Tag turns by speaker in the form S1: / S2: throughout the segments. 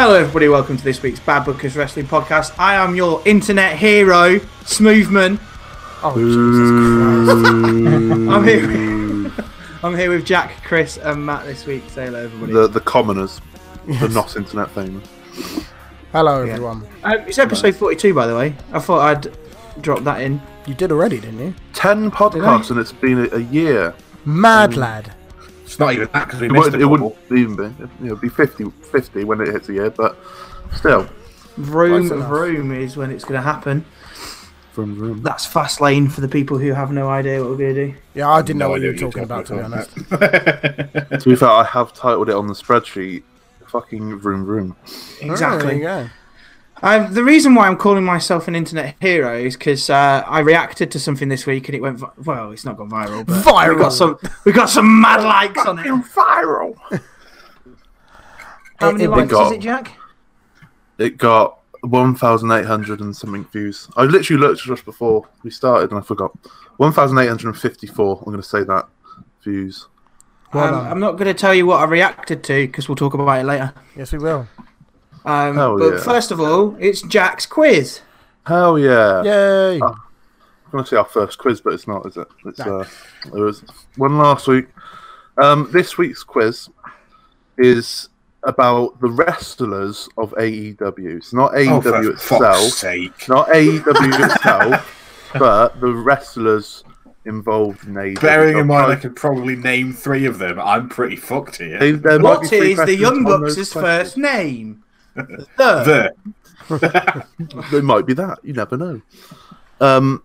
S1: Hello, everybody. Welcome to this week's Bad Bookers Wrestling Podcast. I am your internet hero, Smoothman.
S2: Oh, Jesus Christ.
S1: I'm here. With, I'm here with Jack, Chris, and Matt this week. Say hello, everybody.
S3: the the commoners, the not internet famous.
S2: Hello, everyone.
S1: Um, it's episode 42, by the way. I thought I'd drop that in.
S2: You did already, didn't you?
S3: Ten podcasts and it's been a, a year.
S2: Mad lad.
S4: It's not even that because we
S3: It,
S4: missed
S3: won't,
S4: a
S3: it
S4: couple.
S3: wouldn't even be. It, you know, it'd be 50, 50 when it hits a year, but still.
S1: Vroom,
S2: Close enough.
S1: vroom is when it's going to happen.
S3: From room.
S1: That's fast lane for the people who have no idea what we're going to do.
S2: Yeah, I didn't know
S4: No
S2: what you
S4: idea
S2: were talking about, to be honest.
S3: To be fair, I have titled it on the spreadsheet. Fucking room, room.
S1: Exactly.
S2: Oh, there you go.
S1: Um, the reason why I'm calling myself an internet hero is because uh, I reacted to something this week and it went vi- well. It's not gone viral, but we
S2: Viral.
S1: got some. We got some mad likes on it.
S3: viral.
S1: How many
S2: It- it
S1: likes
S3: got-
S1: is it, Jack?
S3: It got one thousand eight hundred and something views. I literally looked just before we started and I forgot. One thousand eight hundred and fifty-four. I'm going to say that views.
S2: Well
S1: um,
S2: done.
S1: I'm not going to tell you what I reacted to because we'll talk about it later.
S2: Yes, we will.
S1: Um,
S3: Hell
S1: but
S3: yeah.
S1: first of all, it's Jack's quiz.
S3: Hell yeah!
S2: Yay.
S3: I'm going to say our first quiz, but it's not, is it? It's,
S2: No.
S3: uh, there was one last week. Um, this week's quiz is about the wrestlers of AEW. It's not
S4: Oh,
S3: AEW
S4: for fuck's
S3: itself,
S4: sake.
S3: not AEW itself, but the wrestlers involved in E AEW.
S4: Bearing in mind I
S3: Like,
S4: could probably name three of them, I'm pretty fucked here.
S3: they- there might be
S1: What
S3: three
S1: is the
S3: questions
S1: Young
S3: on those
S1: Bucks'
S3: questions.
S1: first name? The
S4: The
S3: There might be that. You never know. Um,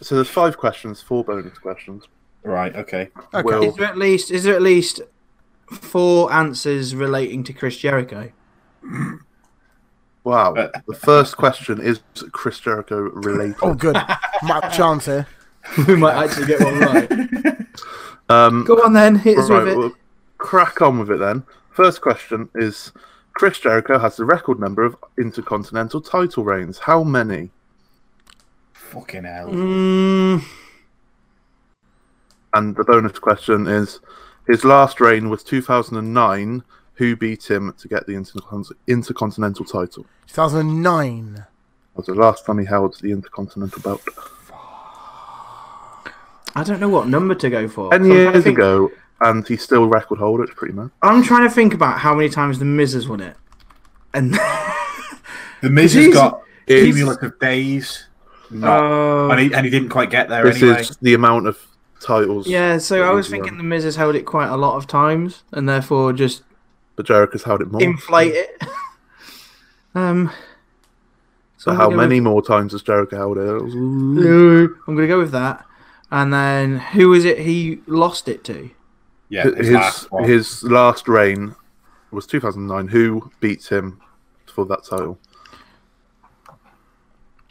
S3: so there's five questions, four bonus questions.
S4: right, okay.
S2: Okay.
S1: is there at least is there at least four answers relating to Chris Jericho?
S3: Wow.
S4: Uh,
S3: The first question is Chris Jericho related.
S2: Oh, good. My chance here.
S1: we might actually get one right. Go on then, hit us
S3: Um, right,
S1: with it.
S3: we'll crack on with it then. First question is Chris Jericho has the record number of intercontinental title reigns. How many?
S4: Fucking hell.
S1: Mm,
S3: And the bonus question is his last reign was 2009. Who beat him to get the intercon- intercontinental title?
S2: 2009.
S3: That was the last time he held the intercontinental belt.
S1: I don't know what number to go for.
S3: Ten
S1: I'm trying to
S3: years
S1: think-
S3: ago, and he's still record holder. It's pretty mad.
S1: I'm trying to think about how many times the Miz has won it. And
S4: The Miz
S1: He's-
S4: has got
S3: he's-
S4: cumulative days. Not,
S1: Oh.
S4: and, he, and he didn't quite get there
S3: This
S4: anyway.
S3: is the amount of titles.
S1: yeah, so
S3: that
S1: I
S3: he's
S1: was
S3: won.
S1: thinking the Miz has held it quite a lot of times and therefore just
S4: Oh,
S3: but Jericho's held it more.
S1: inflate it. um
S3: So
S1: I'm
S3: how
S1: gonna
S3: many
S1: go
S3: more times has Jericho held it?
S4: Hmm.
S1: with- No, I'm gonna go with that. And then who is it he lost it to?
S4: yeah, his,
S3: His
S4: last one.
S3: his last reign was 2009. Who beat him for that title?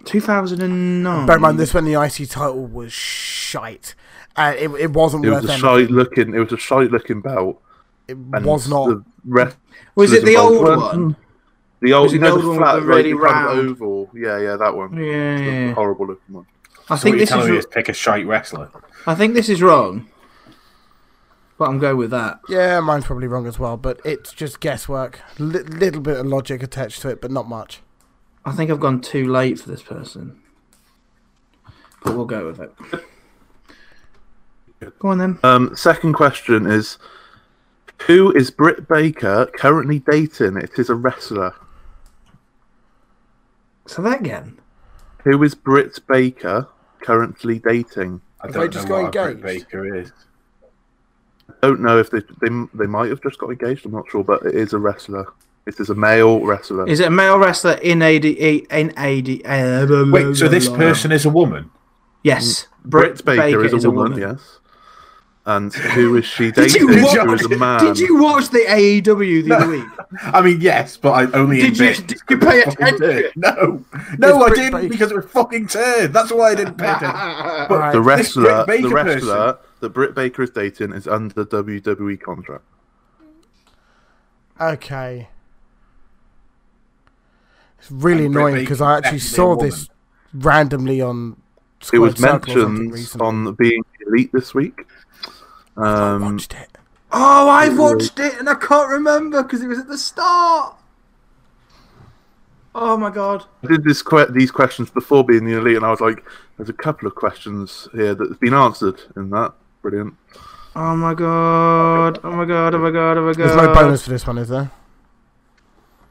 S1: 2009.
S2: Bear in mind, this when the IC title was shite. And it, it wasn't
S3: It
S2: worth
S3: was a
S2: anything.
S3: shite looking. It was a shite looking belt.
S2: It
S3: and
S2: was not.
S3: The rest
S1: was it the
S3: involved
S1: old
S3: weren't-
S1: one?
S2: Hmm.
S3: The old,
S1: it
S3: you
S1: the
S3: know,
S1: old one with
S3: flat,
S1: the
S3: like,
S1: really
S3: the kind of
S1: round-
S3: oval. Yeah, yeah, that one.
S1: Yeah, yeah, yeah.
S3: horrible looking one.
S1: I
S4: so what
S1: think
S4: you're
S1: this
S4: telling
S1: is,
S4: me is pick a shite wrestler.
S1: I think this is wrong, but I'm going with that.
S2: Yeah, mine's probably wrong as well, but it's just guesswork. L- little bit of logic attached to it, but not much.
S1: I think I've gone too late for this person, but we'll go with it. Go on then.
S3: Um, second question is, who is Britt Baker currently dating? It is a wrestler.
S1: Say that again.
S3: Who is Britt Baker currently dating?
S4: I
S2: Have
S4: don't know
S2: they just
S4: what
S2: got
S4: a Britt
S2: engaged?
S4: Baker is.
S3: don't know if they they, they might have just got engaged. I'm not sure, but it is a wrestler. It is a male wrestler.
S1: Is it a male wrestler in AD in AD? uh, blah, blah,
S4: Wait, so
S1: blah,
S4: this
S1: blah.
S4: person is a woman?
S1: Yes,
S3: Britt Baker, is, a, woman, Yes. And who is she
S1: Did
S3: dating?
S1: you,
S3: Who
S1: watch,
S3: is a man?
S1: did you watch the AEW the other week?
S4: I mean, yes, but I only in
S1: Did you,
S4: bits.
S1: did you pay
S4: fucking
S1: attention?
S4: did. No,
S2: It's
S4: no, I
S2: Brit
S4: didn't
S2: Baker.
S4: because it was fucking turd. That's why I didn't pay attention. But
S2: Alright.
S3: The
S4: this Britt
S3: wrestler,
S4: Baker
S3: the wrestler
S4: person-
S3: that Britt Baker is dating is under WWE contract.
S2: Okay. It's really
S4: And Britt
S2: annoying because I
S4: Baker's
S2: actually
S4: definitely
S2: saw
S4: a
S2: this randomly on.
S3: It was
S2: Squared Circle or something
S3: mentioned
S2: recently.
S3: on Being Elite this week. Um,
S2: Watched it.
S1: Oh, I watched it and I can't remember because it was at the start. Oh my god.
S3: I did this que- these questions before being the elite, and I was like, "There's a couple of questions here that's been answered in that." Brilliant.
S1: Oh my god. Oh my god. Oh my god. Oh my god.
S2: There's
S4: Uh,
S2: no bonus for this one, is there?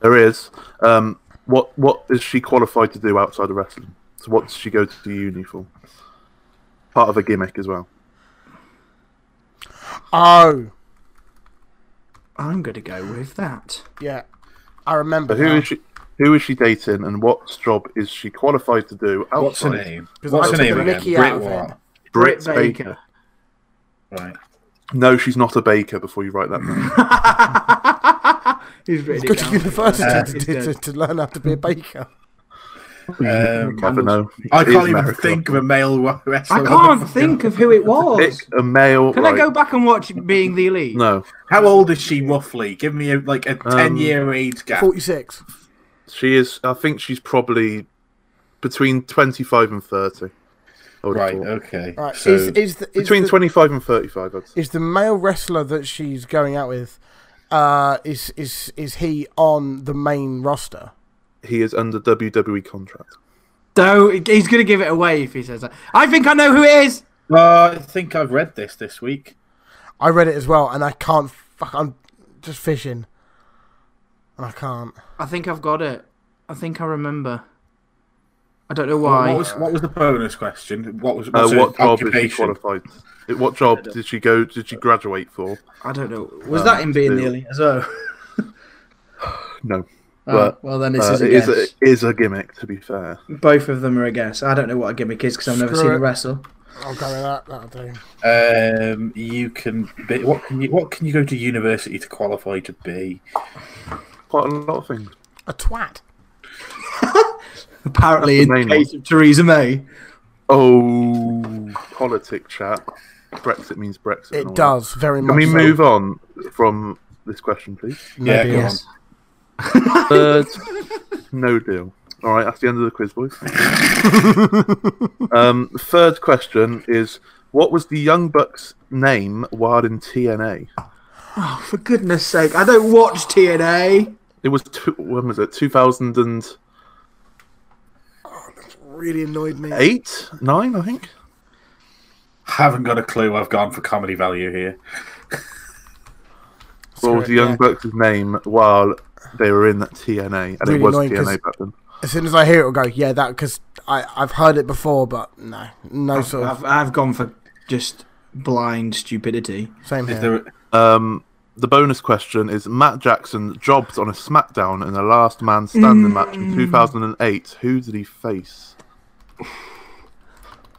S3: There is. Um, what what is she qualified to do outside of wrestling? So what does she go to uni for? Part of a gimmick as well.
S2: Oh,
S1: I'm gonna go with that.
S2: yeah. I remember.
S3: But who is she? Who is she dating, and what job is she qualified to do outside?
S4: What's her name?
S2: Because
S4: What's
S2: I
S4: her
S2: took
S4: name
S2: the
S4: again?
S2: Mickey
S4: Britt
S2: out of it.
S4: what?
S3: Britt Baker.
S4: Right.
S3: No, she's not a baker. Before you write that down,
S1: He's really
S2: Go to
S1: down.
S2: university
S4: Uh,
S2: to,
S1: he's
S2: to,
S1: dead.
S2: to learn how to be a baker.
S4: Um,
S3: never know.
S4: I
S3: It is
S4: can't even
S3: America.
S4: think of a male wa-
S1: I
S4: wrestler.
S1: can't think of who it was.
S3: Pick a male.
S1: Can
S3: right.
S1: I go back and watch Being the Elite?
S3: No,
S4: How old is she roughly? Give me a, like a
S1: Um,
S4: ten year age gap.
S2: Forty-six.
S3: she is. I think she's probably between twenty-five and thirty. I would have
S4: Right. uh,
S3: thought.
S4: Okay.
S2: Right.
S4: So
S2: is is the, is
S3: Between
S2: the,
S3: twenty-five and thirty-five. I'd say.
S2: is the male wrestler that she's going out with? Uh, is is is he on the main roster?
S3: He is under WWE contract.
S1: So he's gonna give it away if he says that. I think I know who it is.
S4: Uh, I think I've read this this week.
S2: I read it as well, and I can't. Fuck, I'm just fishing, and I can't.
S1: I think I've got it. I think I remember. I don't know
S4: What
S1: why.
S4: was what was the bonus question? What was
S3: Uh,
S4: what's her
S3: what job is she
S4: occupation?
S3: qualified? it- What job did she go? Did she graduate for?
S1: I don't know.
S3: uh,
S1: Was that in Being the Elite as well?
S3: No,
S1: Oh,
S3: but
S1: well, then this
S3: uh,
S1: is a
S3: it is
S1: guess.
S3: a, is a gimmick. To be fair,
S1: Both of them are a guess. I don't know what a gimmick is because I've never
S2: Screw
S1: seen
S2: it.
S1: a wrestle.
S2: I'll go with that. That'll do.
S4: Um, you can be, what can you what can you go to university to qualify to be?
S3: quite a lot of things.
S2: A twat.
S1: Apparently,
S3: That's
S1: in
S3: the
S1: the
S3: main
S1: case of Theresa May.
S3: Oh, politic chat. Brexit means Brexit. and
S2: It
S3: all that.
S2: does very much.
S3: Can we
S2: so.
S3: move on from this question, please?
S4: Yeah,
S2: Maybe
S4: go
S2: yes.
S3: Third, no deal. All right, that's the end of the quiz, boys. um, third question is: What was the Young Bucks' name while in TNA?
S1: For goodness sake, I don't watch TNA.
S3: It was two, when was it? Two thousand and
S2: Really annoyed me.
S3: eight, nine, I think.
S4: Haven't got a clue. I've gone for comedy value here.
S3: What was the
S2: Screw it,
S3: Young
S2: yeah.
S3: Bucks' name while they were in TNA? And
S2: Really
S3: it was
S2: annoying, 'cause-
S3: TNA back then.
S2: As soon as I hear it, I'll go. Yeah, that because I I've heard it before, but no, no sort of
S1: I've, I've gone for just blind stupidity.
S2: same
S4: Is
S2: here.
S4: there?
S3: Um, the bonus question is Matt Jackson jobbed on a SmackDown in a last man standing match
S2: Mm.
S3: in 2008. Who did he face?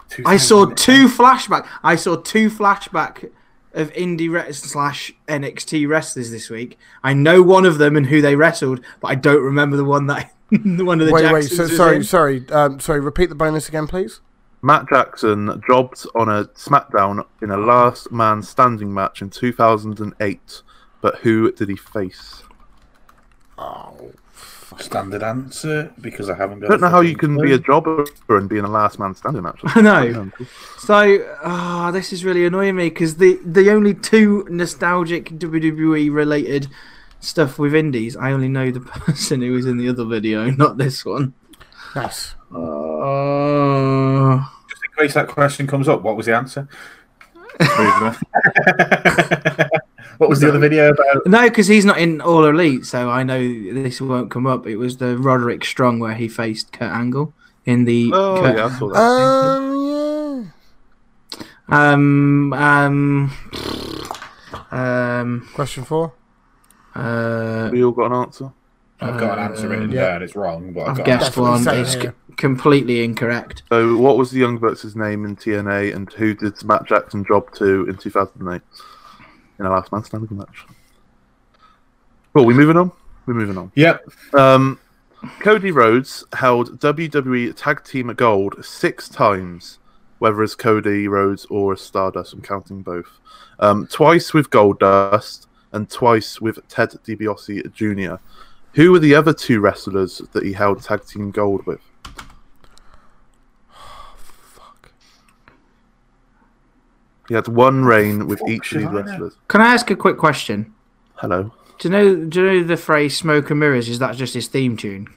S4: Two
S1: I saw two flashback. I saw two flashback of indie re- slash NXT wrestlers this week. I know one of them and who they wrestled, but I don't remember the one that the one of the
S2: Wait, wait.
S1: Jacksons
S2: So,
S1: was
S2: sorry,
S1: in.
S2: sorry, um, sorry. Repeat the bonus again, please.
S3: Matt Jackson jobbed on a SmackDown in a last man standing match in 2008. But who did he face?
S4: standard answer because I haven't got.
S3: I don't know how you can be a jobber and be in a last man standing match.
S1: I know. So ah, this is really annoying me because the the only two nostalgic WWE related stuff with indies, I only know the person who was in the other video, not this one.
S2: Nice.
S1: Uh,
S4: Just in case that question comes up, what was the answer? what was the other video about?
S1: no, because he's not in All Elite, so I know this won't come up. It was the Roderick Strong where he faced Kurt Angle in the.
S3: Oh,
S1: Kurt-
S3: yeah, I saw that.
S2: Uh,
S1: Um.
S2: Um,
S1: Um. Um.
S2: yeah. Question four.
S1: Uh,
S3: we all got an answer.
S4: I've got
S3: Uh,
S4: an answer written
S2: yeah.
S4: down. It's wrong, but I've,
S1: I've
S4: got an
S1: guessed
S2: Definitely
S1: one.
S2: same
S1: It's c-
S2: here.
S1: completely incorrect.
S3: So, what was the Young Bucks' name in TNA, and who did Matt Jackson job to in 2008 in a last man standing match? Well, we moving on. We're moving on.
S4: Yep.
S3: Um, Cody Rhodes held WWE Tag Team Gold six times, whether as Cody Rhodes or as Stardust. I'm counting both. Um, twice with Gold Dust and twice with Ted DiBiase Jr. Who were the other two wrestlers that he held Tag Team Gold with? He had one reign with each of
S4: should
S3: these
S4: I know?
S3: wrestlers.
S1: Can I ask a quick question?
S3: Hello.
S1: Do you know? Do you know the phrase "smoke and mirrors"? Is that just his theme tune?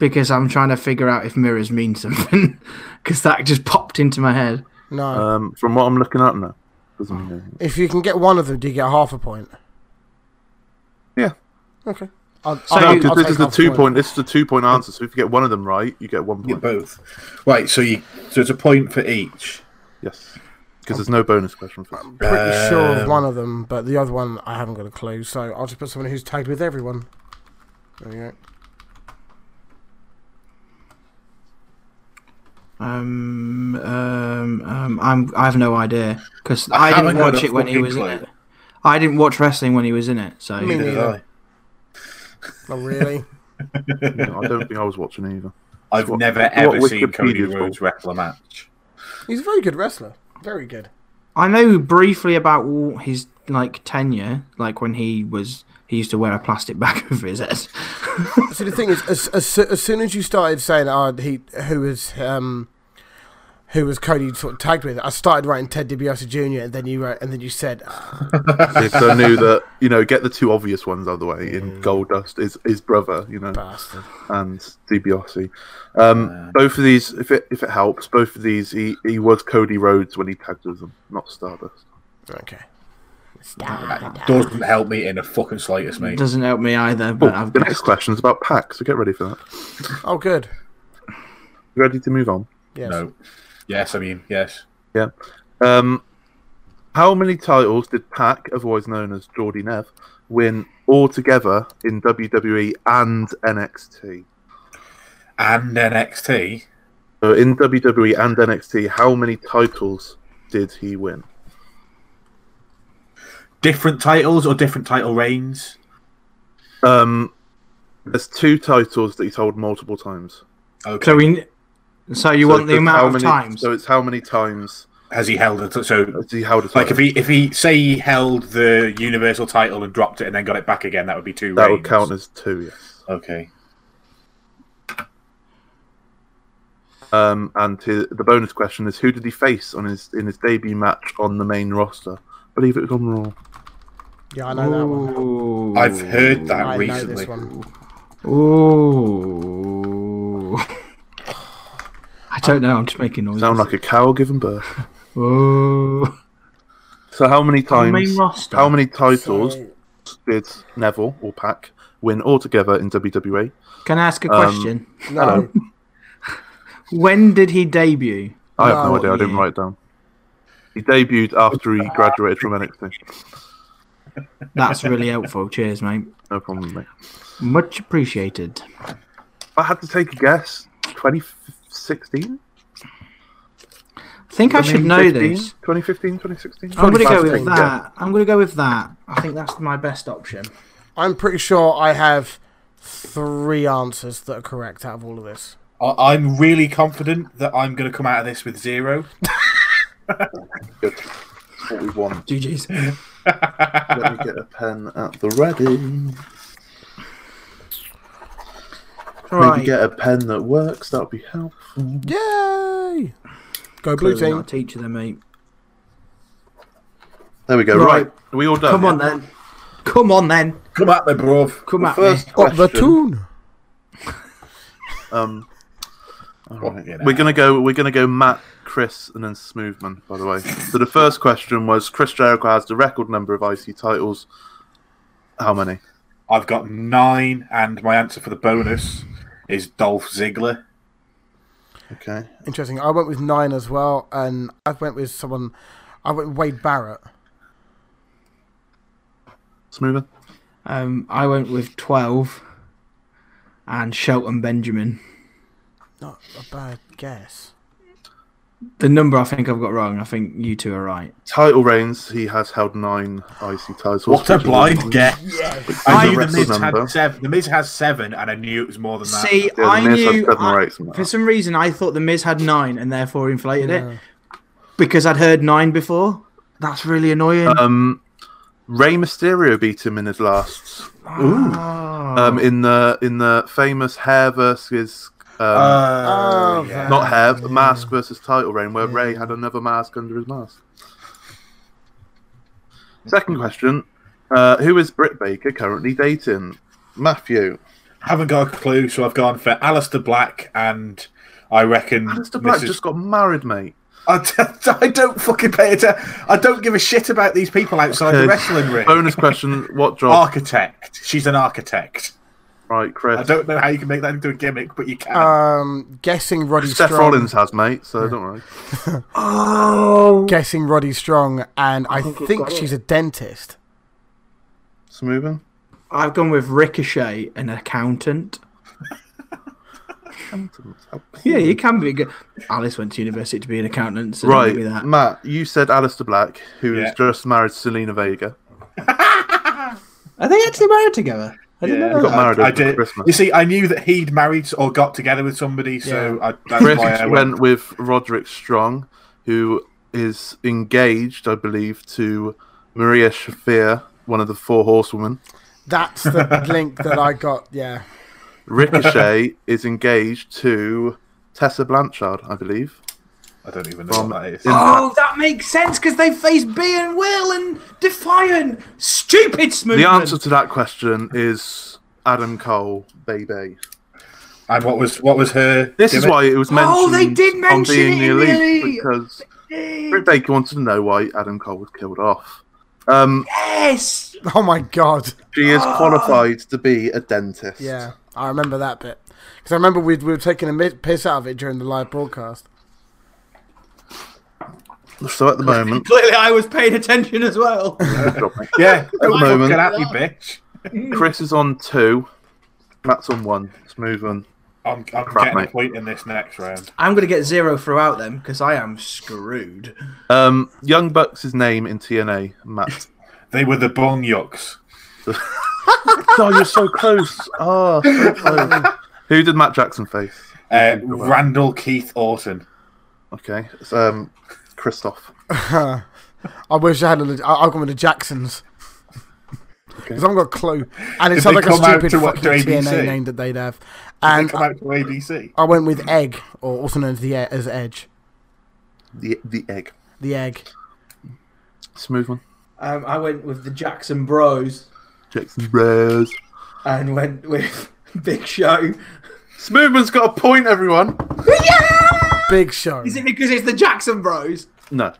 S1: because I'm trying to figure out if mirrors mean something because that just popped into my head.
S2: No.
S3: Um, from what I'm looking at now, doesn't mean anything.
S2: if you can get one of them, do you get half a point?
S3: Yeah.
S2: Okay. I'll,
S1: So
S2: I'll-
S1: you-
S2: I'll
S3: Because this
S2: take
S3: is the
S2: half a
S3: two point. This is the two point answer. So if you get one of them right, you get one
S4: You
S3: point.
S4: get both. Right, so you so it's a point for each.
S3: Yes. Because there's no bonus question for this.
S2: Pretty sure of
S4: Um,
S2: one of them, but the other one I haven't got a clue. So I'll just put someone who's tagged with everyone. There you go.
S1: Um, um, um, I'm I have no idea because
S4: I
S1: I, didn't
S4: haven't got
S1: watch
S4: a
S1: it when he
S4: fucking
S1: was
S4: clue.
S1: in it. I didn't watch wrestling when he was in it, so
S2: Me
S4: Neither did
S2: neither. Not really.
S3: No, I don't think I was watching either.
S4: I. have
S3: What-
S4: never
S3: what
S4: ever seen
S3: Wikipedia's
S4: Cody
S3: for.
S4: Rhodes wrestle a match.
S2: He's a very good wrestler. Very good.
S1: I know briefly about all his like tenure, like when he was he used to wear a plastic bag over his head.
S2: See, the thing is, as, as, soo- as soon as you started saying, "Oh, he who was um, who was Cody sort of tagged with," I started writing Ted DiBiase Jr. and then you wrote, and then you said, "Ah,
S3: so I knew that you know get the two obvious ones out of the way in Gold Dust is his brother, you know,
S2: "Bastard."
S3: and DiBiase. Um, both of these, if it if it helps, both of these he, he was Cody Rhodes when he tagged with them, not Stardust.
S2: Okay.
S3: Ah.
S4: Doesn't help me in the fucking slightest, mate.
S1: Doesn't help me either,
S3: Oh,
S1: but I've
S3: the next question is about Pack, so get ready for that.
S2: Oh, good.
S3: You ready to move on?
S2: Yes.
S4: No. Yes, I mean yes.
S3: Yeah. Um, how many titles did Pac, otherwise known as Jordy Nev, win altogether in WWE and NXT?
S4: And NXT.
S3: So in WWE and NXT, how many titles did he win?
S4: Different titles or different title reigns?
S3: Um, there's two titles that he's held multiple times.
S4: Okay.
S1: So we, so you
S3: So
S1: want the
S3: it's how
S1: amount of
S3: many-
S1: times?
S3: So it's how many times
S4: Has he held it? So
S3: has he held a title?
S4: like if he if he say he held the universal title and dropped it and then got it back again, that would be two.
S3: that would
S4: reigns.
S3: count as two, yes.
S4: Okay.
S3: Um, and his, the bonus question is who did he face on his in his debut match on the main roster? I believe it was on Raw.
S2: Yeah, I know that one.
S1: Ooh.
S4: I've heard that
S2: I know
S4: recently.
S2: this one.
S1: Ooh. I don't know. I'm just making noises.
S3: Sound like a cow given birth.
S1: Ooh.
S3: So how many
S1: the main
S3: times?
S1: roster.
S3: How many titles
S2: So-
S3: did Neville or Pac win altogether in WWE?
S1: Can I ask a
S3: Um,
S1: question?
S2: No.
S4: Um,
S1: When did he debut?
S3: I have no Uh,
S2: No,
S3: idea. I didn't
S1: yeah.
S3: write it down. He debuted after he graduated from NXT.
S1: That's really helpful. Cheers, mate.
S3: No problem, mate.
S1: Much appreciated.
S3: I had to take a guess. 2016?
S1: I think I should know this.
S3: 2015, 2016?
S1: I'm going to go with
S2: 2015,
S1: that. I'm going to go with that. I think that's my best option.
S2: I'm pretty sure I have three answers that are correct out of all of this.
S4: I- I'm really confident that I'm going to come out of this with zero.
S3: Good. That's what we want.
S1: GG's.
S3: Let me get a pen at the ready. Maybe
S1: Right.
S3: get a pen that works. That would be helpful.
S2: Yay! Go blue
S1: Clearly
S2: team.
S1: not a teacher, then, mate.
S3: There we go.
S1: Right.
S3: Right. Are we all done?
S1: Come
S3: Oh, yeah?
S1: on then. Come on then.
S4: Come at me, bruv.
S1: Come
S3: The
S1: at
S3: first
S1: me.
S2: Got the
S3: question-
S2: tune.
S3: Um, all
S4: What
S3: right.
S4: you know.
S3: We're gonna go. We're gonna go. Matt, Chris, and then Smoothman. By the way, so the first question was: Chris Jericho has the record number of IC titles. How many?
S4: I've got nine, and my answer for the bonus is Dolph Ziggler.
S3: Okay.
S2: Interesting. I went with nine as well, and I went with someone. I went with Wade Barrett.
S3: Smoothman.
S1: Um, I went with 12 and Shelton Benjamin.
S2: Not a bad guess.
S1: The number I think I've got wrong. I think you two are right.
S3: Title reigns. He has held nine IC titles.
S4: What a
S3: which is-
S4: blind guess!
S3: I
S4: I knew the
S3: wrestled
S4: Miz
S3: number.
S4: had seven. The Miz has seven, and I knew it was more than that.
S1: See,
S3: Yeah, the
S1: I
S3: Miz had
S1: knew.
S3: seven or
S1: I-
S3: eight, something like
S1: for
S3: that.
S1: some reason, I thought the Miz had nine and therefore inflated it because I'd heard nine before. That's really annoying.
S3: Um, Rey Mysterio beat him in his last.
S1: Ah.
S3: Um, in the in the famous hair versus. Um,
S4: Uh,
S2: Oh,
S4: yeah.
S3: not hair, but mask versus title reign, where Ray had another mask under his mask. Second question: uh, Who is Britt Baker currently dating? Matthew.
S4: Haven't got a clue, so I've gone for Alistair Black, and I reckon
S3: Alistair Black
S4: Mrs.
S3: just got married, mate.
S4: I, d- I don't fucking pay attention. I don't give a shit about these people outside
S3: Okay.
S4: the wrestling ring.
S3: Uh, Bonus question: What job?
S4: Architect. She's an architect.
S3: right,
S4: I
S3: Chris.
S4: don't know how you can make that into a gimmick, but you can.
S2: Um, guessing Roddy
S3: Steph
S2: Strong.
S3: Rollins has, mate. So don't worry.
S1: Oh,
S2: Guessing Roddy Strong, and I,
S1: think
S2: think,
S1: you've got
S2: she's a dentist.
S3: It's moving.
S1: I've gone with Ricochet, an accountant. Yeah, you can be. Good. Alice went to university to be an accountant. So
S3: Right,
S1: Don't give me that.
S3: Matt. You said Alistair Black, who is
S4: Yeah.
S3: just married to Selena Vega.
S1: Are they actually married together? I didn't
S4: Yeah.
S1: know.
S3: got
S1: That.
S3: married
S4: I, I
S3: over
S4: did.
S3: Christmas.
S4: You see, I knew that he'd married or got together with somebody, so I, that's
S3: Chris
S4: why I
S3: went,
S4: went.
S3: with Roderick Strong, who is engaged, I believe, to Maria Shafir, one of the four horsewomen.
S2: That's the link that I got. Yeah,
S3: Ricochet is engaged to Tessa Blanchard, I believe.
S4: I don't even know what that is.
S1: Oh, that makes sense because they face B and Will and Defiant. Stupid smooth.
S3: The answer to that question is Adam Cole, baby.
S4: And what was what was her?
S3: This is
S4: gimmick?
S3: why it was mentioned.
S1: Oh, they did
S3: on
S1: mention it
S3: being the
S1: in
S3: elite
S1: the Elite.
S3: because Rick Baker wanted to know why Adam Cole was killed off. Um,
S1: Yes.
S2: Oh my god.
S3: she is qualified to be a dentist.
S2: Yeah, I remember that bit because I remember we we were taking a mi- piss out of it during the live broadcast.
S3: So at the moment,
S1: Clearly, I was paying attention as well.
S3: good job, mate.
S4: Yeah, don't
S3: moment.
S4: fucking at me, bitch.
S3: Chris is on two. Matt's on one. Let's move on.
S4: I'm, I'm
S3: Crap,
S4: getting
S3: mate.
S4: a point in this next round.
S1: I'm gonna get zero throughout them because I am screwed.
S3: Um, Young Bucks' his name in TNA, Matt.
S4: They were the bong yucks.
S3: oh, you're so close. Oh, so close. Who did Matt Jackson face?
S4: Uh, Randall Keith Orton.
S3: Okay, it's, um, Christoph.
S2: I wish I had a. leg- I- I've gone with the Jacksons. Because I've got a clue, and it sounds
S4: Did they
S2: like a
S4: come out
S2: stupid
S4: to what-
S2: fucking
S4: to
S2: TNA
S4: ABC?
S2: name that they'd have.
S4: They
S2: And
S4: come out to ABC.
S3: Oh,
S2: I went with Egg, or also known as the E- as Edge,
S3: The the egg.
S2: the Egg.
S3: Smooth one.
S1: Um, I went with the Jackson Bros
S3: Jackson Bros.
S1: and went with Big Show.
S3: Smooth one's got a point, everyone.
S2: Big Show.
S1: Is it because it's the Jackson Bros?
S3: No.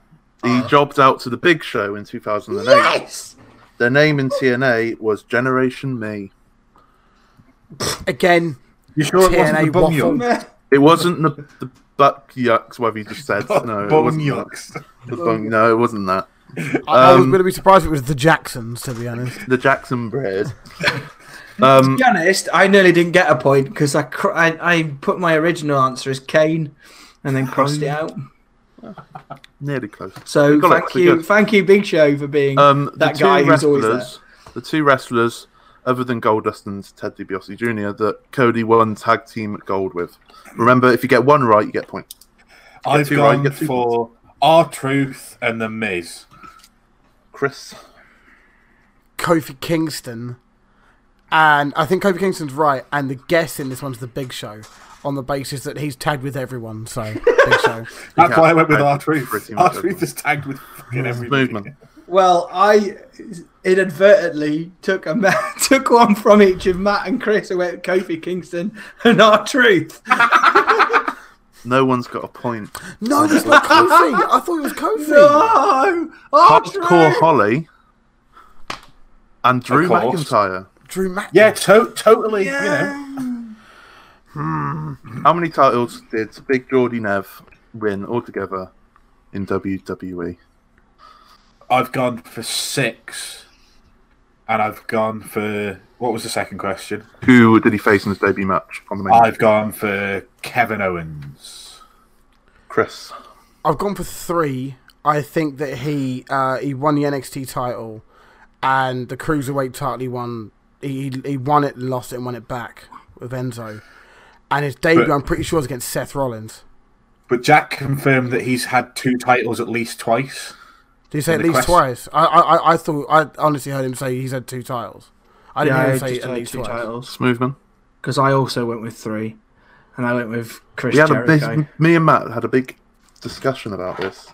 S3: He jobbed out to the Big Show in 2008.
S1: Yes.
S3: Their name in TNA was Generation Me.
S2: Again,
S4: You sure it wasn't
S2: TNA
S4: the bong
S2: waffle.
S4: yucks?
S3: It wasn't the, the Buck Yucks, whatever you just said. No, it
S4: bong
S3: wasn't that.
S4: yucks.
S3: The bung- no, it wasn't that.
S2: I, I was
S3: Um,
S2: going to be surprised if it was the Jacksons, to be honest.
S3: The Jackson Bros.
S1: To
S3: Um,
S1: be honest, I nearly didn't get a point because I, cr- I I put my original answer as Kane and then crossed it out.
S3: nearly close.
S1: So
S3: got it,
S1: thank
S3: we
S1: you,
S3: got it.
S1: thank you, Big Show, for being
S3: Um, the
S1: that
S3: two
S1: guy who's always there.
S3: wrestlers, the two wrestlers, other than Goldust and Ted DiBiase Jr., that Cody won tag team gold with. Remember, if you get one right, you get a point.
S4: I've
S3: two right,
S4: gone
S3: get two
S4: for R Truth and the Miz.
S3: Chris,
S2: Kofi Kingston, and I think Kofi Kingston's right. And the guess in this one's the Big Show, on the basis that he's tagged with everyone. So Big Show.
S4: That's why I went with
S3: I-
S4: R Truth.
S3: pretty much
S4: R Truth
S3: everyone.
S4: is tagged with fucking everybody.
S3: movement.
S1: Well, I inadvertently took a ma- took one from each of Matt and Chris. I went Kofi Kingston and our truth.
S3: No one's got a point.
S2: No, that's not Kofi. I thought it was Kofi.
S1: No, Oh, our
S3: Hardcore
S1: truth.
S3: Holly and Drew
S4: Of course.
S3: McIntyre.
S2: Drew Mac.
S4: Yeah, to- totally. You know,
S3: How many titles did Big Geordie Nev win altogether in E? WWE?
S4: I've gone for six, and I've gone for what was the second question?
S3: Who did he face in his debut match on the main?
S4: I've gone for Kevin Owens.
S3: Chris.
S2: I've gone for three. I think that he uh, he won the NXT title, and the cruiserweight title he won. He he won it, lost it, and won it back with Enzo. And his debut,
S4: But-
S2: I'm pretty sure, was against Seth Rollins.
S4: But Jack confirmed that he's had two titles at least twice.
S2: Did he say at
S4: the
S2: least
S4: quest-
S2: twice? I, I, I- I thought I honestly heard him say he's had two titles. I didn't hear him say at least
S1: two
S2: twice.
S1: titles
S3: Smoothman.
S1: because I also went with three, and I went with Chris
S3: We had a
S1: Jericho.
S3: big, me and Matt had a big discussion about this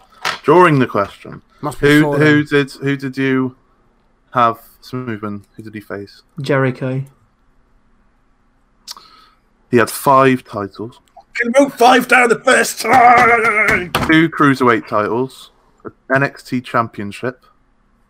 S3: during the question.
S2: Must be
S3: Who
S2: four
S3: who
S2: then.
S3: did who did you have Smoothman? Who did he face?
S1: Jericho.
S3: He had five titles,
S4: He wrote five down the first time.
S3: two cruiserweight titles, an NXT Championship,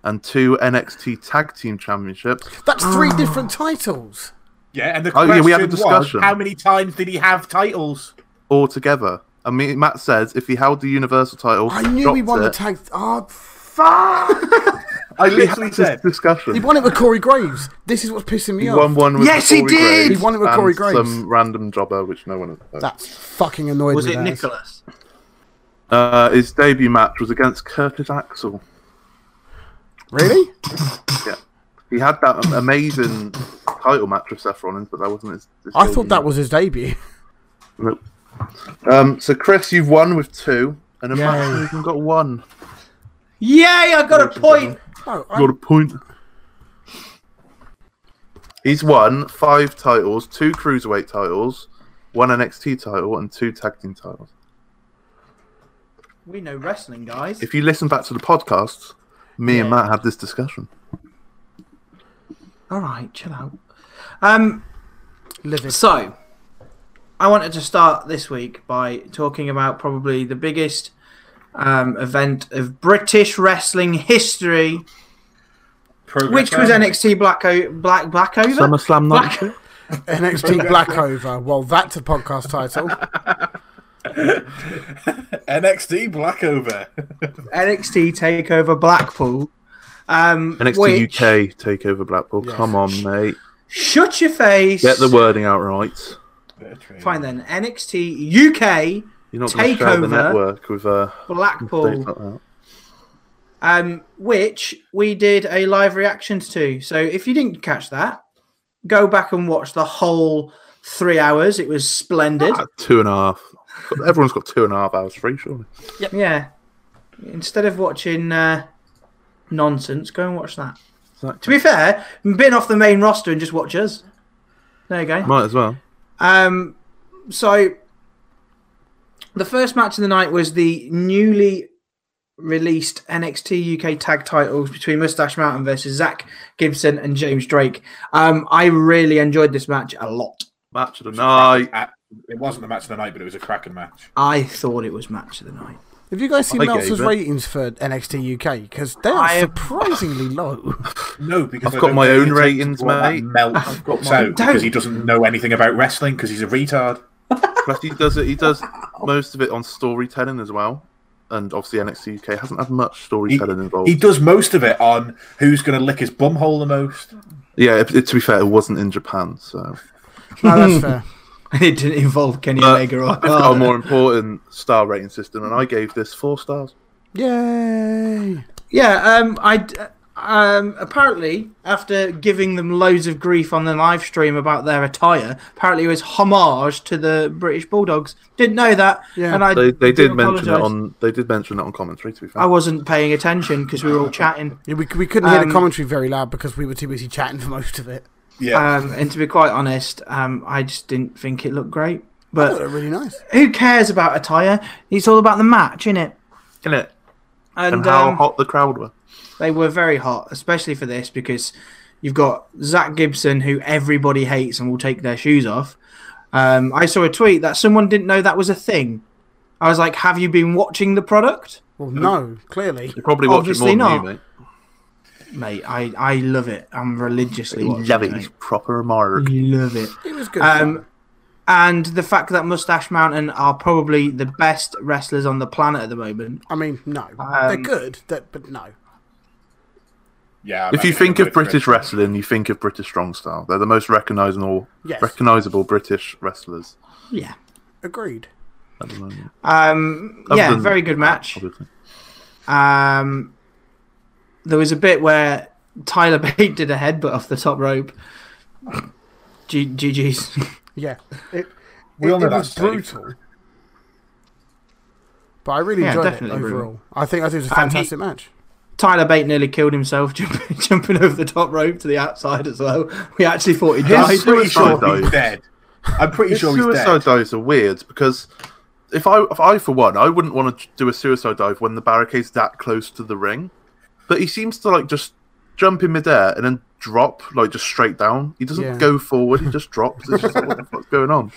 S3: and two NXT Tag Team Championships.
S2: That's three
S1: Ah.
S2: different titles.
S4: Yeah, and the
S3: Oh,
S4: question
S3: yeah, we had a discussion.
S4: was, how many times did he have titles?
S3: altogether. I mean, Matt says if he held the Universal title,
S2: I knew
S3: dropped
S2: he won the
S3: it,
S2: tag. Oh, fuck!
S4: I
S3: We had
S4: literally
S3: this
S4: said
S2: he
S3: discussion.
S2: won it with Corey Graves. This is what's pissing me
S3: He
S2: off.
S3: won one. With
S1: Yes, he
S3: Corey
S1: did!
S3: Graves
S2: He won it with
S3: and
S2: Corey Graves.
S3: Some random jobber, which no one knows.
S2: That's fucking annoyed
S1: Was
S2: me,
S1: it
S2: that is.
S1: Nicholas?
S3: Uh, his debut match was against Curtis Axel.
S2: Really?
S3: Yeah, he had that am- amazing title match with Seth Rollins, but that wasn't his. his
S2: I
S3: debut
S2: thought that was his debut.
S3: match. Nope. Um, so Chris, you've won with two, and a match you even got one.
S1: Yay! I got a point.
S2: Oh,
S3: Got
S2: I,
S3: a point. He's won five titles, two cruiserweight titles, one NXT title, and two tag team titles.
S1: We know wrestling, guys.
S3: If you listen back to the podcast, me and
S1: Yeah.
S3: Matt had this discussion.
S1: All right, chill out. Um,
S2: livid.
S1: So, I wanted to start this week by talking about probably the biggest um, event of British wrestling history,
S4: Progress
S1: which was
S4: only.
S1: NXT Black o- Black Blackover.
S3: SummerSlam
S1: Black-
S3: night.
S2: NXT Blackover. Well, that's a podcast title.
S4: NXT Blackover.
S1: NXT Takeover Blackpool. Um,
S3: NXT
S1: which-
S3: UK takeover Blackpool. Come on, mate.
S1: Shut your face.
S3: Get the wording out right.
S1: Fine then. NXT UK
S3: You're not going to share the
S1: Takeover. Oh.
S3: network with uh,
S1: Blackpool.
S3: dates like that.
S1: um, which we did a live reactions to. So if you didn't catch that, go back and watch the whole three hours. It was splendid.
S3: Ah, two and a half. Everyone's got two and a half hours free, surely.
S1: Yeah. Instead of watching uh, nonsense, go and watch that. To
S3: Exactly.
S1: be fair, bin off the main roster and just watch us. There you go.
S3: Might as well.
S1: Um, so the first match of the night was the newly released NXT UK tag titles between Mustache Mountain versus Zach Gibson and James Drake. Um, I really enjoyed this match a lot.
S3: Match of the night.
S4: Uh, It wasn't the match of the night, but it was a cracking match.
S1: I thought it was match of the night.
S2: Have you guys seen
S3: I gave
S2: Meltzer's
S3: it.
S2: ratings for NXT UK? Because they are
S1: I-
S2: surprisingly low.
S4: No, because
S3: I've
S4: I
S3: got
S4: don't
S3: my
S4: think
S3: own
S4: he takes
S3: ratings,
S4: all that
S3: mate.
S4: Melt got
S1: Don't.
S4: because he doesn't know anything about wrestling because he's a retard.
S3: Plus, he does it. He does most of it on storytelling as well, and obviously NXT UK hasn't had much
S4: He,
S3: storytelling involved.
S4: he does most of it on who's going to lick his bumhole the most.
S3: yeah, it, it- to be fair, it wasn't in Japan, so.
S2: No, that's fair.
S1: And it didn't involve Kenny
S3: But
S1: Omega or
S3: Uh, I've got a more important star rating system, and I gave this four stars.
S2: Yay!
S1: Yeah, um, I um, apparently after giving them loads of grief on the live stream about their attire, apparently it was homage to the British Bulldogs. Didn't know that.
S2: Yeah.
S1: and I
S3: They, they
S1: do
S3: did mention it
S1: apologise.
S3: on. They did mention it on commentary. To be fair,
S1: I wasn't paying attention because we were all chatting.
S2: Yeah, we, we couldn't hear
S1: Um,
S2: the commentary very loud because we were too busy chatting for most of it.
S4: Yeah,
S1: Um, and to be quite honest, um, I just didn't think it looked great.
S2: They
S3: Oh.
S2: were
S1: But
S2: really nice.
S1: who cares about attire? It's all about the match, isn't it?
S3: Isn't it?
S1: And,
S3: And, how
S1: um,
S3: hot the crowd were.
S1: They were very hot, especially for this, because you've got Zach Gibson, who everybody hates and will take their shoes off. Um, I saw a tweet that someone didn't know that was a thing. I was like, "Have you been watching the product,
S2: Well, no, clearly.
S3: You probably watched it
S1: obviously
S3: more
S1: not.
S3: than you, mate.
S1: mate? I, I love it. I'm religiously watching
S3: Love it. He's proper mark.
S1: mate. Love it.
S2: It was good.
S1: Um, and the fact that Mustache Mountain are probably the best wrestlers on the planet at the moment.
S2: I mean, no. They're good, that- but no.
S4: yeah. I'm
S3: If you
S4: actually
S3: think of
S4: with you.
S3: British wrestling, you think of British strong style. They're the most recognizable,
S2: Yes.
S3: recognizable British wrestlers
S1: Yeah.
S2: Agreed.
S3: at the moment.
S1: Um,
S3: Other
S1: yeah,
S3: than
S1: very good
S3: that,
S1: match.
S3: obviously.
S1: Um, there was a bit where Tyler Bate did a headbutt off the top rope. G- GG's.
S2: Yeah. It,
S4: We
S2: it-
S4: all know
S2: it
S4: that
S2: was
S4: Steve.
S2: brutal. But I really
S1: Yeah,
S2: enjoyed it
S1: definitely
S2: overall.
S1: brutal.
S2: I think I think it was a
S1: Um, he-
S2: fantastic match.
S1: Tyler Bate nearly killed himself jumping, jumping over the top rope to the outside as well. We actually thought he
S4: I'm
S1: died.
S4: pretty sure
S3: suicide
S4: he's
S3: dive.
S4: dead. I'm pretty
S3: His
S4: sure he's
S3: suicide
S4: dead.
S3: dives are weird because if I, if I for one, I wouldn't want to do a suicide dive when the barricade's that close to the ring. But he seems to like just jump in midair and then drop like just straight down. He doesn't
S2: Yeah.
S3: go forward. He just drops. It's just like, what the fuck's going on?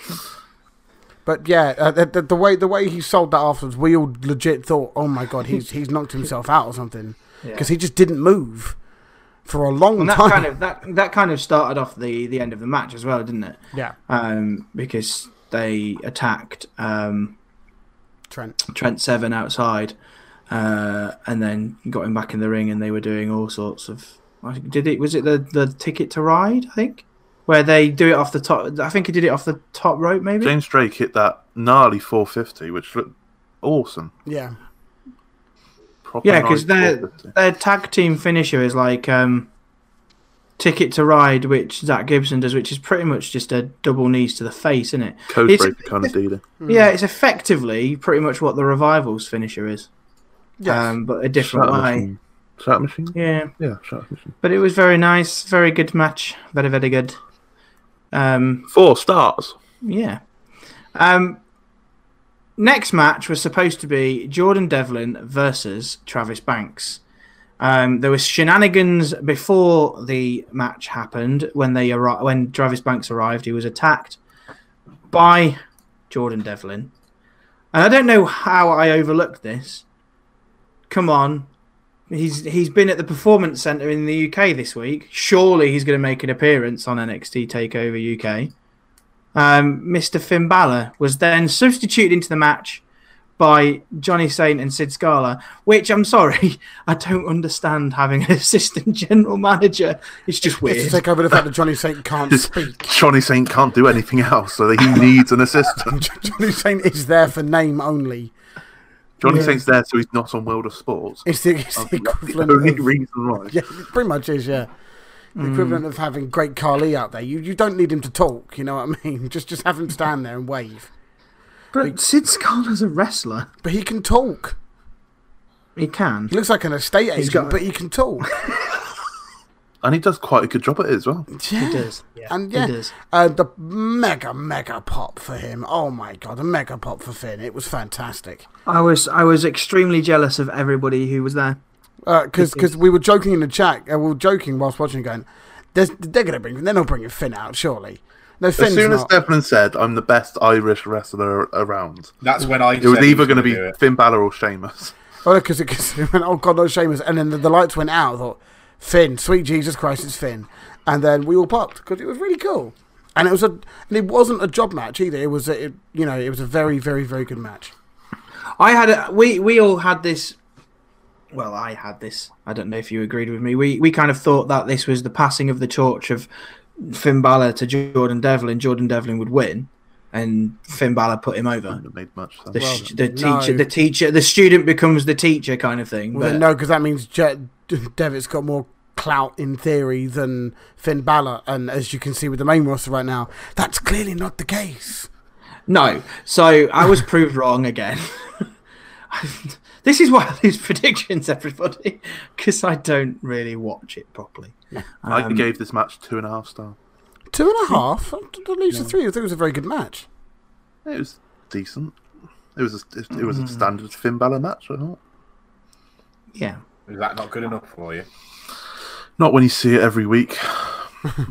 S2: But yeah, uh, the, the, the way the way he sold that afterwards, we all legit thought, "Oh my god, he's he's knocked himself out or something," because he just didn't move for a long
S1: And that
S2: time.
S1: kind of that that kind of started off the the end of the match as well, didn't it?
S2: yeah,
S1: Um, because they attacked um,
S2: Trent.
S1: Trent Seven outside, uh, and then got him back in the ring, and they were doing all sorts of. I think- Did it? Was it the the ticket to ride? I think where they do it off the top. I think he did it off the top rope, maybe.
S3: James Drake hit that gnarly 450, which looked awesome.
S2: Yeah,
S3: Proper
S1: Yeah, because
S3: nice
S1: their
S3: 450.
S1: their tag team finisher is like um, Ticket to Ride, which Zach Gibson does, which is pretty much just a double knees to the face, isn't it?
S3: code
S1: it's-
S3: breaker kind of dealer.
S1: Yeah, it's effectively pretty much what the Revival's finisher is,
S2: yeah.
S1: um, but a different
S3: Shout
S1: way.
S3: machine. Shout machine.
S1: Yeah,
S3: Yeah, shout machine.
S1: but it was very nice, very good match, very very good. Um,
S3: Four stars.
S1: yeah. Um, next match was supposed to be Jordan Devlin versus Travis Banks. Um, there was shenanigans before the match happened when they arri- when Travis Banks arrived. He was attacked by Jordan Devlin, and I don't know how I overlooked this. Come on, he's he's been at the Performance Center in the UK this week. Surely he's going to make an appearance on NXT Takeover UK um, Mr. Finn Balor was then substituted into the match by Johnny Saint and Sid Scala, which I'm sorry, I don't understand having an assistant general manager. It's just weird.
S2: It's to take over the fact that Johnny Saint can't speak.
S3: Johnny Saint can't do anything else, so he needs an assistant.
S2: Johnny Saint is there for name only.
S3: Johnny Saint's there, so he's not on World of Sports.
S2: It's the, it's the
S3: That's the
S2: equivalent.
S3: Oh, only
S2: of-
S3: reason why.
S2: Yeah, it pretty much is. Yeah, the equivalent of having great Carly out there. You you don't need him to talk. You know what I mean? Just just have him stand there and wave.
S1: but Sid Scala's a wrestler.
S2: But he can talk.
S1: He can.
S2: He looks like an estate agent,
S1: got-
S2: but he can talk.
S3: And he does quite a good job at it as well.
S1: He does. Yeah,
S2: And
S1: he
S2: yeah,
S1: does.
S2: uh, the mega mega pop for him. Oh my god, a mega pop for Finn. It was fantastic.
S1: I was I was extremely jealous of everybody who was there.
S2: Because because Uh, we were joking in the chat, uh, we were joking whilst watching, going, "There's they're gonna bring, they're not bringing Finn out, surely." No, Finn's
S3: As soon as
S2: not.
S3: Devlin said, I'm the best Irish wrestler around,
S4: That's when I.
S3: it was either going to be
S4: It.
S3: Finn Balor or Sheamus.
S2: Oh, because it went, oh god, no Seamus. And then the, the lights went out. I thought, Finn, sweet Jesus Christ, it's Finn. And then we all popped because it was really cool. And it was a, and it wasn't a job match either. It was a, it, you know, it was a very, very, very good match.
S1: I had a, we we all had this. Well, I had this. I don't know if you agreed with me. We we kind of thought that this was the passing of the torch of Finn Balor to Jordan Devlin. Jordan Devlin would win, and Finn Balor put him over.
S3: It made much sense.
S1: The, sh- the
S2: no.
S1: teacher, the teacher, the student becomes the teacher, kind of thing.
S2: Well,
S1: but-
S2: then, no, because that means Jet Devitt's got more clout in theory than Finn Balor, and as you can see with the main roster right now, that's clearly not the case.
S1: No. So I was proved wrong again. this is why I lose predictions, everybody, because I don't really watch it properly.
S3: I gave this match two and a half stars.
S2: Two and a half, at least a three. I think it was a very good match.
S3: It was decent. It was a, it was a standard Finn Balor match, I thought.
S1: Yeah.
S4: Is that not good enough for you?
S3: Not when you see it every week,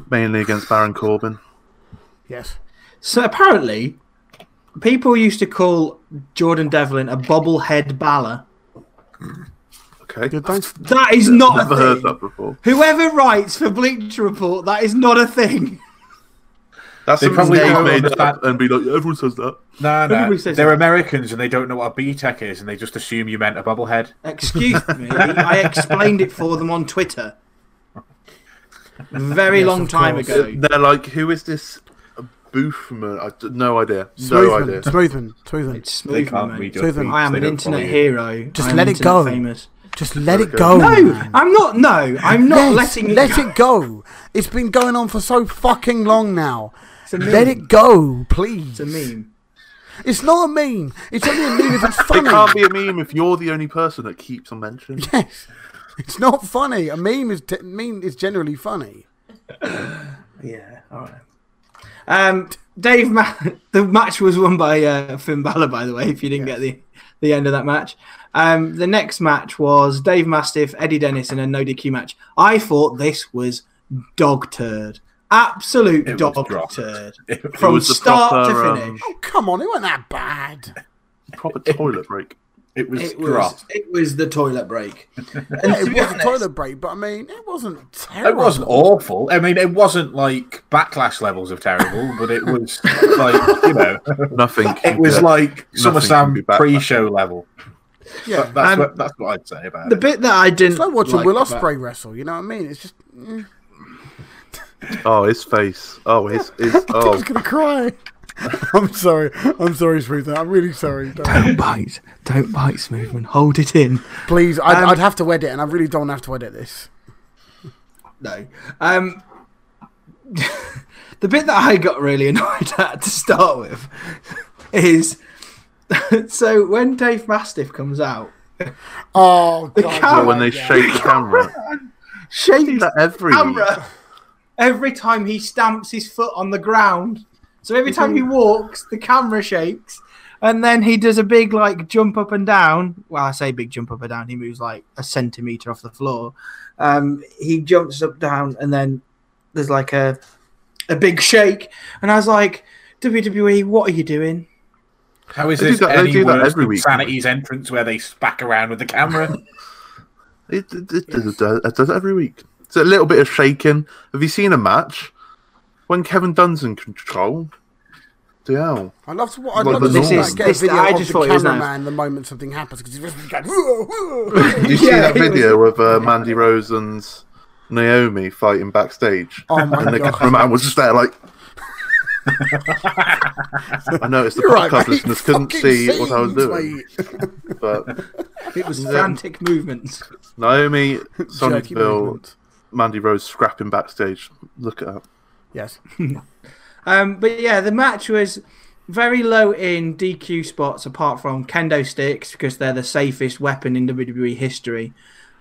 S3: mainly against Baron Corbin.
S2: Yes.
S1: So apparently, people used to call Jordan Devlin a bobblehead baller.
S3: Okay,
S2: Good thanks.
S1: That is not
S3: never
S1: a
S3: heard
S1: thing.
S3: that before.
S1: Whoever writes for Bleacher Report, that is not a thing.
S3: That's
S4: They
S3: something
S4: probably
S3: they've
S4: don't
S3: made
S4: understand.
S3: up and be like, everyone says that.
S4: No, no.
S1: Everybody says
S4: They're
S1: that.
S4: Americans and they don't know what a B tech is, and they just assume you meant a bubblehead.
S1: Excuse me, I explained it for them on Twitter. Very long
S2: of
S1: time
S2: course.
S1: ago.
S3: They're like, who is this Boothman? I d- no idea. No idea.
S2: Smoothman, Smoothman, Smoothman.
S1: It's
S4: They
S1: smooth,
S4: can't
S1: mate.
S4: read your
S2: So then
S4: tweets,
S1: I am
S4: they
S1: an
S4: don't
S1: internet
S4: follow you.
S1: hero.
S2: Just
S1: I am
S2: let it
S1: internet
S2: go.
S1: Famous.
S2: Just let it
S3: Okay.
S2: go.
S1: No,
S2: man.
S1: I'm not. No, I'm not
S2: Yes,
S1: letting it
S2: let
S1: go.
S2: it go. It's been going on for so fucking long now.
S1: a meme.
S2: Let it go,
S1: It's
S2: please.
S1: a meme.
S2: It's not a meme. It's only a meme if it's
S3: It
S2: funny.
S3: can't be a meme if you're the only person that keeps on mentioning. it.
S2: Yes. It's not funny. A meme is t- meme is generally funny.
S1: Yeah. All right. Um, Dave, Ma- the match was won by uh, Finn Balor, by the way. If you didn't get the the end of that match, um, the next match was Dave Mastiff, Eddie Dennis, in a no DQ match. I thought this was dog turd. Absolute
S4: It was
S1: dog
S4: dropped.
S1: turd.
S4: It
S1: From
S3: was the
S1: start
S3: proper,
S1: to
S3: um,
S1: finish.
S2: Oh, Come on, it wasn't that bad.
S3: Proper toilet break.
S4: It was
S1: It
S4: gruff.
S1: was, it was the toilet break. And
S2: Yeah,
S1: to
S2: it
S1: be
S2: was a
S1: honest,
S2: toilet break, but I mean, it wasn't terrible.
S4: It wasn't awful. I mean, it wasn't like backlash levels of terrible, but it was like you know,
S3: Nothing.
S4: it was like
S3: Nothing can be
S4: SummerSlam
S3: backlash.
S4: pre-show level.
S2: Yeah,
S4: That's
S1: And-
S4: what that's what I'd say about
S1: the
S4: it.
S1: bit that I didn't
S2: it's like watching
S1: like
S2: Will
S1: about-
S2: Ospreay wrestle. You know what I mean? It's just eh,
S3: Oh, his face. Oh, his. his
S2: I was
S3: oh,
S2: gonna cry. I'm sorry. I'm sorry, Smooth. I'm really sorry. Don't-
S1: Don't bite. Don't bite, Smoothman. Hold it in.
S2: Please, I'd,
S1: Um,
S2: I'd have to edit, and I really don't have to edit this.
S1: No. Um, the bit that I got really annoyed at to start with is so when Dave Mastiff comes out,
S2: Oh God!
S1: cow-
S2: yeah,
S3: when they
S2: yeah.
S3: shake the camera.
S1: shakes
S3: That every
S1: camera every time he stamps his foot on the ground. So every time he walks, the camera shakes, and then he does a big like jump up and down. Well, I say big jump up and down. He moves like a centimeter off the floor. Um, he jumps up down, and then there's like a a big shake. And I was like, WWE, what are you doing?
S4: How is
S3: They do
S4: this
S3: that- they
S4: any
S3: do that
S4: worse
S3: every
S4: than
S3: week.
S4: Sanity's entrance where they spack around with the camera?
S3: It, it, it, does, it, does, it does it every week. It's a little bit of shaking. Have you seen a match? When Kevin Dunn's in control, Dial.
S2: I love to. I'd
S3: Well,
S2: love
S3: but
S2: to
S3: this
S2: see
S3: is-
S2: that. Get a
S1: this-
S2: video
S1: I
S2: of
S1: just
S2: the
S1: thought it was nice.
S2: cameraman the moment something happens because he's just going. "Whoa, Oh whoa."
S3: You see
S1: Yeah,
S3: that
S1: it was-
S3: video of uh, Mandy Rose and Naomi fighting backstage,
S2: Oh my
S3: and the
S2: God.
S3: cameraman was just there like. I noticed the
S2: You're right,
S3: podcast
S2: mate.
S3: listeners couldn't
S2: Fucking
S3: see what I was
S2: scenes,
S3: doing,
S2: mate.
S3: but
S1: It was
S3: Yeah.
S1: frantic movements.
S3: Naomi,
S2: Jerky
S3: Sonicville,
S2: movement.
S3: Mandy Rose scrapping backstage. Look at that.
S2: Yes.
S1: Um, but yeah, the match was very low in DQ spots, apart from kendo sticks because they're the safest weapon in WWE history.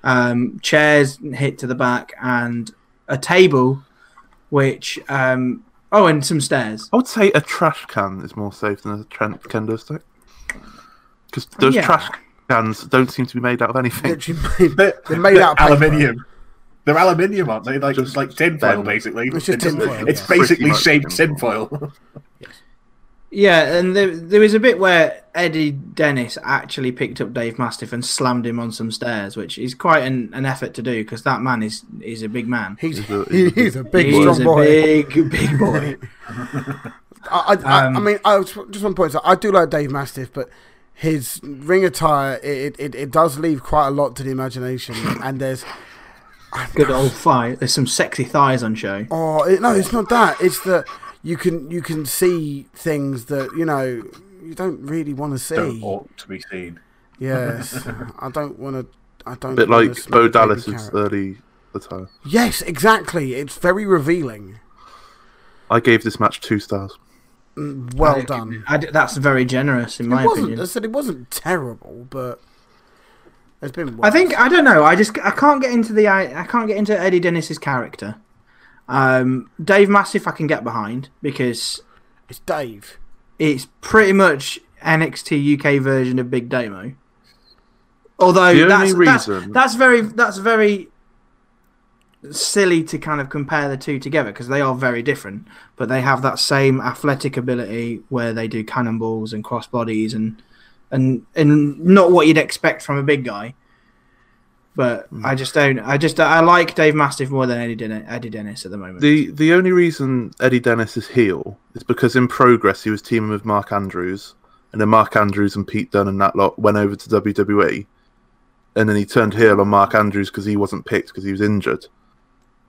S1: Um, chairs hit to the back and a table, which um, oh, and some stairs.
S3: I would say a trash can is more safe than a Trent kendo stick. Because those
S1: Yeah.
S3: trash cans don't seem to be made out of anything.
S2: Literally made, they're made out of paper.
S4: aluminium. They're aluminium, aren't they? Like
S3: Just
S4: like tinfoil,
S3: bend.
S4: basically.
S2: It's just tinfoil,
S4: It's
S2: yeah.
S4: basically
S3: Pretty much
S4: shaped
S3: tinfoil.
S4: tinfoil.
S1: Yeah, and there, there was a bit where Eddie Dennis actually picked up Dave Mastiff and slammed him on some stairs, which is quite an, an effort to do because that man is is a big man.
S2: He's,
S3: He's a-
S2: he- he's a big,
S1: He's
S2: strong
S1: a
S2: boy.
S1: big, big boy.
S2: I, I, I, I
S1: Um,
S2: mean, I was, just one point. so I do like Dave Mastiff, but his ring attire it, it, it does leave quite a lot to the imagination. And there's
S1: Good old thigh. There's some sexy thighs on show.
S2: oh it, no, it's not that. It's that you can you can see things that you know you don't really want to
S4: Don't
S2: see.
S4: ought to be seen.
S2: Yes, I don't want to. I don't.
S3: A bit
S2: wanna
S3: like
S2: smack
S3: Bo
S2: a baby
S3: Dallas's uh,
S2: carrot.
S3: early attire.
S2: yes, exactly. It's very revealing.
S3: I gave this match two stars.
S2: Mm, Well
S1: I-
S2: done.
S1: I d- that's very generous, in my
S2: it wasn't.
S1: opinion.
S2: I said it wasn't terrible, but it's been.
S1: I
S2: Worse.
S1: think I don't know. I just I can't get into the I, I can't get into Eddie Dennis's character. Um, Dave Mastiff I can get behind because
S2: it's Dave.
S1: it's pretty much NXT UK version of Big Damo. Although
S3: The only
S1: that's, that's
S3: reason-
S1: that's very that's very silly to kind of compare the two together because they are very different, but they have that same athletic ability where they do cannonballs and crossbodies and and and not what you'd expect from a big guy. But I
S3: Mm.
S1: just don't. I just I like Dave Mastiff more than Eddie, Den- Eddie Dennis at the moment.
S3: The the only reason Eddie Dennis is heel is because in progress he was teaming with Mark Andrews, and then Mark Andrews and Pete Dunne and that lot went over to WWE, and then he turned heel on Mark Andrews because he wasn't picked because he was injured.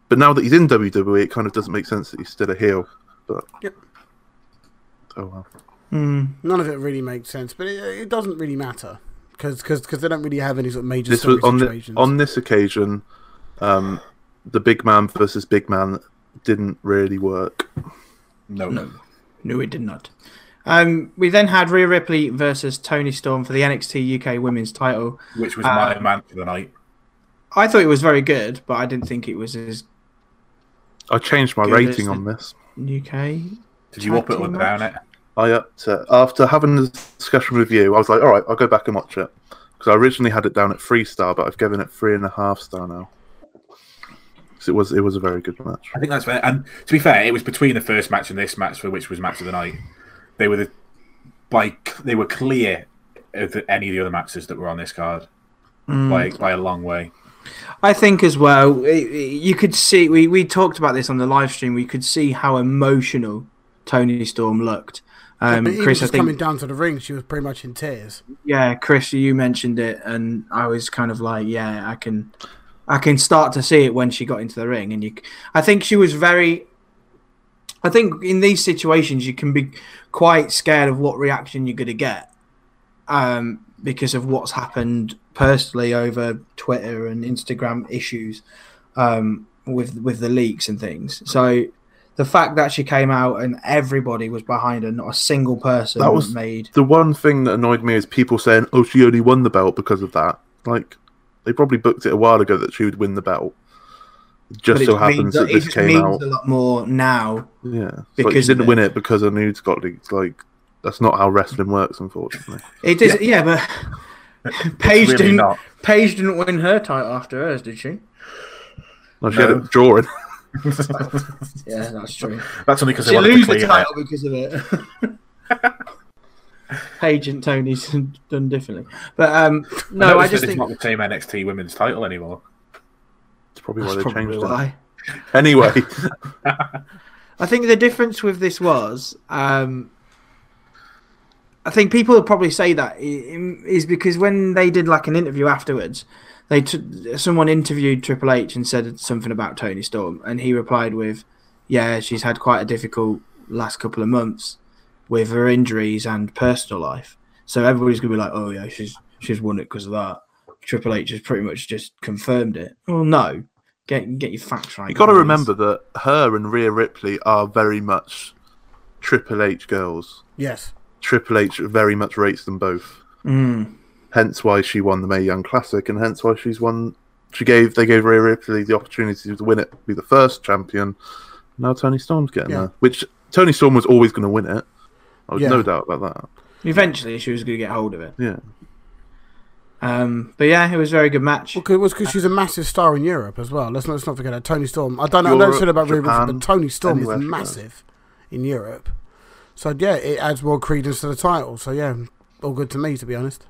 S3: But now that he's in WWE, it kind of doesn't make sense that he's still a heel. But
S2: Yep.
S3: oh well,
S2: None of it really makes sense, but it, it doesn't really matter because they don't really have any sort of major
S3: this
S2: story
S3: was on the,
S2: situations.
S3: on this occasion, um, the big man versus big man didn't really work.
S4: No. no.
S1: No, it did not. Um, we then had Rhea Ripley versus Tony Storm for the NXT UK Women's Title.
S4: Which was
S2: Um,
S4: my man for the night.
S1: I thought it was very good, but I didn't think it was as
S3: I changed my
S1: Good,
S3: rating
S1: isn't
S3: on this.
S1: UK.
S4: Did you up it or
S1: Tag team
S4: down
S1: match?
S4: it?
S3: I upped it. After having the discussion with you, I was like, all right, I'll go back and watch it. Because I originally had it down at three star, but I've given it three and a half star now. because it was it was a very good match.
S4: I think that's fair. And to be fair, it was between the first match and this match for which was match of the night. They were the by they were clear of the, any of the other matches that were on this card by by a long way.
S1: I think as well, i- i- you could see we, we talked about this on the live stream. We could see how emotional Tony Storm looked. Um,
S2: But even
S1: Chris, I
S2: just
S1: think
S2: coming down to the ring, she was pretty much in tears.
S1: yeah, Chris, you mentioned it, and I was kind of like, yeah, I can, I can start to see it when she got into the ring, and you, c- I think she was very. I think in these situations you can be quite scared of what reaction you're going to get, um, because of what's happened personally over Twitter and Instagram issues, um, with with the leaks and things. So the fact that she came out and everybody was behind her, not a single person
S3: That was-
S1: made.
S3: The one thing that annoyed me is people saying, "Oh, she only won the belt because of that." Like they probably booked it a while ago that she would win the belt. It just
S1: But
S3: so
S1: it means
S3: happens that
S1: it
S3: this
S1: just
S3: came
S1: means
S3: out.
S1: a lot more now.
S3: Yeah, It's like you
S1: because of
S3: didn't
S1: it.
S3: win it because her nudes got leaked. Like that's not how wrestling works, unfortunately.
S1: It is, yeah, but Paige
S4: Really
S1: didn't.
S4: not.
S1: Paige didn't win her title after hers, did she?
S3: No, she
S4: No.
S3: had a drawing.
S1: Yeah, that's true.
S4: That's only because they
S1: She
S4: wanted to
S1: lose the
S4: clear it.
S1: title because of it. Paige and Tony's done differently, but um, no, I
S4: Notice that
S1: just
S4: it's
S1: think
S4: not the same NXT Women's title anymore.
S3: It's probably why
S1: that's
S3: they
S1: probably
S3: changed
S1: why.
S3: it. Anyway,
S1: I think the difference with this was, um, I think people would probably say that i- im- is because when they did like an interview afterwards, they t- someone interviewed Triple H and said something about Tony Storm, and he replied with, "Yeah, she's had quite a difficult last couple of months with her injuries and personal life." So everybody's gonna be like, "Oh yeah, she's she's won it because of that." Triple H has pretty much just confirmed it. Well, no, get get your facts right.
S3: you got to
S1: guys.
S3: remember that her and Rhea Ripley are very much Triple H girls.
S2: Yes.
S3: Triple H very much rates them both.
S1: Mm.
S3: Hence why she won the Mae Young Classic, and hence why she's won. She gave they gave Rhea Ripley the opportunity to win it, be the first champion. Now Tony Storm's getting
S2: Yeah.
S3: there, which Tony Storm was always going to win it. I was
S2: Yeah.
S3: no doubt about that.
S1: Eventually, she was going to get hold of it.
S3: Yeah.
S1: Um, but yeah, it was a very good match.
S2: Well, 'cause- it was because she's a massive star in Europe as well. Let's not, let's not forget that. Tony Storm. I don't know. I don't
S3: Europe,
S2: know about Rhea Ripley,
S3: Japan,
S2: but Tony Storm
S3: anywhere
S2: is
S3: she goes.
S2: massive in Europe. So yeah, it adds more credence to the title. So yeah, all good to me, to be honest.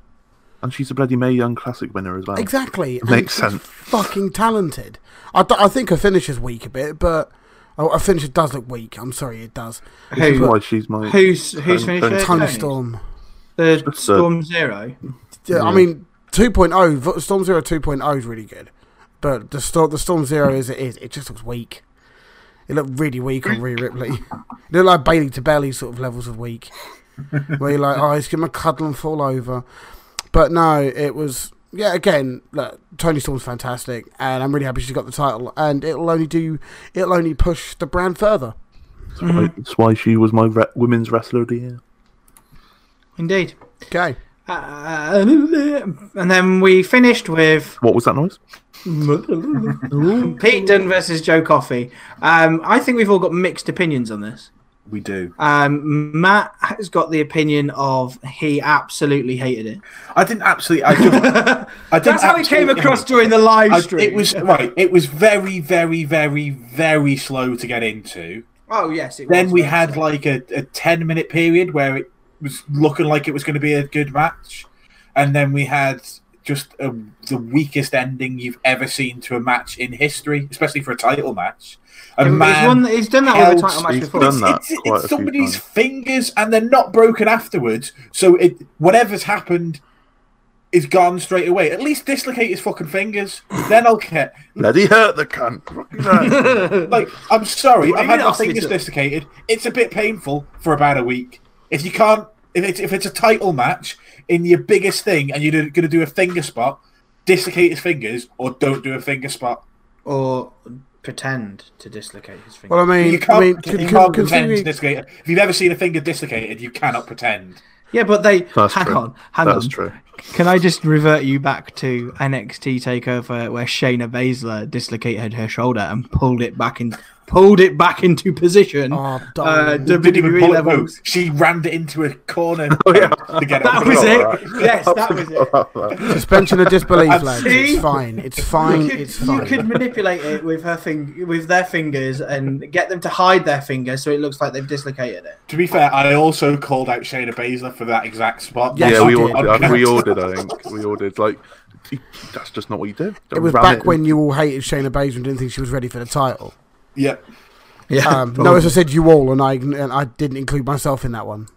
S3: And she's a bloody Mae Young Classic winner as well.
S2: Exactly. and
S3: Oh. Makes
S2: she's
S3: sense.
S2: Fucking talented. I, th- I think her finish is weak a bit, but oh, her finish does look weak. I'm sorry, it does.
S3: Which is
S1: Who-
S3: why she's my.
S1: who's who's finished
S3: Tony- Tony-
S1: it?
S2: Tony
S1: Tony's?
S2: Storm.
S1: The Storm Zero.
S2: Yeah, I mean, 2.0, v- Storm Zero 2.0 is really good, but the Storm the Storm Zero is it is it just looks weak. It looked really weak on Rhea Ripley. It looked like Bailey to Bailey sort of levels of weak, where you're like, oh, he's gonna cuddle and fall over. But no, it was yeah. Again, look, Tony Storm's fantastic, and I'm really happy she got the title. And it'll only do it'll only push the brand further.
S3: That's,
S1: mm.
S3: why, that's why she was my re- women's wrestler of the year.
S1: Indeed.
S2: Okay,
S1: Uh, and then we finished with
S3: What was that noise?
S1: Pete Dunne versus Joe Coffey. Um, I think we've all got mixed opinions on this.
S4: We do.
S1: Um, Matt has got the opinion of he absolutely hated it.
S4: I didn't absolutely. I, just, I didn't
S1: That's how it came
S4: absolutely-
S1: across during the live
S4: I-
S1: stream.
S4: it was right. It was very, very, very, very slow to get into.
S1: Oh yes. It
S4: Then
S1: was
S4: we
S1: very
S4: had
S1: slow.
S4: like a, a ten minute period where it was looking like it was going to be a good match, and then we had just a, the weakest ending you've ever seen to a match in history, especially for a title match. A
S1: He's,
S4: man
S1: won- he's done that with a
S4: held-
S1: title match
S3: he's
S1: before.
S3: done that.
S4: it's, it's,
S3: quite a
S4: it's
S3: few
S4: somebody's
S3: times.
S4: fingers and they're not broken afterwards so it whatever's happened is gone straight away at least dislocate his fucking fingers then i'll care
S3: Bloody hurt the cunt. Fucking hell.
S4: like i'm sorry
S1: What do
S4: i've
S1: you
S4: had
S1: mean
S4: my
S1: hospital?
S4: fingers dislocated it's a bit painful for about a week if you can't if it's, if it's a title match in your biggest thing and you're going to do a finger spot dislocate his fingers or don't do a finger spot
S1: or pretend to dislocate his finger.
S2: well, I
S4: you
S2: mean,
S4: can't,
S2: I mean,
S4: you
S2: con-
S4: can't
S2: con-
S4: pretend to
S2: considering
S4: dislocate. If you've ever seen a finger dislocated, you cannot pretend.
S1: yeah, but they
S3: That's
S1: hang
S3: true.
S1: on, hang
S3: That's
S1: on.
S3: true.
S1: Can I just revert you back to NXT Takeover where Shayna Baszler dislocated her shoulder and pulled it back in, pulled it back into position?
S2: Oh,
S1: uh,
S2: darling.
S4: Didn't even
S1: WWE
S4: pull it
S1: level.
S4: loose. She rammed it into a corner
S2: Oh,
S4: to get
S1: That
S4: it off.
S1: was
S3: forgot
S1: it. Yes, that was it.
S2: Suspension of disbelief,
S4: I've
S2: lads.
S1: seen-
S2: It's fine. It's fine.
S1: You could,
S2: it's
S1: you
S2: fine.
S1: could manipulate it with her fing- with their fingers and get them to hide their finger so it looks like they've dislocated it.
S4: To be fair, I also called out Shayna Baszler for that exact spot.
S2: Yes,
S3: yeah, we
S2: you
S3: all
S2: did.
S3: did. I- we all did.
S4: Okay.
S3: I think we all did. Like that's just not what you do.
S2: It was back when you all hated Shayna Baszler and didn't think she was ready for the title.
S4: Yep.
S1: Yeah.
S2: Um, no, as I said, you all, and I and I didn't include myself in that one.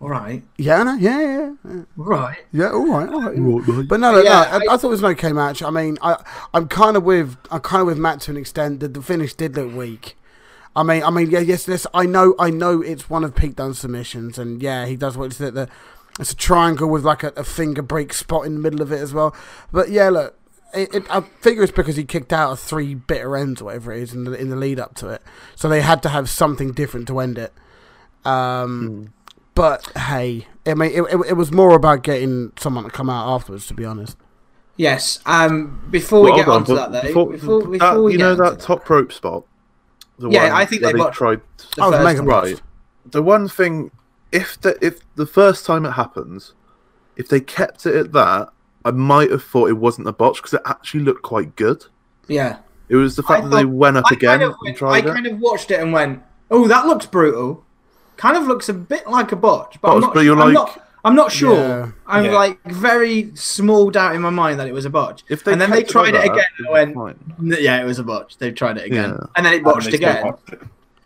S1: all right.
S2: Yeah, no, yeah, yeah, yeah,
S1: All right.
S2: yeah. All right, all right. yeah.
S3: But
S2: But no, no,
S1: Yeah,
S2: no I,
S1: I-
S2: I thought it was an okay match. I mean, I, I'm kind of with, I'm kind of with Matt to an extent. That the finish did look weak. I mean, I mean, yeah, yes, yes. I know, I know, it's one of Pete Dunne's submissions, and yeah, he does what it's the, the it's a triangle with like a, a finger break spot in the middle of it as well. But yeah, look, it, it, I figure it's because he kicked out of three bitter ends or whatever it is in the in the lead up to it, so they had to have something different to end it. Um, but hey, I mean, it, it, it was more about getting someone to come out afterwards, to be honest.
S1: Yes. Um. Before
S3: Well,
S1: we get
S3: hold on,
S1: onto
S3: but
S1: that, though,
S3: before-
S1: before, before,
S3: that,
S1: we
S3: you
S1: get
S3: know
S1: onto
S3: that top rope spot. The
S1: Yeah,
S3: one
S1: I think
S3: that
S1: they
S3: they
S1: botched-
S3: tried.
S1: the
S2: Oh,
S1: first
S2: mega
S1: one.
S2: blast.
S3: Right. The one thing, if the if the first time it happens, if they kept it at that, I might have thought it wasn't a botch because it actually looked quite good.
S1: Yeah.
S3: It was the
S1: I
S3: fact that they
S1: thought-
S3: went up
S1: I
S3: again
S1: kind of,
S3: and
S1: went-
S3: tried
S1: I
S3: it.
S1: kind of watched it and went, "Oh, that looks brutal. Kind of looks a bit like a botch." But, I'm
S3: Botch,
S1: not.
S3: but you're
S1: I'm
S3: like-
S1: not, I'm not sure.
S2: Yeah.
S1: I'm
S4: Yeah.
S1: like very small doubt in my mind that it was a botch.
S3: If they
S1: and then they
S3: kept it like
S1: tried it
S3: that,
S1: again and
S3: it'd
S1: I went,
S3: be fine.
S1: "N- "Yeah, it was a botch." They've tried it again,
S3: Yeah.
S1: and then it
S4: And
S1: botched
S4: they still
S1: again.
S4: watched it.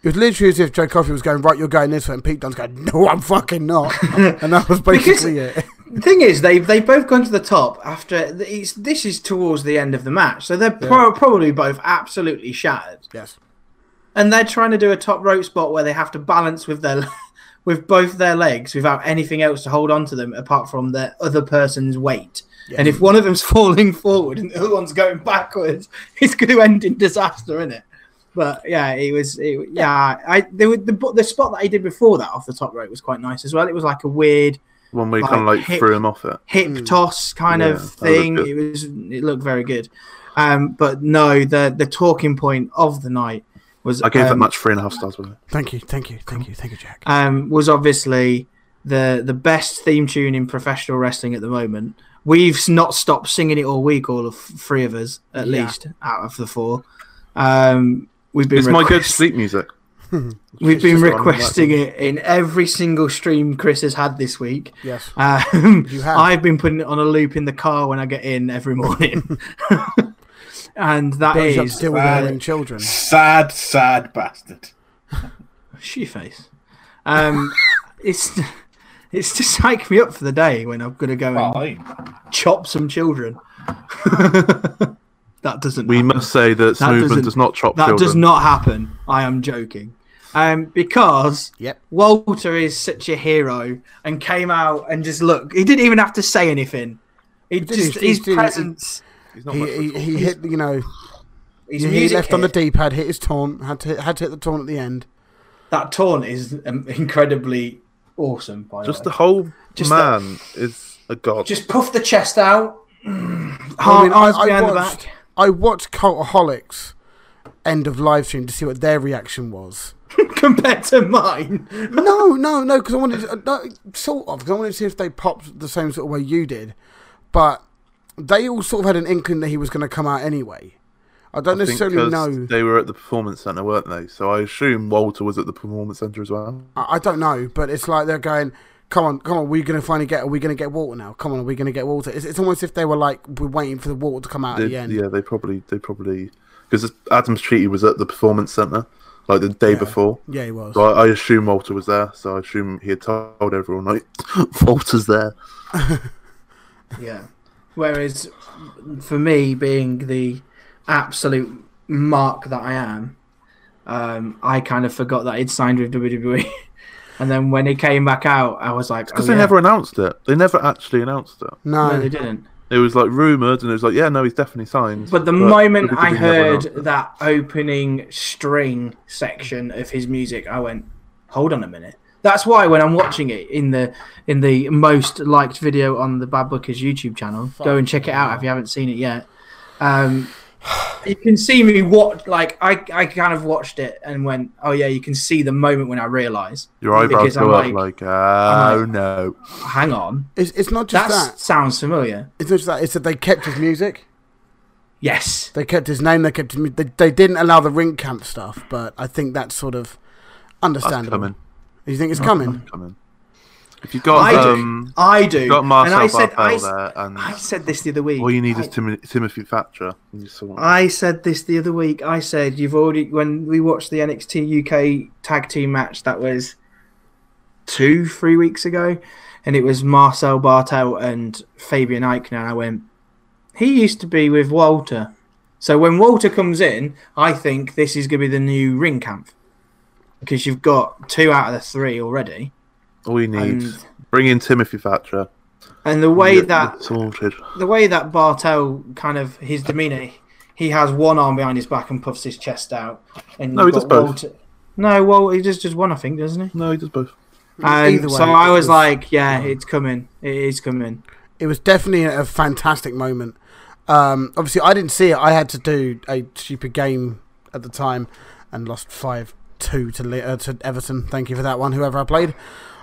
S2: It was literally as if Joe Coffey was going, right, you're going this way, and Pete Dunne's going, no, I'm fucking not. and that was basically it.
S1: The thing is, they they both gone to the top after it's, this is towards the end of the match, so they're pro- probably both absolutely shattered.
S2: yes.
S1: and they're trying to do a top rope spot where they have to balance with their with both their legs without anything else to hold on to them apart from their other person's weight. And if one of them's falling forward and the other one's going backwards, it's going to end in disaster, isn't it? But yeah, it was. It, yeah, I they were, the bu- the spot that he did before that off the top rope was quite nice as well. It was like a weird
S3: One where you
S1: like,
S3: kind of like
S1: hit-
S3: threw him off it.
S1: hip toss kind
S3: Hmm. Yeah,
S1: of
S3: that looked
S1: thing.
S3: good.
S1: It was it looked very good. Um, but no, the the talking point of the night was
S3: I gave that
S1: um,
S3: match three and a half stars. wasn't
S2: Thank you, thank you, thank you, thank you, Jack.
S1: um, was obviously the the best theme tune in professional wrestling at the moment. We've s- not stopped singing it all week, all of three of us at
S2: Yeah.
S1: least out of the four. Um, we've
S3: it?
S1: been
S3: It's my good
S1: request-
S3: sleep music.
S1: We've
S3: It's
S1: been
S3: just on that
S1: requesting it in every single stream Chris has had this week.
S2: Yes.
S1: Um,
S2: You have.
S1: I've been putting it on a loop in the car when I get in every morning, and that
S2: Those up
S1: is
S2: still with
S4: bad.
S2: their own children.
S4: Sad, sad bastard.
S1: she face. Um, it's it's to psych me up for the day when I'm gonna go and
S4: Fine.
S1: chop some children. that doesn't.
S3: We
S1: happen.
S3: must say that,
S1: doesn't-
S3: Snoopman does not chop
S1: That
S3: children.
S1: does not happen. I am joking. Um, because
S2: Yep.
S1: Walter is such a hero and came out and just look. He didn't even have to say anything. He
S2: didn't,
S1: just
S2: he
S1: his
S2: didn't, he-
S1: presence,
S3: He's not much
S2: He,
S3: of a
S2: he, he hit, you know,
S1: his
S2: he, he
S1: music.
S2: left on the
S1: hit,
S2: D-pad, hit his taunt, had to hit, had to hit the taunt at the end.
S1: that taunt is um, incredibly awesome. By the
S3: Just the
S1: way.
S3: whole
S1: Just
S3: man is a god.
S1: just puff the chest out.
S2: I mean, I,
S1: arms
S2: I
S1: behind the
S2: watched,
S1: back.
S2: I watched Cultaholics end of live stream to see what their reaction was.
S1: compared to mine.
S2: No, no, no, because I wanted to, uh, no, sort of 'cause I wanted to see if they popped the same sort of way you did, but they all sort of had an inkling that he was going to come out anyway. I don't
S3: I think
S2: necessarily
S3: 'cause
S2: know.
S3: They were at the performance center, weren't they? So I assume Walter was at the performance center as well.
S2: I, I don't know, but it's like they're going, "Come on, come on, we're going to finally get. Are we going to get Walter now? Come on, are we going to get Walter?" It's, it's almost if they were like, "We're waiting for the Walter to come out
S3: They-
S2: at the end."
S3: yeah, they probably they probably because Adam's treaty was at the performance center like the day before.
S2: Yeah, he was.
S3: So I, I assume Walter was there. So I assume he had told everyone like Walter's there.
S1: Yeah. Whereas for me, being the absolute mark that I am, um, I kind of forgot that he'd signed with WWE. and then when he came back out, I was like,
S3: Because
S1: oh,
S3: they
S1: yeah.
S3: never announced it. They never actually announced it.
S1: No,
S2: No,
S1: they didn't.
S3: It was like rumored, and it was like, yeah, no, he's definitely signed.
S1: But the moment I
S3: WWE never announced
S1: heard that opening string section of his music, I went, hold on a minute. That's why when I'm watching it in the in the most liked video on the Bad Bookers YouTube channel, go and check it out if you haven't seen it yet. Um, you can see me watch like I, I kind of watched it and went, oh yeah, you can see the moment when I realise
S3: Your eyebrows
S1: because I'm
S3: go up
S1: like,
S3: like, oh
S1: like-
S3: no.
S1: hang on,
S2: It's, it's not just
S1: that sounds familiar.
S2: that. It's not just that. It's that they kept his music.
S1: Yes,
S2: They kept his name. They kept his. mu- They, they didn't allow the ring camp stuff, but I think that's sort of
S3: That's
S2: understandable.
S3: coming.
S2: You think it's
S1: Oh,
S2: coming?
S3: Coming. If you've got,
S1: I do.
S3: um,
S1: I do.
S3: you got
S1: and
S3: Marcel
S1: I said, I,
S3: Barthel
S1: s-
S3: there, and
S1: I said this the other week.
S3: all you need
S1: I-
S3: is Tim- Timothy Thatcher. And you saw-
S1: I said this the other week. I said you've already when we watched the NXT UK tag team match that was two, three weeks ago, and it was Marcel Bartel and Fabian Eichner. And I went, he used to be with Walter. So when Walter comes in, I think this is going to be the new ring camp because you've got two out of the three already.
S3: all you need,
S1: and-
S3: bring in Timothy Thatcher.
S1: And the way
S3: You're-
S1: that
S3: you're sorted.
S1: the way that Bartel kind of his demeanor, he has one arm behind his back and puffs his chest out. And
S3: No,
S1: you've
S3: he does
S1: got
S3: both.
S1: Walter- No, well, he does just one, I think, doesn't he?
S3: No, he does both.
S1: And
S2: Either
S1: so
S2: way,
S1: I
S2: it
S1: was
S2: was-
S1: like, yeah, it's coming. It is coming.
S2: It was definitely a fantastic moment. Um, obviously, I didn't see it. I had to do a stupid game at the time and lost five two to Le- uh, to Everton. Thank you for that one. Whoever I played,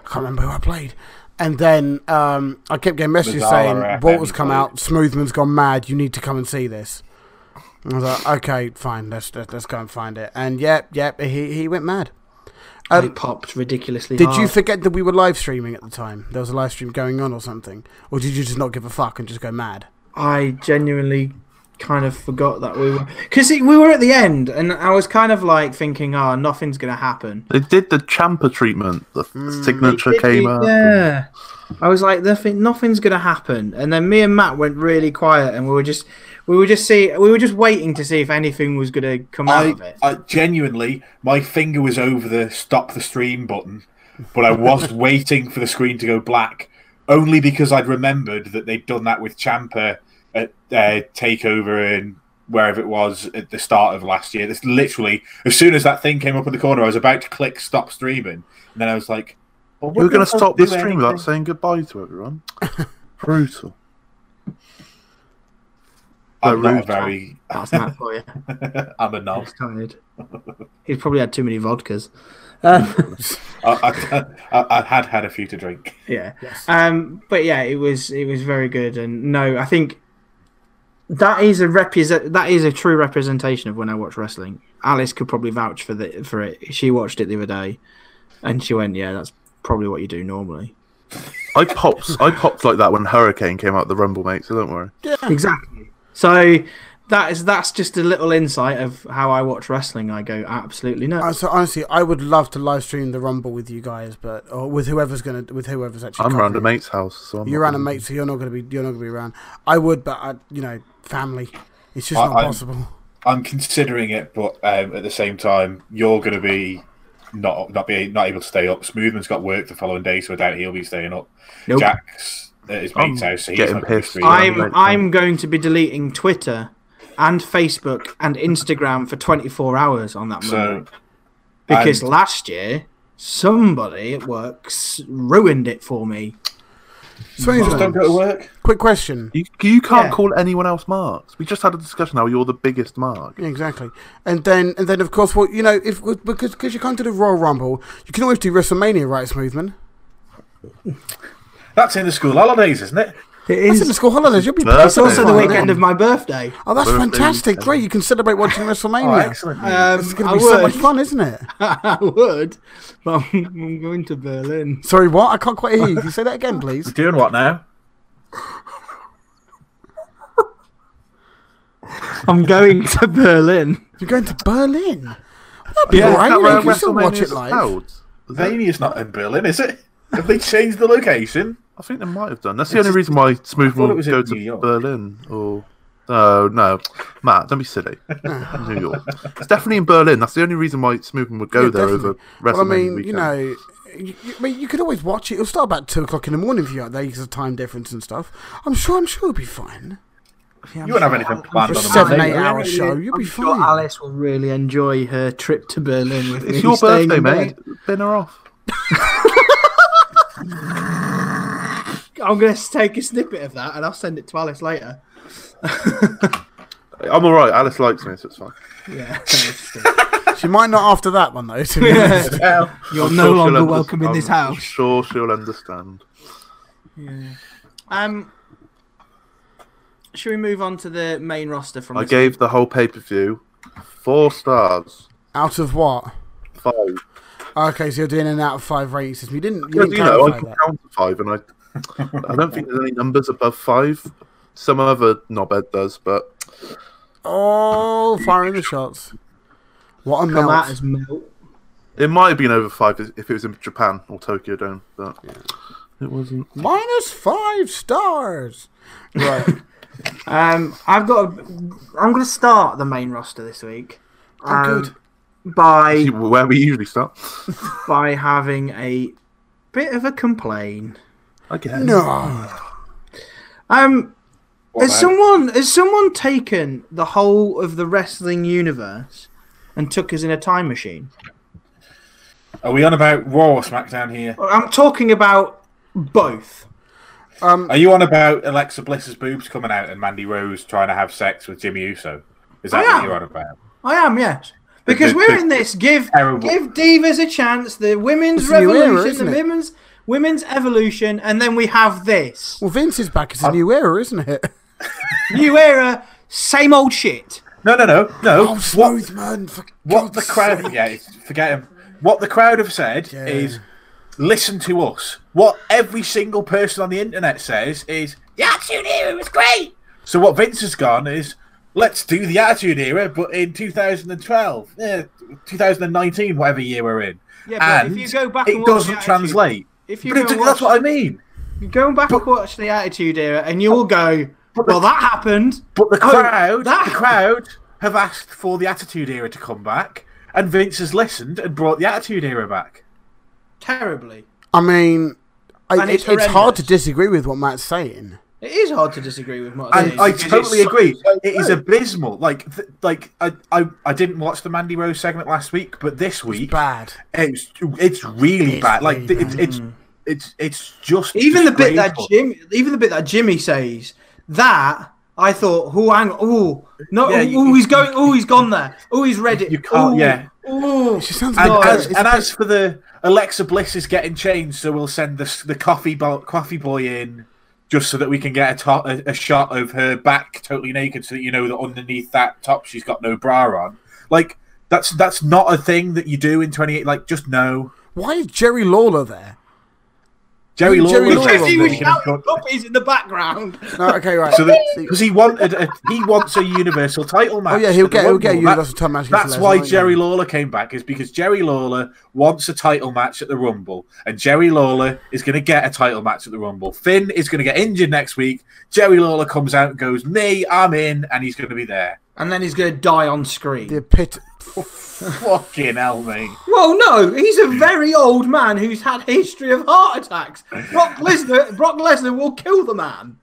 S2: I can't remember who I played. And then um, I kept getting messages
S4: Bizarre
S2: saying,
S4: FM
S2: "Walter's come
S4: played.
S2: out. Smoothman's gone mad. You need to come and see this." And I was like, "Okay, fine. Let's let's let's go and find it." And yep, yep, he he went mad.
S1: And
S2: Um,
S1: it popped ridiculously
S2: Did
S1: hard.
S2: you forget that we were live streaming at the time? There was a live stream going on or something, or did you just not give a fuck and just go mad?
S1: I genuinely kind of forgot that we were because we were at the end, and I was kind of like thinking, oh, nothing's gonna happen.
S3: They did the Champa treatment. The signature
S1: Did
S3: came
S1: you?
S3: up.
S1: Yeah. I was like, nothing, nothing's gonna happen. And then me and Matt went really quiet, and we were just, we were just see, we were just waiting to see if anything was gonna come out
S4: I,
S1: of it.
S4: I genuinely, my finger was over the stop the stream button, but I was waiting for the screen to go black, only because I'd remembered that they'd done that with Champa at uh, Takeover and wherever it was at the start of last year. This literally, as soon as that thing came up in the corner, I was about to click stop streaming, and then I was like, well,
S3: We're going to stop the
S4: do
S3: stream
S4: anything.
S3: without saying goodbye to everyone. Brutal.
S4: I'm
S3: the
S4: not
S3: route.
S4: a very,
S1: That's Matt for you.
S4: I'm a knob.
S1: He's tired. He's probably had too many vodkas.
S4: Hmm.
S1: Um,
S4: I, I, I, I had had a few to drink.
S1: yeah. Um, but yeah, it was it was very good, and no, I think that is a represent that is a true representation of when I watch wrestling. Alice could probably vouch for the for it. She watched it the other day, and she went, "Yeah, that's probably what you do normally."
S3: I popped. I popped like that when Hurricane came out the Rumble, mate. So don't worry.
S1: Exactly. So that is that's just a little insight of how I watch wrestling. I go absolutely
S2: Uh,
S1: nuts.
S2: so honestly, I would love to live stream the Rumble with you guys, but or with whoever's gonna with whoever's actually.
S3: I'm around a
S2: covering
S3: mate's house, so I'm
S2: it. You're
S3: not
S2: around a
S3: gonna-
S2: mate, so you're not gonna be you're not gonna be around. I would, but I, you know, family. It's just
S4: I-
S2: not
S4: I'm-
S2: possible.
S4: I'm considering it, but um, at the same time, you're going to be not not be not able to stay up. Smoothman's got work the following day, so I doubt he'll be staying up.
S1: Nope.
S4: Jack's at his mate's
S3: I'm
S4: house, so he's
S3: getting
S4: not gonna be
S3: pissed.
S4: streaming.
S3: I-
S1: I'm I'm going to be deleting Twitter and Facebook and Instagram for 24 hours on that Monday
S4: so
S1: because
S4: and-
S1: last year somebody at work s- ruined it for me.
S2: So
S4: just don't go to work.
S2: quick question.
S3: You, you can't
S1: Yeah.
S3: call anyone else Marks. We just had a discussion how you're the biggest Mark.
S2: Yeah, exactly. And then and then of course, well, you know, if because because you can't do the Royal Rumble, you can always do WrestleMania, right, Smoothman?
S4: That's in the school holidays, isn't it?
S1: It
S2: That's in the
S1: is.
S2: school holidays. You'll be.
S3: That's
S2: perfectly
S1: also the
S2: fine
S1: weekend
S2: then.
S1: of my birthday.
S2: Oh, that's
S3: Birthday
S2: fantastic!
S3: weekend.
S2: Great, you can celebrate watching
S4: Oh,
S2: WrestleMania.
S4: excellent.
S2: It's
S1: Um,
S2: going
S1: I
S2: to be so much
S1: would,
S2: fun, isn't it?
S1: I would, but I'm, I'm going to Berlin.
S2: Sorry, what? I can't quite hear you. Can you say that again, please?
S4: Doing what now?
S1: I'm going to Berlin.
S2: You're going to Berlin. That'd be
S1: Yeah,
S2: alright.
S3: Is
S2: You,
S3: that
S2: know,
S3: where
S2: you can still watch
S3: WrestleMania's
S2: it live.
S3: held? Is that-
S4: Vania's not in Berlin, is it? Have they changed the location?
S3: I think they might have done. That's the only reason why Smooth
S4: thought it
S3: will
S4: was
S3: go
S4: in New
S3: to
S4: York.
S3: Berlin or. No, no, Matt, don't be silly. New York. It's definitely in Berlin. That's the only reason why Smoothman would go
S2: Yeah,
S3: there over
S2: definitely.
S3: WrestleMania
S2: Well, I mean, you
S3: weekend.
S2: know, you, you- I mean, you could always watch it. It'll start about two o'clock in the morning for you out there because of time difference and stuff. I'm sure. I'm sure it'll be fine.
S4: You won't have anything planned
S2: For
S4: on a
S2: seven,
S4: Monday.
S2: eight
S4: will you?
S2: hour show, you'll
S1: I'm
S2: be
S1: sure
S2: fine.
S1: Alice will really enjoy her trip to Berlin with me.
S3: it's your
S1: staying
S3: birthday,
S1: in
S3: mate.
S1: bed.
S3: Bin her off.
S1: I'm going to take a snippet of that and I'll send it to Alice later.
S3: I'm all right. Alice likes me, so it's fine.
S1: Yeah.
S2: She might not after that one though. To be honest.
S1: You're
S3: I'm
S1: no
S3: sure she'll
S1: longer
S3: understand-
S1: welcome in this
S3: I'm
S1: house.
S3: Sure, she'll understand.
S1: Um, should we move on to the main roster from
S3: I
S1: this-
S3: gave the whole pay per view four stars.
S2: Out of what?
S3: Five.
S2: Okay, so you're doing an out of five rating system. You didn't. You
S3: Because,
S2: didn't
S3: you know, I
S2: clarify
S3: can
S2: that.
S3: count to five, and I, I don't think there's any numbers above five. Some other knobhead does, but
S2: Oh, firing the shots. What a
S1: Come
S2: melt.
S1: out as melt.
S3: it might have been over five if it was in Japan or Tokyo Dome. But it wasn't.
S2: Minus five stars. Right.
S1: Um, I've got. A, I'm going to start the main roster this week.
S2: Oh,
S1: um,
S2: good.
S1: By
S3: Where we usually start.
S1: by having a bit of a complain.
S3: I guess.
S2: no.
S1: Um, has
S4: about-
S1: someone has someone taken the whole of the wrestling universe and took us in a time machine?
S4: Are we on about Raw or SmackDown here?
S1: I'm talking about both.
S2: Um.
S4: Are you on about Alexa Bliss's boobs coming out and Mandy Rose trying to have sex with Jimmy Uso? Is that
S1: I
S4: what
S1: am.
S4: you're on about?
S1: I am, yes. Because
S4: the-
S1: we're
S4: the-
S1: in this. Give
S4: Terrible.
S1: give divas a chance. The women's
S2: It's a new era,
S1: revolution,
S2: isn't
S1: the
S2: it?
S1: women's women's evolution, and then we have this
S2: Well, Vince is back. It's
S3: Uh,
S2: a new era, isn't it?
S1: new era, same old shit.
S4: No, no, no, no.
S2: Oh,
S4: what
S2: smooth man. For
S4: what the
S2: God's
S4: crowd?
S2: sake.
S4: Yeah, it's- forget him. What the crowd have said
S2: Yeah.
S4: is, listen to us. What every single person on the internet says is, the Attitude Era was great. So what Vince has gone is, let's do the Attitude Era, but in 2012, eh, 2019, whatever year we're in.
S1: Yeah, but
S4: and
S1: if you go back,
S4: it
S1: and watch the
S4: doesn't
S1: Attitude-
S4: translate.
S1: If you
S4: But it,
S1: go and watch-
S4: that's what I mean.
S1: You go back and watch the Attitude Era, and you'll go,
S4: the-
S1: "Well, that happened."
S4: But the
S1: Oh,
S4: crowd,
S1: that-
S4: the crowd have asked for the Attitude Era to come back, and Vince has listened and brought the Attitude Era back.
S1: Terribly,
S2: I mean, I,
S1: And
S2: it,
S1: it's
S2: it's hard to
S1: horrendous.
S2: disagree with what Matt's saying.
S1: it is hard to disagree with Martin.
S4: And I
S1: It's-
S4: totally
S3: it's so-
S4: agree.
S3: so
S4: it is
S3: good.
S4: abysmal. Like, th- like I, I, I didn't watch the Mandy Rose segment last week, but this week
S2: Bad.
S4: it's it's really
S2: It's
S4: bad. Like,
S2: really
S4: th- it's, it's it's it's just
S1: even the bit that
S4: disgraceful.
S1: Jim, even the bit that Jimmy says, that I thought, "Oh, hang, oh, no,
S4: Yeah,
S1: oh,
S4: you-
S1: oh, he's going, oh, he's gone there, oh, he's read it,
S4: You can't-
S1: oh,
S4: yeah.
S1: oh."
S2: She sounds
S4: And,
S1: No,
S2: like
S4: as,
S2: it's-
S4: and as for the Alexa Bliss is getting changed, so we'll send the the coffee bo- coffee boy in just so that we can get a, top, a, a shot of her back totally naked, so that you know that underneath that top she's got no bra on. Like that's that's not a thing that you do in twenty eight. Like just no.
S2: why is Jerry Lawler there?
S4: Jerry
S2: Who- Jerry
S4: Lawler.
S2: Lawler
S1: Because he was
S2: Lawler.
S1: shouting puppies in the background.
S2: No, okay, right.
S4: so that because he wanted a, he wants a universal title match.
S2: oh yeah, he'll
S4: but there
S2: get he'll
S4: won't
S2: get a
S4: one. That-
S2: Universal Time Magic.
S4: That's why Jerry Lawler came back, is because Jerry Lawler wants a title match at the Rumble, and Jerry Lawler is going to get a title match at the Rumble. Finn is going to get injured next week. Jerry Lawler comes out and goes, "Me, I'm in," and he's going to be there.
S1: And then he's going to die on screen.
S2: The pit.
S4: Fucking hell, mate!
S1: Well, no, he's a very old man who's had history of heart attacks. Brock Lesnar, Brock Lesnar will kill the man.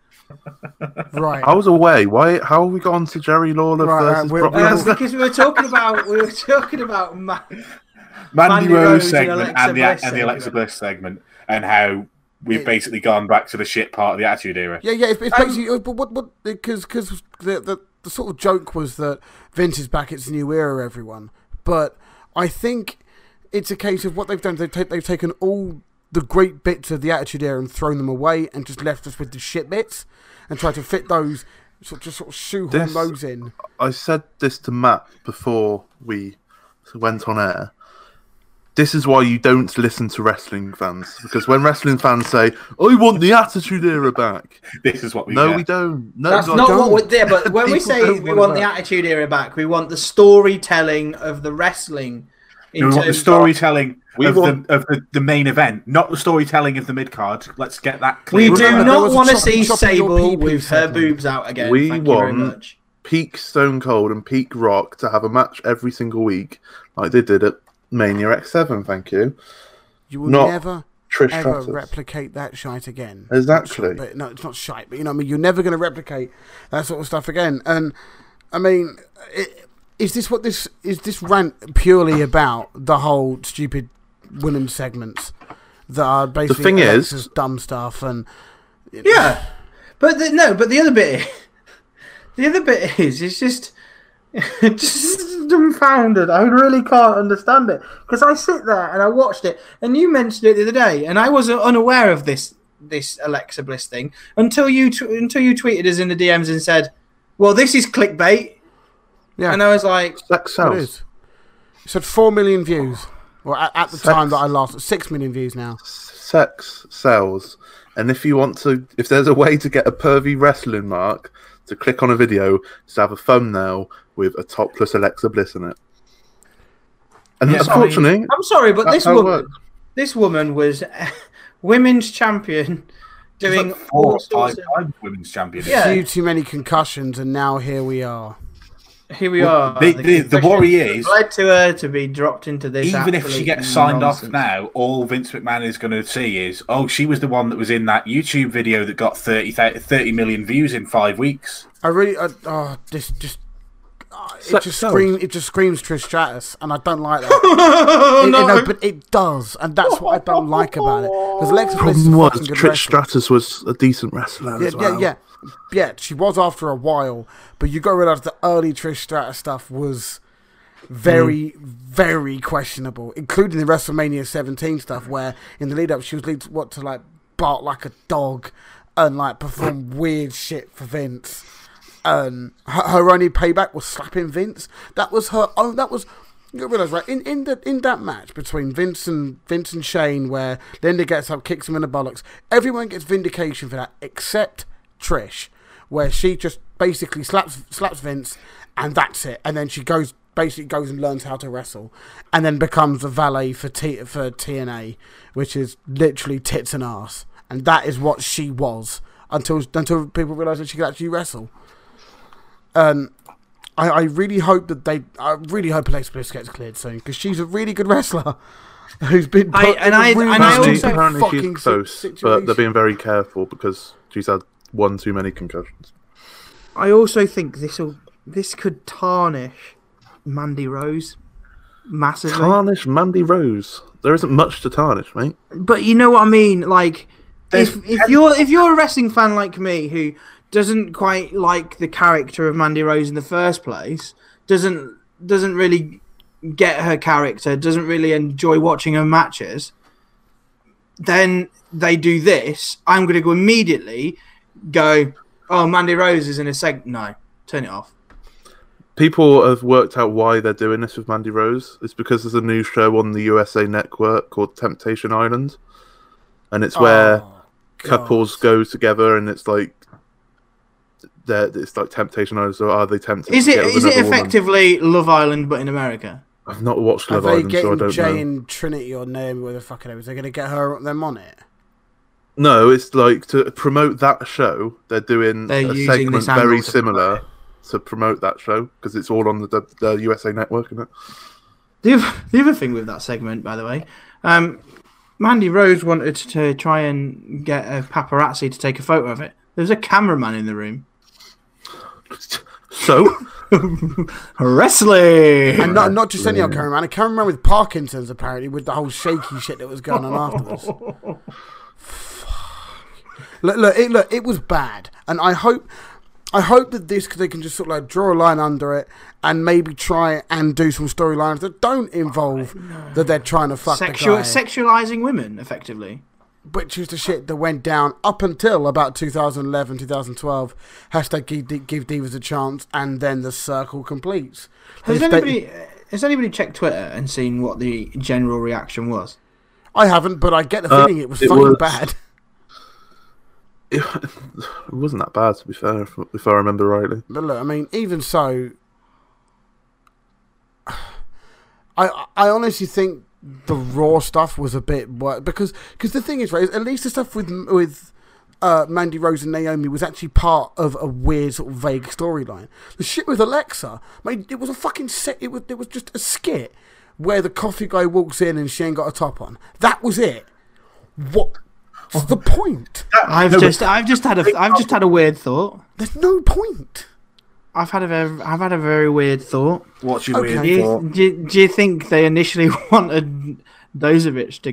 S2: Right.
S3: I was away. Why? How have we got on to Jerry Lawler
S2: Right,
S3: versus
S2: uh, we're-
S3: Brock
S2: we're-
S1: Um,
S3: Lesnar?
S1: because we were talking about we were talking about man.
S4: Mandy,
S1: Mandy Rose
S4: Rose,
S1: and
S4: segment
S1: Alexa
S4: and the
S1: Bliss
S4: and the Alexa
S1: segment.
S4: Bliss segment, and how we've basically gone back to the shit part of the Attitude Era.
S2: Yeah, yeah. It's, it's basically, uh, but what, what, because, because the, the the sort of joke was that Vince is back. It's a new era, everyone. But I think it's a case of what they've done. They've ta- they've taken all the great bits of the Attitude Era and thrown them away, and just left us with the shit bits, and tried to fit those, sort of, just sort of shoehorn
S3: This-
S2: those in.
S3: I said this to Matt before we went on air. This is why you don't listen to wrestling fans because when wrestling fans say, "I want the Attitude Era back,"
S4: This is what we
S3: no,
S4: get.
S3: we don't. No,
S1: That's
S3: no,
S1: not
S3: don't.
S1: what we're there. But when we
S3: People
S1: say
S3: don't
S1: we
S3: want
S1: want the
S3: that.
S1: Attitude Era back, we want the storytelling of the wrestling. In
S4: We want the
S1: terms of-
S4: storytelling
S3: We
S4: of,
S3: want-
S4: the, of the, the main event, not the storytelling of the mid card. Let's get that
S1: We
S4: clear.
S1: do
S2: Remember, there
S1: not
S2: was a
S1: want to
S2: chop-
S1: see
S2: chopping
S1: Sable
S2: your pee-pee
S1: with her
S2: segment.
S1: boobs out again.
S3: We
S1: Thank you very
S3: want-
S1: much.
S3: peak Stone Cold and peak Rock to have a match every single week, like they did at Mania X7. Thank you,
S2: You will
S3: Not
S2: never
S3: Trish
S2: ever
S3: Stratus.
S2: replicate that shite again.
S3: Exactly.
S2: But no, it's not shite. But you know, what I mean, you're never going to replicate that sort of stuff again. And I mean, i- is this what this is? This rant purely about the whole stupid women's segments? that are basically
S3: thing is-
S2: Alexa's dumb stuff and
S1: Yeah, but the, no, but the other bit, the other bit is it's just just dumbfounded. I really can't understand it because I sit there and I watched it, and you mentioned it the other day, and I was unaware of this this Alexa Bliss thing until you tw- until you tweeted us in the DMs and said, "Well, this is clickbait,"
S2: yeah,
S1: and I was like,
S3: Sex
S2: it
S3: sells.
S2: is. It said four million views. Well, at, at the
S3: Sex.
S2: time that I last, six million views now.
S3: Sex sells. And if you want to, if there's a way to get a pervy wrestling mark to click on a video, just have a thumbnail with a topless Alexa Bliss in it. And
S4: Yeah, I mean-
S3: unfortunately,
S1: "I'm sorry, but
S3: That's
S1: this
S3: how it
S1: woman,
S3: works.
S1: this woman was women's champion."
S4: She's
S1: Doing
S4: like four
S1: all
S4: or five
S1: sorts of,
S4: time women's champion.
S1: Yeah.
S2: Few too many concussions, and now here we are.
S1: here we
S4: Well,
S1: are.
S4: the- the- the
S1: confession
S4: worry is-
S1: led to her to be dropped into this.
S4: Even if she
S1: absolute
S4: gets signed off
S1: nonsense.
S4: now, all Vince McMahon is going to see is, oh, she was the one that was in that YouTube video that got 30, 30 million views in five weeks.
S2: I really, I, oh, this just. ah, It
S3: Sex
S2: just,
S3: sells.
S2: scream, it just screams Trish Stratus, and I don't like that.
S1: oh
S2: It-
S1: no!
S2: no, but it does, and that's what I don't like about it. Because Alexa Bliss is
S3: problem
S2: a
S3: was
S2: fucking good
S3: Trish
S2: wrestler.
S3: Stratus was a decent wrestler
S2: Yeah,
S3: as well.
S2: yeah, yeah, yeah. She was after a while, but you got to realize the early Trish Stratus stuff was very, very questionable, including the WrestleMania 17 stuff, where in the lead up she was lead what to like bark like a dog and like perform weird shit for Vince. Um, her, her only payback was slapping Vince. That was her own. That was. You gotta realize, right? In in the in that match between Vince and Vince and Shane, where Linda gets up, kicks him in the bollocks, everyone gets vindication for that except Trish, where she just basically slaps slaps Vince, and that's it. And then she goes basically goes and learns how to wrestle, and then becomes a valet for T for TNA, which is literally tits and ass, and that is what she was until until people realize that she could actually wrestle. Um, I, I really hope that they. I really hope Alexa Bliss gets cleared soon because she's a really good wrestler who's been.
S1: I-
S2: Put
S1: and
S2: in a
S1: I-
S2: really
S1: and I
S3: Apparently,
S1: also
S3: apparently
S2: fucking
S3: she's close,
S2: si-
S3: but they're
S2: situation.
S3: being very careful because she's had one too many concussions.
S1: I also think this will this could tarnish Mandy Rose massively.
S3: Tarnish Mandy Rose. There isn't much to tarnish, mate.
S1: but you know what I mean. Like, if
S4: There's-
S1: if you're if you're a wrestling fan like me who doesn't quite like the character of Mandy Rose in the first place, doesn't doesn't really get her character, doesn't really enjoy watching her matches, then they do this. I'm going to go immediately. Go, oh, Mandy Rose is in a seg. No, turn it off.
S3: People have worked out why they're doing this with Mandy Rose. It's because there's a new show on the USA Network called Temptation Island, and it's where
S2: Oh,
S3: couples go together, and it's like. they're- It's like Temptation Island. So are they tempted?
S1: Is
S3: to
S1: it
S3: get with
S1: is it
S3: another woman?
S1: effectively Love Island but in America?
S3: I've not watched
S2: Are
S3: Love
S2: they
S3: Island, so I
S2: getting
S3: don't
S2: Jay
S3: know.
S2: and Trinity or Naomi where the fuck it is? They're gonna get her them on it.
S3: No, it's like to promote that show. They're doing
S1: They're
S3: a
S1: using
S3: segment
S1: this angle
S3: very
S1: to
S3: similar to promote that show because it's all on the, the, USA Network, isn't it?
S1: The other, the other thing with that segment, by the way, um, Mandy Rose wanted to try and get a paparazzi to take a photo of it. There was a cameraman in the room.
S3: So
S1: Wrestling.
S2: And not, not just any old cameraman, a cameraman with Parkinson's apparently, with the whole shaky shit that was going on afterwards. Fuck. look, look, it, look, it was bad, and I hope, I hope that this 'cause they can just sort of like draw a line under it and maybe try and do some storylines that don't involve that they're trying to fuck
S1: Sexual,
S2: the guy,
S1: sexualizing women, effectively.
S2: which is the shit that went down up until about 2011, 2012. Hashtag give, D- give divas a chance, and then the circle completes.
S1: Has
S2: If they-
S1: anybody has anybody checked Twitter and seen what the general reaction was?
S2: I haven't, but I get the
S3: Uh,
S2: feeling it was
S3: it
S2: fucking
S3: was-
S2: bad.
S3: it, wasn't that bad, to be fair, if, if I remember rightly.
S2: But look, I mean, even so, I I honestly think the raw stuff was a bit worse because because the thing is, right? is At least the stuff with with uh, Mandy Rose and Naomi was actually part of a weird sort of vague storyline. The shit with Alexa, mate, it was a fucking set. It was it was just a skit where the coffee guy walks in and she ain't got a top on. That was it. What's the point?
S1: I've just I've just had a I've just had a weird thought.
S2: There's no point.
S1: I've had a very, I've had a very weird thought.
S4: What's your
S2: Okay.
S1: Do
S4: weird
S1: you,
S4: thought?
S1: do, you- do you think they initially wanted Dozovic to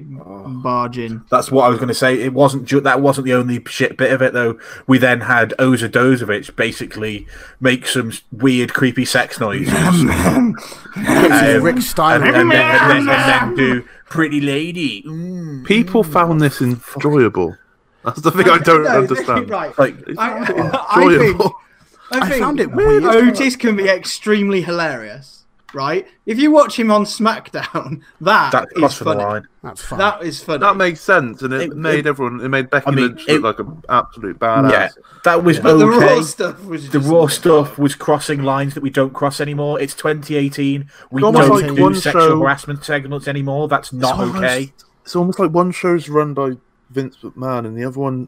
S1: barge in.
S4: That's what I was going to say. It wasn't ju- that wasn't the only shit bit of it though. We then had Oza Dozovic basically make some s- weird, creepy sex noises, Um, and,
S2: It's
S4: Um,
S2: Rick
S4: and then,
S2: Steiner.
S4: and then- and then do "Pretty Lady." Mm.
S3: People found this enjoyable. That's the thing I don't understand.
S1: Right.
S4: Like
S3: It's
S1: I- I
S2: Oh.
S3: enjoyable.
S1: think- I, think
S2: found it weird.
S1: Otis can be extremely hilarious, right? If you watch him on SmackDown, that
S4: that
S1: is
S4: crossed the
S1: funny.
S4: line.
S2: That's fun.
S1: That is funny.
S3: That makes sense, and it,
S4: It-
S3: made
S4: it-
S3: everyone. It made Becky
S4: I mean,
S3: Lynch look like an absolute badass.
S4: Yeah, that was
S1: but the
S4: okay.
S1: raw stuff was
S4: The
S1: just-
S4: raw stuff was crossing lines that we don't cross anymore. It's 2018. We
S3: Almost
S4: don't
S2: like
S4: do
S3: one
S4: sexual
S3: show-
S4: harassment segments anymore. That's not
S3: almost-
S4: okay.
S3: It's almost like one show's run by Vince McMahon and the other one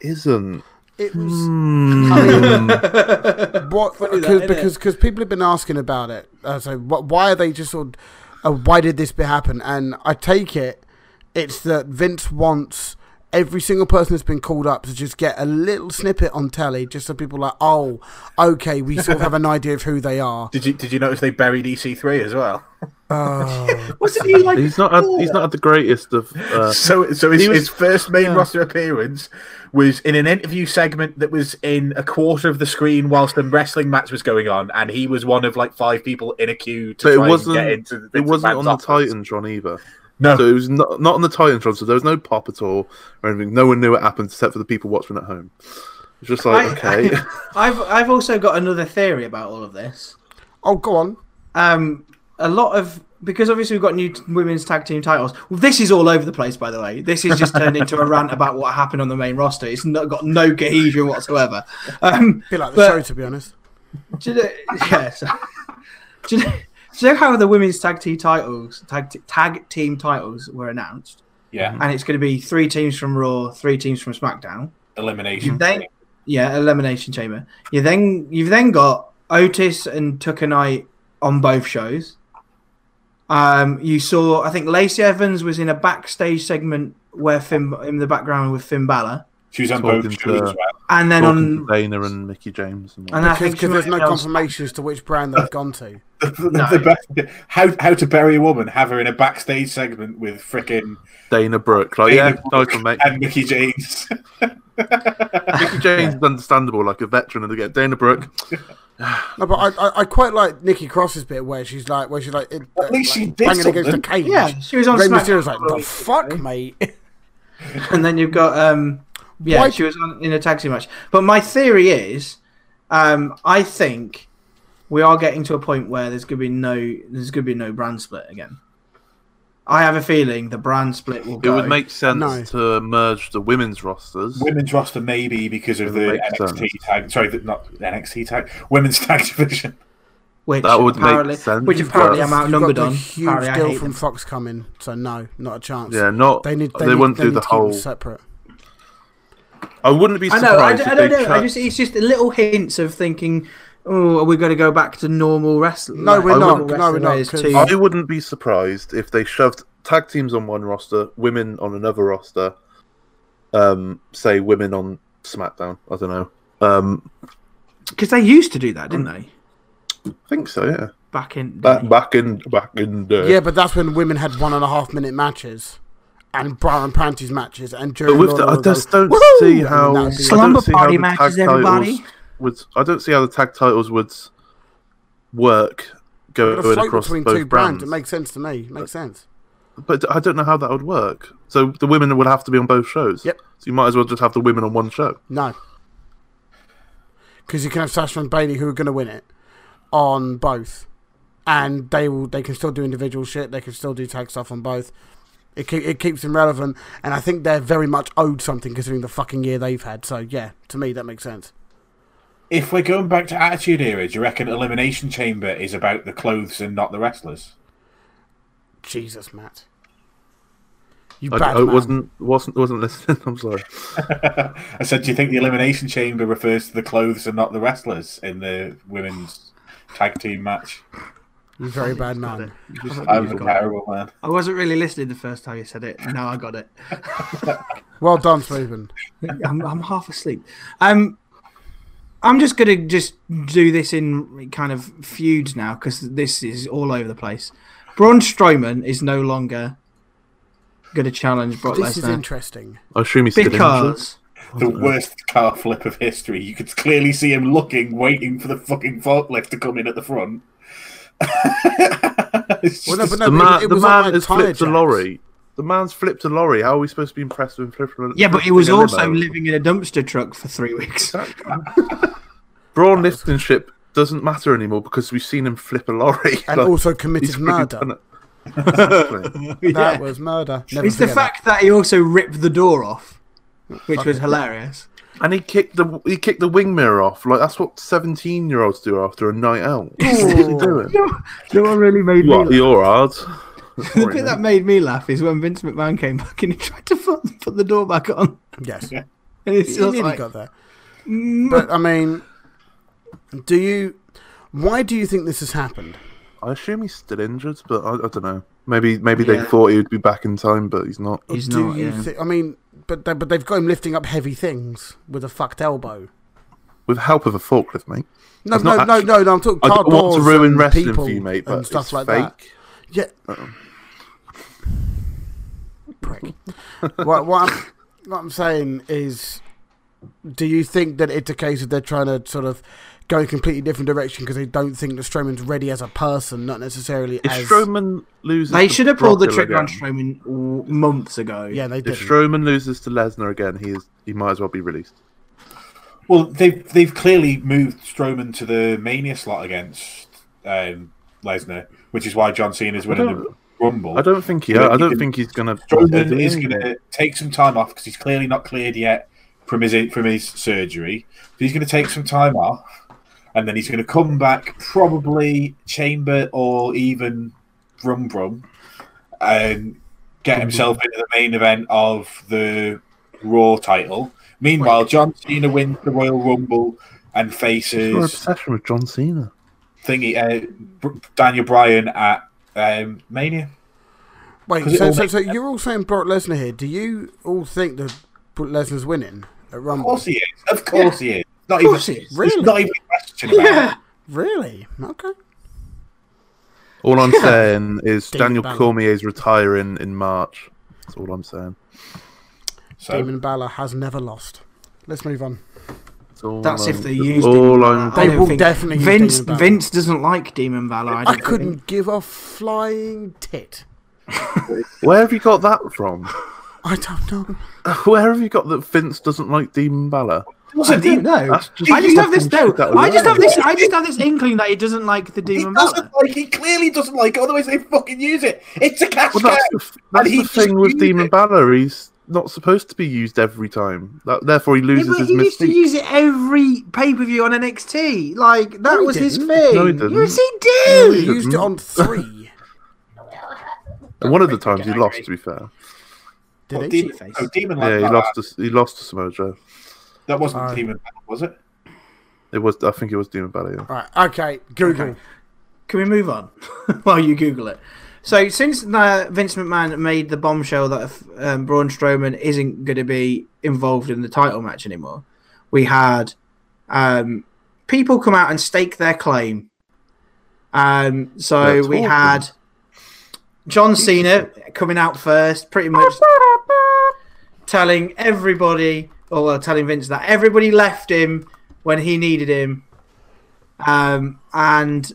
S3: isn't.
S2: it was
S3: Mm.
S1: Hmm.
S2: what
S5: Funny that,
S2: because
S5: innit?
S2: because because people have been asking about it. Uh, so wh- why are they just sort? Of, uh, why did this be happen? And I take it, it's that Vince wants every single person that's been called up to just get a little snippet on telly, just so people are like, oh, okay, we sort of have an idea of who they are.
S4: Did you Did you notice they buried EC3 as well?
S5: Wasn't he like?
S3: he's not. Had, he's not had the greatest of. Uh,
S4: So, so his,
S3: He was-
S4: his first main
S3: yeah.
S4: roster appearance was in an interview segment that was in a quarter of the screen whilst a wrestling match was going on, and he was one of like five people in a queue to
S3: but it
S4: try
S3: wasn't.
S4: and get into. into
S3: it wasn't
S4: Matt's
S3: on the
S4: office.
S3: Titantron either.
S4: No,
S3: So it was not not on the Titantron. So there was no pop at all or anything. No one knew what happened except for the people watching at home. It's just
S1: I,
S3: like okay.
S1: I've I've also got another theory about all of this.
S2: Oh, go on.
S1: um, a lot of because obviously we've got new t- women's tag team titles. Well, this is all over the place, by the way. This is just turned into a rant about what happened on the main roster. It's not got no cohesion whatsoever. Um,
S2: Feel like the
S1: But-
S2: show, to be honest.
S1: do you know, yeah, so- do, you know, do you know how the women's tag team titles tag, t- tag team titles were announced?
S4: yeah,
S1: And it's going to be three teams from Raw, three teams from SmackDown.
S4: elimination.
S1: You've then, yeah, elimination chamber. You then you've then got Otis and Tucker Knight on both shows. Um, you saw I think Lacey Evans was in a backstage segment where Finn in the background with Finn Balor,
S4: She was on
S3: Talking
S4: both
S3: to-
S4: shows as well.
S1: and then
S3: Talking
S1: on
S3: to Dana and Mickey James. And all
S1: and
S3: that.
S1: I
S2: Because
S1: think she
S2: because there's
S1: might
S2: no
S1: have been on-
S2: confirmation as to which brand they've gone to.
S1: No.
S4: The best- how how to bury a woman? Have her in a backstage segment with frickin'
S3: Dana Brooke. Like
S4: Dana
S3: Oh, yeah, title mate.
S4: and Mickey James.
S3: Mickey James is understandable, like a veteran, and again Dana Brooke.
S2: No, but I, I, I quite like Nikki Cross's bit where she's like where she's like it,
S4: At least
S2: like,
S4: she did
S2: banging against the
S4: something.
S2: cage.
S1: yeah, she was on
S2: Rey
S1: SmackDown,
S2: Mysterio's like the fuck, mate.
S1: and then you've got um, yeah,
S2: Why-
S1: she was on in a tag team match. But my theory is, um, I think we are getting to a point where there's gonna be no there's gonna be no brand split again. I have a feeling the brand split will
S3: It
S1: go.
S3: would make sense
S2: No.
S3: to merge the women's rosters.
S4: women's roster maybe because of
S3: Doesn't
S4: the
S3: make
S4: NXT
S3: sense.
S4: tag. Sorry, the, not the NXT tag. Women's tag division.
S1: which
S3: That would make
S1: apparently,
S3: sense,
S1: Which apparently
S3: but-
S1: I'm
S2: You've
S1: outnumbered
S2: got
S1: on.
S2: the huge
S1: Apparently I
S2: deal
S1: hate
S2: from
S1: them.
S2: Fox coming, so no, not a chance.
S3: Yeah, not
S2: They need. They,
S3: They, wouldn't
S2: need,
S3: do
S2: they need to
S3: the
S2: keep them
S3: whole.
S2: separate.
S3: I wouldn't be
S1: I
S3: surprised.
S1: know. I, d-
S3: if
S1: I don't
S3: they
S1: know. I
S3: cut-
S1: just it's just little hints of thinking. Oh, are we going to go back to normal wrestling?
S2: No, we're
S1: normal
S2: not. No,
S1: wrestling
S2: we're not,
S1: ways
S2: 'cause-
S1: too.
S3: I wouldn't be surprised if they shoved tag teams on one roster, women on another roster. Um, say women on SmackDown. I don't know. Um,
S1: because they used to do that, didn't they?
S3: I think so. Yeah.
S1: Back in
S3: Back back in back in the
S2: Yeah, but that's when women had one and a half minute matches, and bra and panties matches, and during
S3: But with the,
S2: all
S3: I
S2: of those-
S3: just don't
S2: Woohoo!
S3: see
S2: And
S3: how
S2: that'd be-
S3: I
S1: Slumber
S3: don't see
S1: party
S3: how the
S1: matches,
S3: tag
S1: everybody.
S3: titles would. I don't see how the tag titles would work
S2: But a
S3: going
S2: float
S3: across
S2: between
S3: both
S2: two brands.
S3: brands.
S2: It makes sense to me. It makes sense.
S3: But I don't know how that would work. So the women would have to be on both shows.
S2: Yep.
S3: So you might as well just have the women on one show.
S2: No, because you can have Sasha and Bailey who are going to win it on both, and they will. They can still do individual shit. They can still do tag stuff on both. It, keep, it keeps them relevant, and I think they're very much owed something considering the fucking year they've had. So yeah, to me that makes sense.
S4: If we're going back to Attitude Era, do you reckon Elimination Chamber is about the clothes and not the wrestlers?
S2: Jesus, Matt, you
S3: I,
S2: bad
S3: I
S2: man.
S3: wasn't wasn't wasn't listening. I'm sorry.
S4: I said, do you think the Elimination Chamber refers to the clothes and not the wrestlers in the women's tag team match?
S2: You very bad man.
S1: Oh
S4: I'm a terrible man.
S1: I wasn't really listening the first time you said it. Now I got it.
S2: Well done, Swoopin.
S1: I'm, I'm half asleep. Um, I'm just gonna just do this in kind of feuds now because this is all over the place. Braun Strowman is no longer going to challenge Brock
S2: This is
S1: Lesnar.
S2: interesting.
S3: I assume he's still injured.
S1: because
S4: The worst car flip of history. You could clearly see him looking, waiting for the fucking forklift to come in at the front. It's
S2: Well, no, but
S4: just-
S2: no,
S3: The man,
S2: it, it
S3: the
S2: was on,
S3: man
S2: like,
S3: has
S2: tyre
S3: flipped a
S2: jacks.
S3: lorry. The man's flipped a lorry. How are we supposed to be impressed with him flipping? a-
S1: yeah, but he
S3: flipping
S1: was
S3: a
S1: also
S3: limo?
S1: living in a dumpster truck for three weeks.
S3: Braun Lichtenship doesn't matter anymore because we've seen him flip a lorry.
S2: And
S3: Like,
S2: also
S3: he's
S2: committed
S3: freaking done
S2: murder.
S3: it. Exactly.
S2: That
S1: Yeah.
S2: was murder. Never
S1: It's the
S2: forget that.
S1: fact that he also ripped the door off, which was hilarious.
S3: and he kicked the he kicked the wing mirror off. Like that's what seventeen year olds do after a night out. What are you doing?
S1: You know what really made
S3: What
S1: me
S3: you're hard?
S1: laugh? The bit that made me laugh is when Vince McMahon came back and he tried to put, put the door back on.
S2: Yes.
S1: And it's
S2: He
S1: just
S2: nearly
S1: like,
S2: got there. But I mean, do you? Why do you think this has happened?
S3: I assume he's still injured, but I, I don't know. Maybe maybe they
S4: Yeah.
S3: thought he would be back in time, but he's not.
S1: he's
S2: do
S1: not.
S2: you?
S1: yeah.
S2: thi- I mean, but they, but they've got him lifting up heavy things with a fucked elbow.
S3: With help of a forklift, mate.
S2: No,
S3: I've
S2: no,
S3: not
S2: no,
S3: actually-
S2: no, no. I'm talking
S3: I
S2: car
S3: don't want to
S2: doors
S3: ruin
S2: and
S3: wrestling
S2: people
S3: for you, mate, but
S2: and stuff
S3: it's
S2: like
S3: fake.
S2: that. Yeah. Prick. what, what, I'm, what I'm saying is, do you think that it's a case of they're trying to sort of go a completely different direction because they don't think that Strowman's ready as a person, not necessarily
S3: If
S2: as.
S3: Strowman loses,
S1: They
S3: to
S1: should have pulled the
S3: Brock
S1: trigger on
S3: again-
S1: Strowman w- months ago.
S2: Yeah, they
S3: If
S2: did.
S3: Strowman loses to Lesnar again, he is he might as well be released.
S4: Well, they've they've clearly moved Strowman to the Mania slot against um, Lesnar, which is why John Cena is winning the
S3: don't-
S4: Rumble.
S3: I don't think he.
S4: Yeah,
S3: I don't
S4: he didn't.
S3: think he's gonna.
S4: Strowman is going to take some time off because he's clearly not cleared yet from his from his surgery. So he's going to take some time off, and then he's going to come back probably Chamber or even Brum Brum, and get himself into the main event of the Raw title. Meanwhile, John Cena wins the Royal Rumble and
S3: Your
S4: faces
S3: obsession with John Cena.
S4: thingy uh, Br- Daniel Bryan at um, Mania.
S2: Wait,
S4: 'Cause it
S2: so,
S4: all
S2: so,
S4: makes
S2: so you're all saying Brock Lesnar here. Do you all think that Brock Lesnar's winning at
S4: Of
S2: Rumble?
S4: course he is. Of course he is. Not even,
S1: course he is.
S4: there's
S2: Really?
S4: Not even a question about it.
S2: Really? Okay.
S3: Uh, All I'm saying is
S2: David
S3: Daniel
S2: Balor.
S3: Cormier's retiring in March. That's all I'm saying.
S4: So
S2: Damon Balor has never lost. Let's move on.
S3: That's all
S1: That's
S3: I'm,
S1: if they used
S3: all
S1: him.
S3: I'm-
S1: I don't
S2: They will
S1: think-
S2: definitely use
S1: Vince
S2: Demon Balor.
S1: Vince doesn't like Demon Valor. I,
S2: I
S1: don't think.
S2: couldn't give a flying tit.
S3: Where have you got that from?
S2: I don't know.
S3: Where have you got that Vince doesn't like Demon Balor?
S1: I don't know.
S3: That's just
S1: I just have this
S3: fucking
S1: no.
S3: shit out of
S1: I just
S3: nowhere.
S1: have this. I just have this inkling that he doesn't like the Demon Valor.
S4: like. He clearly doesn't like. It, otherwise, they fucking use it. It's a cash
S3: Well, that's the, f- that's
S4: he
S3: the thing
S4: just
S3: with
S4: used
S3: Demon
S4: it.
S3: Balor. He's not supposed to be used every time. That, therefore, he
S1: Yeah,
S3: loses
S1: but
S3: his
S1: he used to
S3: mystique.
S1: use it every pay per view on NXT. Like that
S2: he
S1: was his
S2: didn't.
S1: thing.
S3: No, he didn't.
S1: Yes, he did.
S2: He used it on three.
S3: And one of the times he lost. To be fair,
S2: Did he?
S4: demon, oh, demon like
S3: yeah, he
S4: that.
S3: lost. To, s- he lost to Samoa Joe.
S4: That wasn't
S2: Oh.
S4: demon, Balor, was it?
S3: It was. I think it was Demon Balor. Yeah.
S2: Right. Okay. Google.
S1: Can we move on while you Google it? So since the Vince McMahon made the bombshell that um, Braun Strowman isn't going to be involved in the title match anymore, we had um, people come out and stake their claim. Um,
S3: They're
S1: so we
S3: talking.
S1: had John Cena coming out first, pretty much telling everybody, or well, telling Vince that everybody left him when he needed him, um, and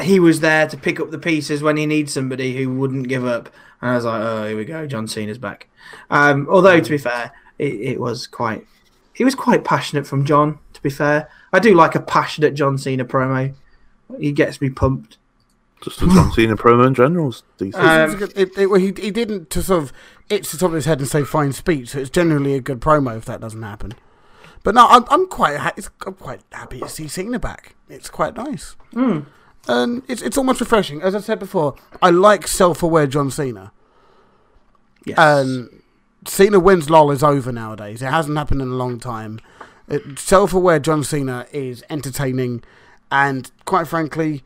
S1: he was there to pick up the pieces when he needs somebody who wouldn't give up. And I was like, oh, here we go, John Cena's back. Um, although to be fair, it, it was quite, it was quite passionate from John. To be fair, I do like a passionate John Cena promo. He gets me pumped.
S3: Just as John Cena promo in general is decent.
S1: Uh,
S2: It's a good- it- it- well, he, he didn't to sort of itch the top of his head and say fine speech. So it's generally a good promo if that doesn't happen. But no, I'm, I'm quite ha- it's, I'm quite happy to see Cena back. It's quite nice, and it's it's almost refreshing. As I said before, I like self-aware John Cena.
S1: Yes.
S2: Um, Cena wins LOL is over nowadays. It hasn't happened in a long time. It, self-aware John Cena is entertaining, and quite frankly,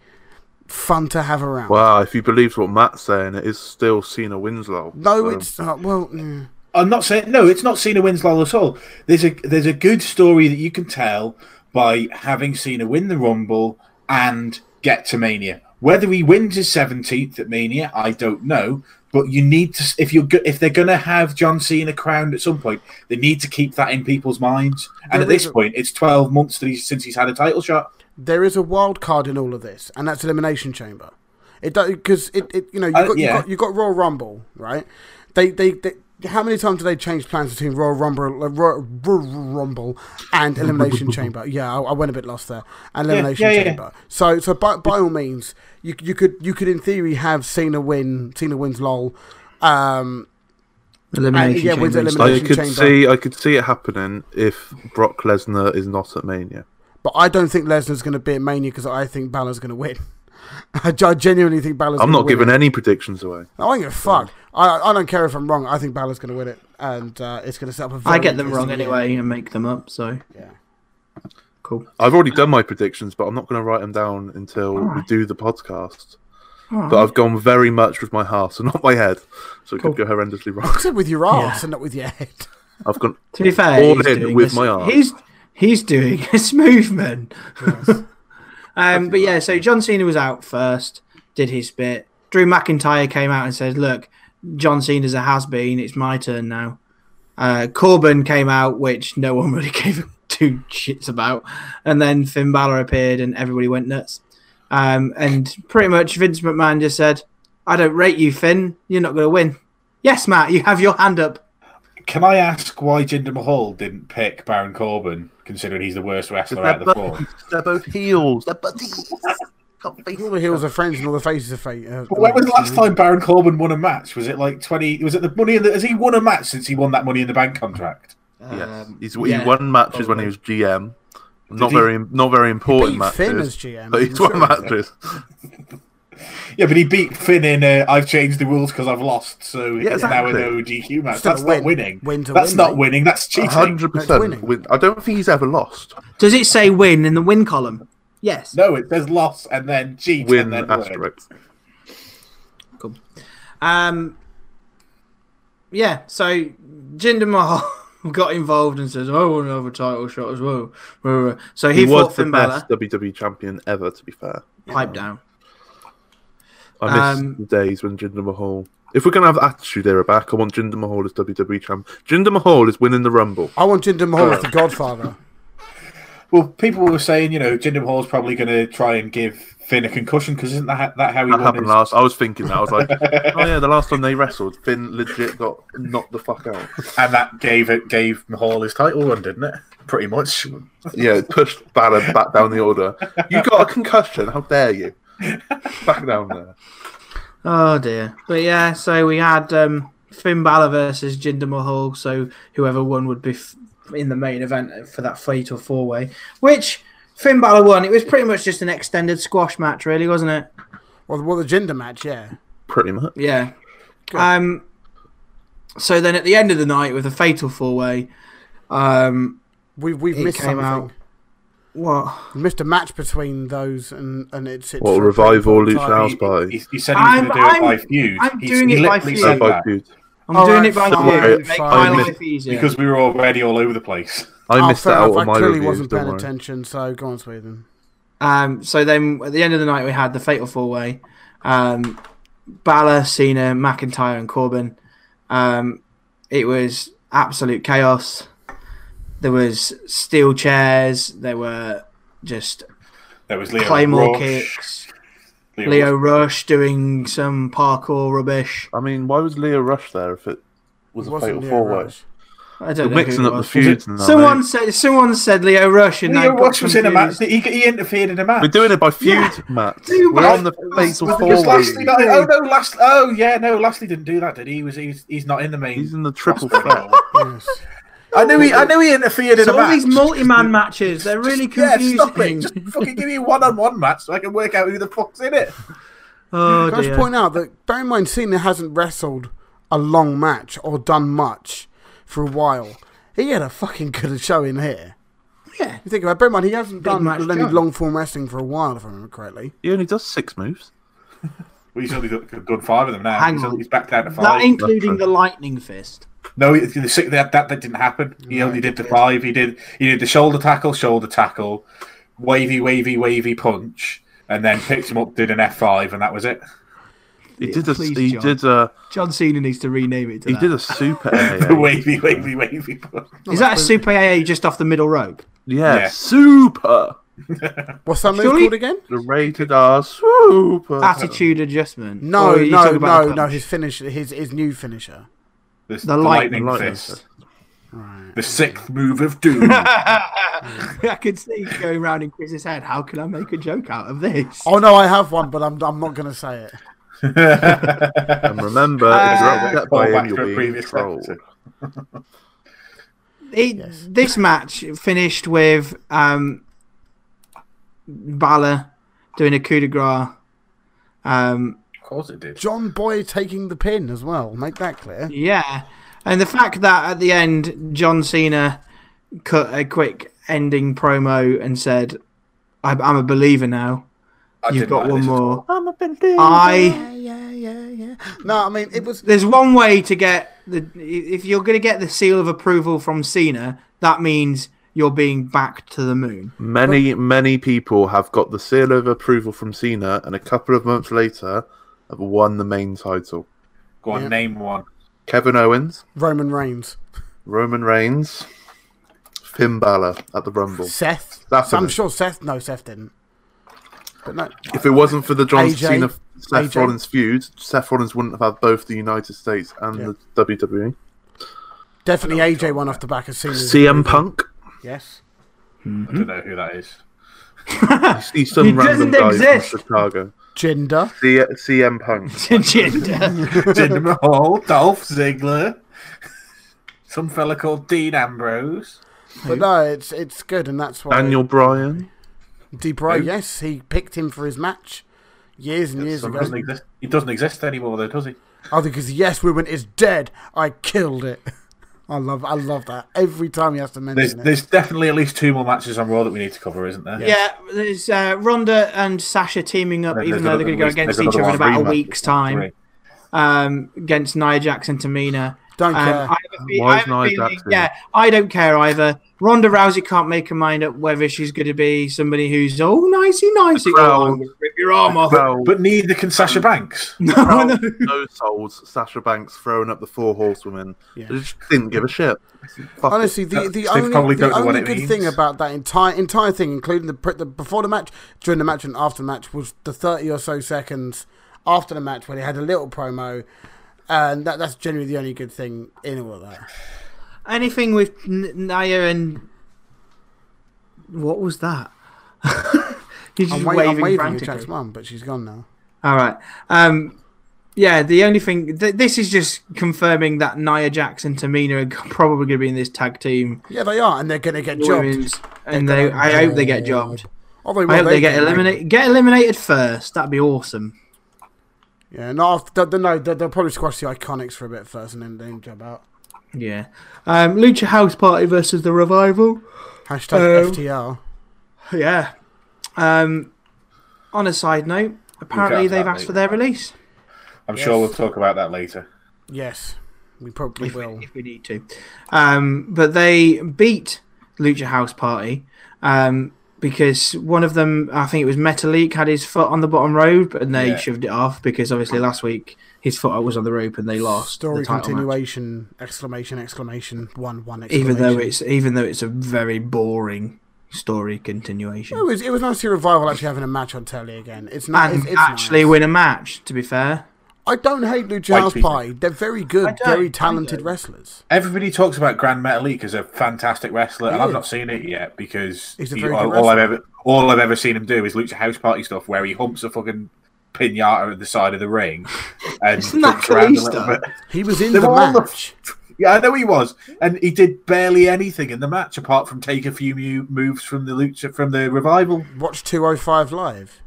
S2: fun to have around.
S3: Wow, if you believe what Matt's saying, it is still Cena Winslow.
S2: no,
S3: So,
S2: it's not. Well, mm.
S4: I'm not saying no. It's not Cena wins Lala Soul. There's a there's a good story that you can tell by having Cena win the Rumble and get to Mania. Whether he wins his seventeenth at Mania, I don't know. But you need to if you are if they're gonna have John Cena crowned at some point, they need to keep that in people's minds. And
S2: There
S4: at this
S2: is a-
S4: point, it's twelve months that he's, since he's had a title shot.
S2: There is a wild card in all of this, and that's Elimination Chamber. It because it, it you know you
S4: Uh,
S2: got, you
S4: yeah.
S2: got you got Royal Rumble right. They, they they how many times do they change plans between Royal Rumble uh, Royal, Royal Rumble and Elimination Chamber? Yeah, I, I went a bit lost there. And
S4: Yeah,
S2: Elimination
S4: yeah, yeah.
S2: Chamber. So so by, by all means, you you could you could in theory have Cena win Cena wins lol. Um,
S1: Elimination
S2: uh, yeah, with
S1: chamber. and stuff.
S3: I
S2: Elimination
S3: could
S2: Chamber.
S3: see I could see it happening if Brock Lesnar is not at Mania.
S2: but I don't think Lesnar's going to be at Mania because I think Balor's going to win. I gen- genuinely think Balor's.
S3: I'm
S2: gonna
S3: not
S2: win it.
S3: giving any predictions away.
S2: I don't give a fuck. I, I don't care if I'm wrong. I think Balor's going to win it, and uh, it's going to set up a very
S1: I get them wrong
S2: interesting year.
S1: anyway and make them up. So
S2: Yeah.
S1: cool.
S3: I've already done my predictions, but I'm not going to write them down until we do the podcast. But I've gone very much with my heart and not my head, so it could go horrendously wrong.
S2: Except with your ass and not with your head.
S3: I've gone
S1: To be fair,
S3: all
S1: he's
S3: in
S1: doing
S3: with
S1: this-
S3: my heart.
S1: He's he's doing a smooth man. um, but yeah, so John Cena was out first, did his bit. Drew McIntyre came out and said, "Look, John Cena's a has been. It's my turn now." Uh, Corbin came out, which no one really gave two shits about, and then Finn Balor appeared, and everybody went nuts. Um, and pretty much Vince McMahon just said, "I don't rate you, Finn. You're not going to win." Yes, Matt, you have your hand up.
S4: Can I ask why Jinder Mahal didn't pick Baron Corbin, considering he's the worst wrestler out of the four?
S3: they're both heels. They're both heels. Can't face
S2: All the heels are friends and all the faces are fake. Uh,
S4: But when was the last time Baron Corbin won a match? Was it like twenty? Was it the money? In the, has he won a match since he won that Money in the Bank contract?
S3: Yes,
S1: Um,
S3: he's
S1: yeah.
S3: he won matches when he was GM. Not
S4: he-
S3: very, not very important
S2: beat Finn
S3: matches.
S2: as GM,
S3: but he's
S2: I'm
S3: won
S2: sure.
S3: matches.
S4: Yeah, but he beat Finn in. Uh, I've changed the rules because I've lost, so
S3: Yeah,
S4: it's now an
S3: exactly.
S4: ODQ match.
S2: Still
S4: That's
S2: win.
S4: not winning.
S2: Win's a
S4: That's
S2: win,
S4: not
S2: mate.
S4: winning. That's cheating.
S3: Hundred
S2: That's winning.
S3: percent. Win. I don't think he's ever lost.
S1: Does it say win in the win column? Yes.
S4: No, it says loss and then cheat
S3: Win
S4: and then win.
S3: asterisk.
S1: Um. Yeah. So Jinder Mahal got involved and says, "I want another title shot as well." So he,
S3: He,
S1: fought
S3: was the
S1: Finn Balor.
S3: best WWE champion ever. To be fair,
S1: Pipe down.
S3: I miss
S1: Um,
S3: the days when Jinder Mahal. If we're gonna have attitude era back, I want Jinder Mahal as WWE champ. Jinder Mahal is winning the Rumble.
S2: I want Jinder Mahal as the Godfather.
S4: Well, people were saying, you know, Jinder Hall's probably going to try and give Finn a concussion because isn't that, ho- that how he
S3: That
S4: won
S3: happened
S4: his...
S3: last. I was thinking that. I was like, oh yeah, the last time they wrestled, Finn legit got knocked the fuck out.
S4: And that gave it gave Mahal his title run, didn't it? Pretty much.
S3: Yeah, it pushed Balor back down the order. You got a concussion. How dare you? Back down there.
S1: Oh dear. But yeah. So we had um, Finn Balor versus Jinder Mahal. So whoever won would be f- in the main event for that fatal four way, which. Finn Balor won. It was pretty much just an extended squash match, really, wasn't it?
S2: well, well, the Jinder match, yeah.
S3: Pretty much.
S1: Yeah. Um. So then, at the end of the night, with a fatal four way, um,
S2: We, we've
S1: it
S2: missed
S1: came
S2: something.
S1: out. What?
S2: We missed a match between those, and, and it's. it's
S3: What
S2: for a
S3: revival Luke
S2: time.
S3: Niles
S4: He,
S3: by?
S4: he, he said he was
S1: I'm-
S4: going to do it by
S1: I'm-
S4: feud.
S1: I'm
S4: He's-
S1: doing
S4: he
S1: it by
S4: literally
S1: feud.
S3: No,
S4: said
S3: by
S4: that
S3: feud.
S1: I'm
S2: All
S1: doing
S2: right,
S1: it by
S2: fine.
S1: you. Make
S2: Fine.
S1: my
S3: I missed-
S1: life easier.
S4: because we were already all over the place.
S3: I
S2: Oh,
S3: missed
S2: fair
S3: that out
S2: enough,
S3: on my
S2: I clearly
S3: reviews.
S2: wasn't
S3: don't
S2: paying
S3: worry.
S2: attention, so go on, Sweden.
S1: Um, so then, at the end of the night, we had the fatal four way: um, Balor, Cena, McIntyre, and Corbin. Um, it was absolute chaos. There was steel chairs. There were just
S4: There was Leo
S1: claymore
S4: Rush,
S1: kicks.
S4: Leo
S1: Leo Rush doing some parkour rubbish.
S3: I mean, why was Leo Rush there if it was a
S2: Wasn't
S3: fatal
S2: Leo
S3: four way?
S2: Rush.
S1: I
S3: You're
S1: don't know. who
S3: mixing
S1: it
S3: up the
S1: was.
S3: feuds. now,
S1: Someone
S3: mate.
S1: said someone said Leo Rush and I
S4: Leo
S1: got
S4: Rush was in a match.
S1: confused.
S4: He, he interfered in a match.
S3: We're doing it by feud, Matt.
S1: Do
S3: We're
S1: by-
S3: on the fatal
S4: Because
S3: four
S4: Lashley
S3: way.
S4: not- oh no, last. Oh yeah, no, Lashley didn't do that, did he? he was he's, he's not in the main.
S3: He's in the triple
S4: roster.
S3: threat.
S2: Yes.
S4: I knew he. I knew he interfered in
S1: So
S4: a
S1: all
S4: match.
S1: these multi-man matches, they're really
S4: yeah, stop it.
S1: confusing.
S4: Just fucking give me a one-on-one match so I can work out who the fuck's in it.
S1: oh
S2: Can I
S1: dear.
S2: just point out that bear in mind Cena hasn't wrestled a long match or done much for a while. He had a fucking good show in here.
S1: Yeah.
S2: You think about it, bear in mind he hasn't done
S1: match
S2: any
S1: done.
S2: long form wrestling for a while, if I remember correctly.
S3: He only does six moves.
S4: Well, he's only got a good five of them now.
S1: Hang
S4: he's,
S1: on.
S4: he's back down to five.
S1: That including the lightning fist.
S4: No, he- the six, that, that that didn't happen. He only did the five. He did he did the shoulder tackle, shoulder tackle, wavy, wavy, wavy punch, and then picked him up, did an F five, and that was it.
S3: He did a
S1: please,
S3: he
S1: John.
S3: did a
S1: John Cena needs to rename it. To
S3: he
S1: that.
S3: did a super
S4: the
S3: AA.
S4: wavy, wavy, wavy. one.
S1: Is that a super AA just off the middle rope?
S3: Yeah,
S4: Yeah.
S3: super.
S2: What's that move
S1: Surely-
S2: called again?
S3: The rated R super.
S1: Attitude adjustment.
S2: No,
S1: Or are you
S2: no,
S1: talking about
S2: no,
S1: the
S2: no.
S1: punch?
S2: His finish, his his new finisher.
S4: This-
S1: The
S4: the lightning,
S1: lightning
S3: fist.
S4: fist. The sixth move of doom.
S1: I could see going round in Chris's head. How can I make a joke out of this?
S2: Oh no, I have one, but I'm I'm not gonna say it.
S3: And remember, if
S1: Uh,
S3: you're upset by
S4: Call back
S3: him,
S4: to
S3: you'll
S4: a
S3: be in
S4: previous
S3: trouble.
S4: episode.
S1: It, This match finished with um, Balor doing a coup de grace. Um,
S4: of course it did.
S2: John Boy taking the pin as well. Make that clear.
S1: Yeah, and the fact that at the end John Cena cut a quick ending promo and said, "I- "I'm a believer now.
S4: I
S1: You've
S4: didn't
S1: got
S4: like
S1: one
S4: this at
S1: more."
S2: I'm a believer.
S1: I-
S2: Yeah, yeah, yeah. No, I mean it was.
S1: There's one way to get the if you're going to get the seal of approval from Cena, that means you're being backed to the moon.
S3: Many, many people have got the seal of approval from Cena, and a couple of months later, have won the main title.
S4: all. Go on,
S2: Yeah.
S4: name one.
S3: Kevin Owens,
S2: Roman Reigns,
S3: Roman Reigns, Finn Balor at the Rumble.
S2: Seth.
S3: That's
S2: I'm
S3: it.
S2: sure Seth. No, Seth didn't. But no,
S3: If it wasn't for the John
S2: AJ,
S3: Cena Seth
S2: AJ.
S3: Rollins feud, Seth Rollins wouldn't have had both the United States and
S2: Yeah.
S3: the E. WWE.
S2: definitely AJ one off the back of Cena.
S3: CM Punk,
S2: Yes.
S4: I
S1: Hmm?
S4: don't know who that is.
S3: I see some
S1: He
S3: random
S1: doesn't
S3: guy
S1: exist.
S3: from Chicago.
S2: Jinder.
S3: C- CM Punk.
S1: Jinder.
S4: Jinder Mahal, Dolph Ziggler, some fella called Dean Ambrose.
S2: But no, it's it's good, and that's why
S3: Daniel Bryan.
S2: DeBray.
S4: Who?
S2: Yes, he picked him for his match years and years
S4: He
S2: ago.
S4: doesn't exist. He doesn't exist anymore, though, does he?
S2: Oh, because yes, women is dead. I killed it. I love, I love that. Every time he has to
S4: There's,
S2: mention it.
S4: there's definitely at least two more matches on Raw that we need to cover, isn't there?
S1: yeah, there's uh, Ronda and Sasha teaming up,
S4: There's
S1: even though they're going to go
S4: another-
S1: against
S4: there's
S1: each other in
S4: another
S1: about a
S4: rematch.
S1: week's time
S4: Three.
S1: um, against Nia Jax and Tamina.
S2: Don't
S1: Um,
S2: care.
S1: I have a fe-
S3: Why
S1: I
S3: is
S1: have a
S3: Nia
S1: feeling-
S3: Jax in
S1: yeah,
S3: it?
S1: I don't care either. Ronda Rousey can't make her mind up whether she's going to be somebody who's all nicey nicey.
S3: crowd-
S1: Oh, I'm gonna rip your arm off.
S3: Well,
S4: But neither can Sasha Banks.
S1: No, no.
S3: no souls. Sasha Banks throwing up the four horsewomen.
S2: Yeah.
S3: They just didn't give a shit. Fuck
S2: Honestly,
S3: it.
S2: the,
S4: They
S2: the only,
S4: uh, probably
S2: the
S4: don't know what
S2: only
S4: it
S2: good
S4: means.
S2: thing about that entire entire thing, including the, pre- the before the match, during the match, and after the match, was the thirty or so seconds after the match when he had a little promo, and that, that's generally the only good thing in all of that.
S1: Anything with N- Nia and what was that? He's just
S2: I'm, wait, I'm
S1: waving,
S2: waving at
S1: frantically.
S2: Jack's mum, but she's gone now.
S1: All right. Um, yeah, the only thing th- this is just confirming that Nia Jax and Tamina are g- probably going to be in this tag team.
S2: Yeah, they are, and they're gonna get jobbed.
S1: Women's, and they, I hope they get jobbed.
S2: Oh, they
S1: I
S2: will,
S1: hope they get
S2: will.
S1: eliminated. Get eliminated first. That'd be awesome.
S2: Yeah, no, after, they- no, they'll, they'll probably squash the iconics for a bit first, and then then job out.
S1: Yeah. Um, Lucha House Party versus the Revival.
S2: Hashtag
S1: Um,
S2: FTR.
S1: Yeah. Um, on a side note, apparently
S4: have
S1: they've
S4: that
S1: asked for their release
S4: I'm sure we'll talk about that later.
S2: Yes, we probably
S1: if,
S2: will.
S1: if we need to. Um, but they beat Lucha House Party um, because one of them, I think it was Metalik, had his foot on the bottom rope and they
S4: Yeah.
S1: shoved it off because obviously last week his foot was on the rope and they lost.
S2: Story
S1: the title match.
S2: continuation! Exclamation! Exclamation! One! One! Exclamation.
S1: Even though it's even though it's a very boring story continuation.
S2: Oh, it was, it was nice to see revival actually having a match on telly again. It's not.
S1: and
S2: It's, it's
S1: actually
S2: nice.
S1: win a match. To be fair,
S2: I don't hate Lucha
S4: White
S2: House
S4: people.
S2: Party. They're very good,
S1: don't, I
S2: very talented
S1: don't.
S2: wrestlers.
S4: Everybody talks about Grand Metalik as a fantastic wrestler, and I've
S2: is.
S4: not seen it yet because
S2: He's a
S4: he-
S2: very good
S4: all, all I've
S2: wrestler.
S4: ever all I've ever seen him do is Lucha House Party stuff where he humps a fucking pinata at the side of the ring and
S1: It's
S4: jumps around a little
S1: Nakalista.
S4: bit.
S2: He was in
S4: They
S2: the
S4: were all the-
S2: match.
S4: Yeah, I know he was, and he did barely anything in the match apart from take a few mu- moves from the Lucha from the revival.
S2: Watch 205 live.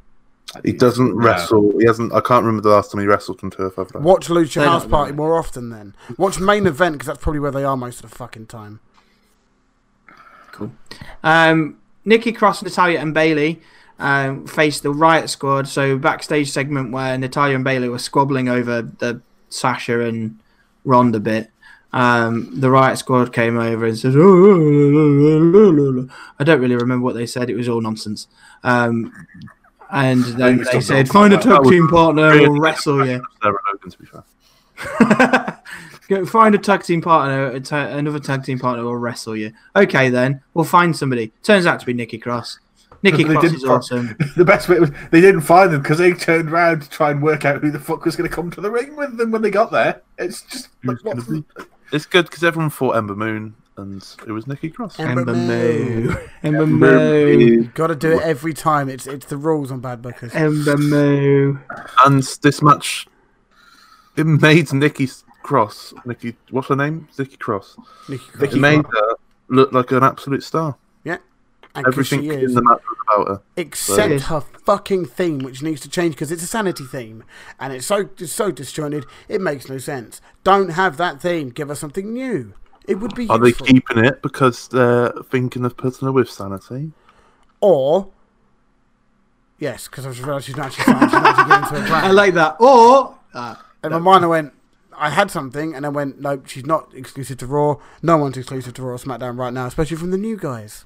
S3: He doesn't
S4: No.
S3: wrestle. He hasn't. I can't remember the last time he wrestled from Turf Over.
S2: Watch Lucha
S1: don't
S2: House
S1: know
S2: Party
S1: it.
S2: more often. Then watch main event because that's probably where they are most of the fucking time.
S1: um, Nikki Cross, Natalia, and Bailey um, faced the Riot Squad. So backstage segment where Natalia and Bailey were squabbling over the Sasha and Ronda bit. Um, the Riot Squad came over and said, "Oh, I don't really remember what they said. It was all nonsense. Um, And then
S3: He's
S1: they
S3: done
S1: said,
S3: that.
S1: find a
S3: That
S1: tag
S3: was
S1: team partner,
S3: really
S1: we'll wrestle you.
S3: Sarah Logan, to be fair.
S1: Go find a tag team partner, a ta- another tag team partner will wrestle you. Okay, then we'll find somebody. Turns out to be Nikki Cross. Nikki
S4: They
S1: Cross
S4: didn't
S1: is
S4: fi-
S1: awesome.
S4: The best bit was they didn't find them because they turned around to try and work out who the fuck was going to come to the ring with them when they got there. It's just like,
S3: Who's gonna
S4: what's-
S3: be- It's good because everyone thought Ember Moon and it was Nikki Cross.
S2: Em- Ember
S1: Ember
S2: Moon.
S1: Moon. Ember Moon.
S2: Got to do it every time. It's it's the rules on Bad Bookers.
S1: Ember Moon.
S3: And this match, it made Nikki Cross, Nikki, what's her name? Nikki Cross.
S2: Nikki Cross.
S3: It made her look like an absolute star.
S2: And 'cause
S3: Everything
S2: she
S3: in
S2: is,
S3: the match was about her.
S2: except
S1: Yes.
S2: her fucking theme, which needs to change because it's a sanity theme, and it's so it's so disjointed. It makes no sense. Don't have that theme. Give us something new. It would be
S3: Are they
S2: useful.
S3: keeping it because they're thinking of putting her with Sanity?
S2: or yes, because I just realised she's not actually, signed, she's not actually given to a brand.
S1: I like that. Or uh,
S2: And my mind, I went, I had something, and I went, nope, she's not exclusive to Raw. No one's exclusive to Raw or SmackDown right now, especially from the new guys.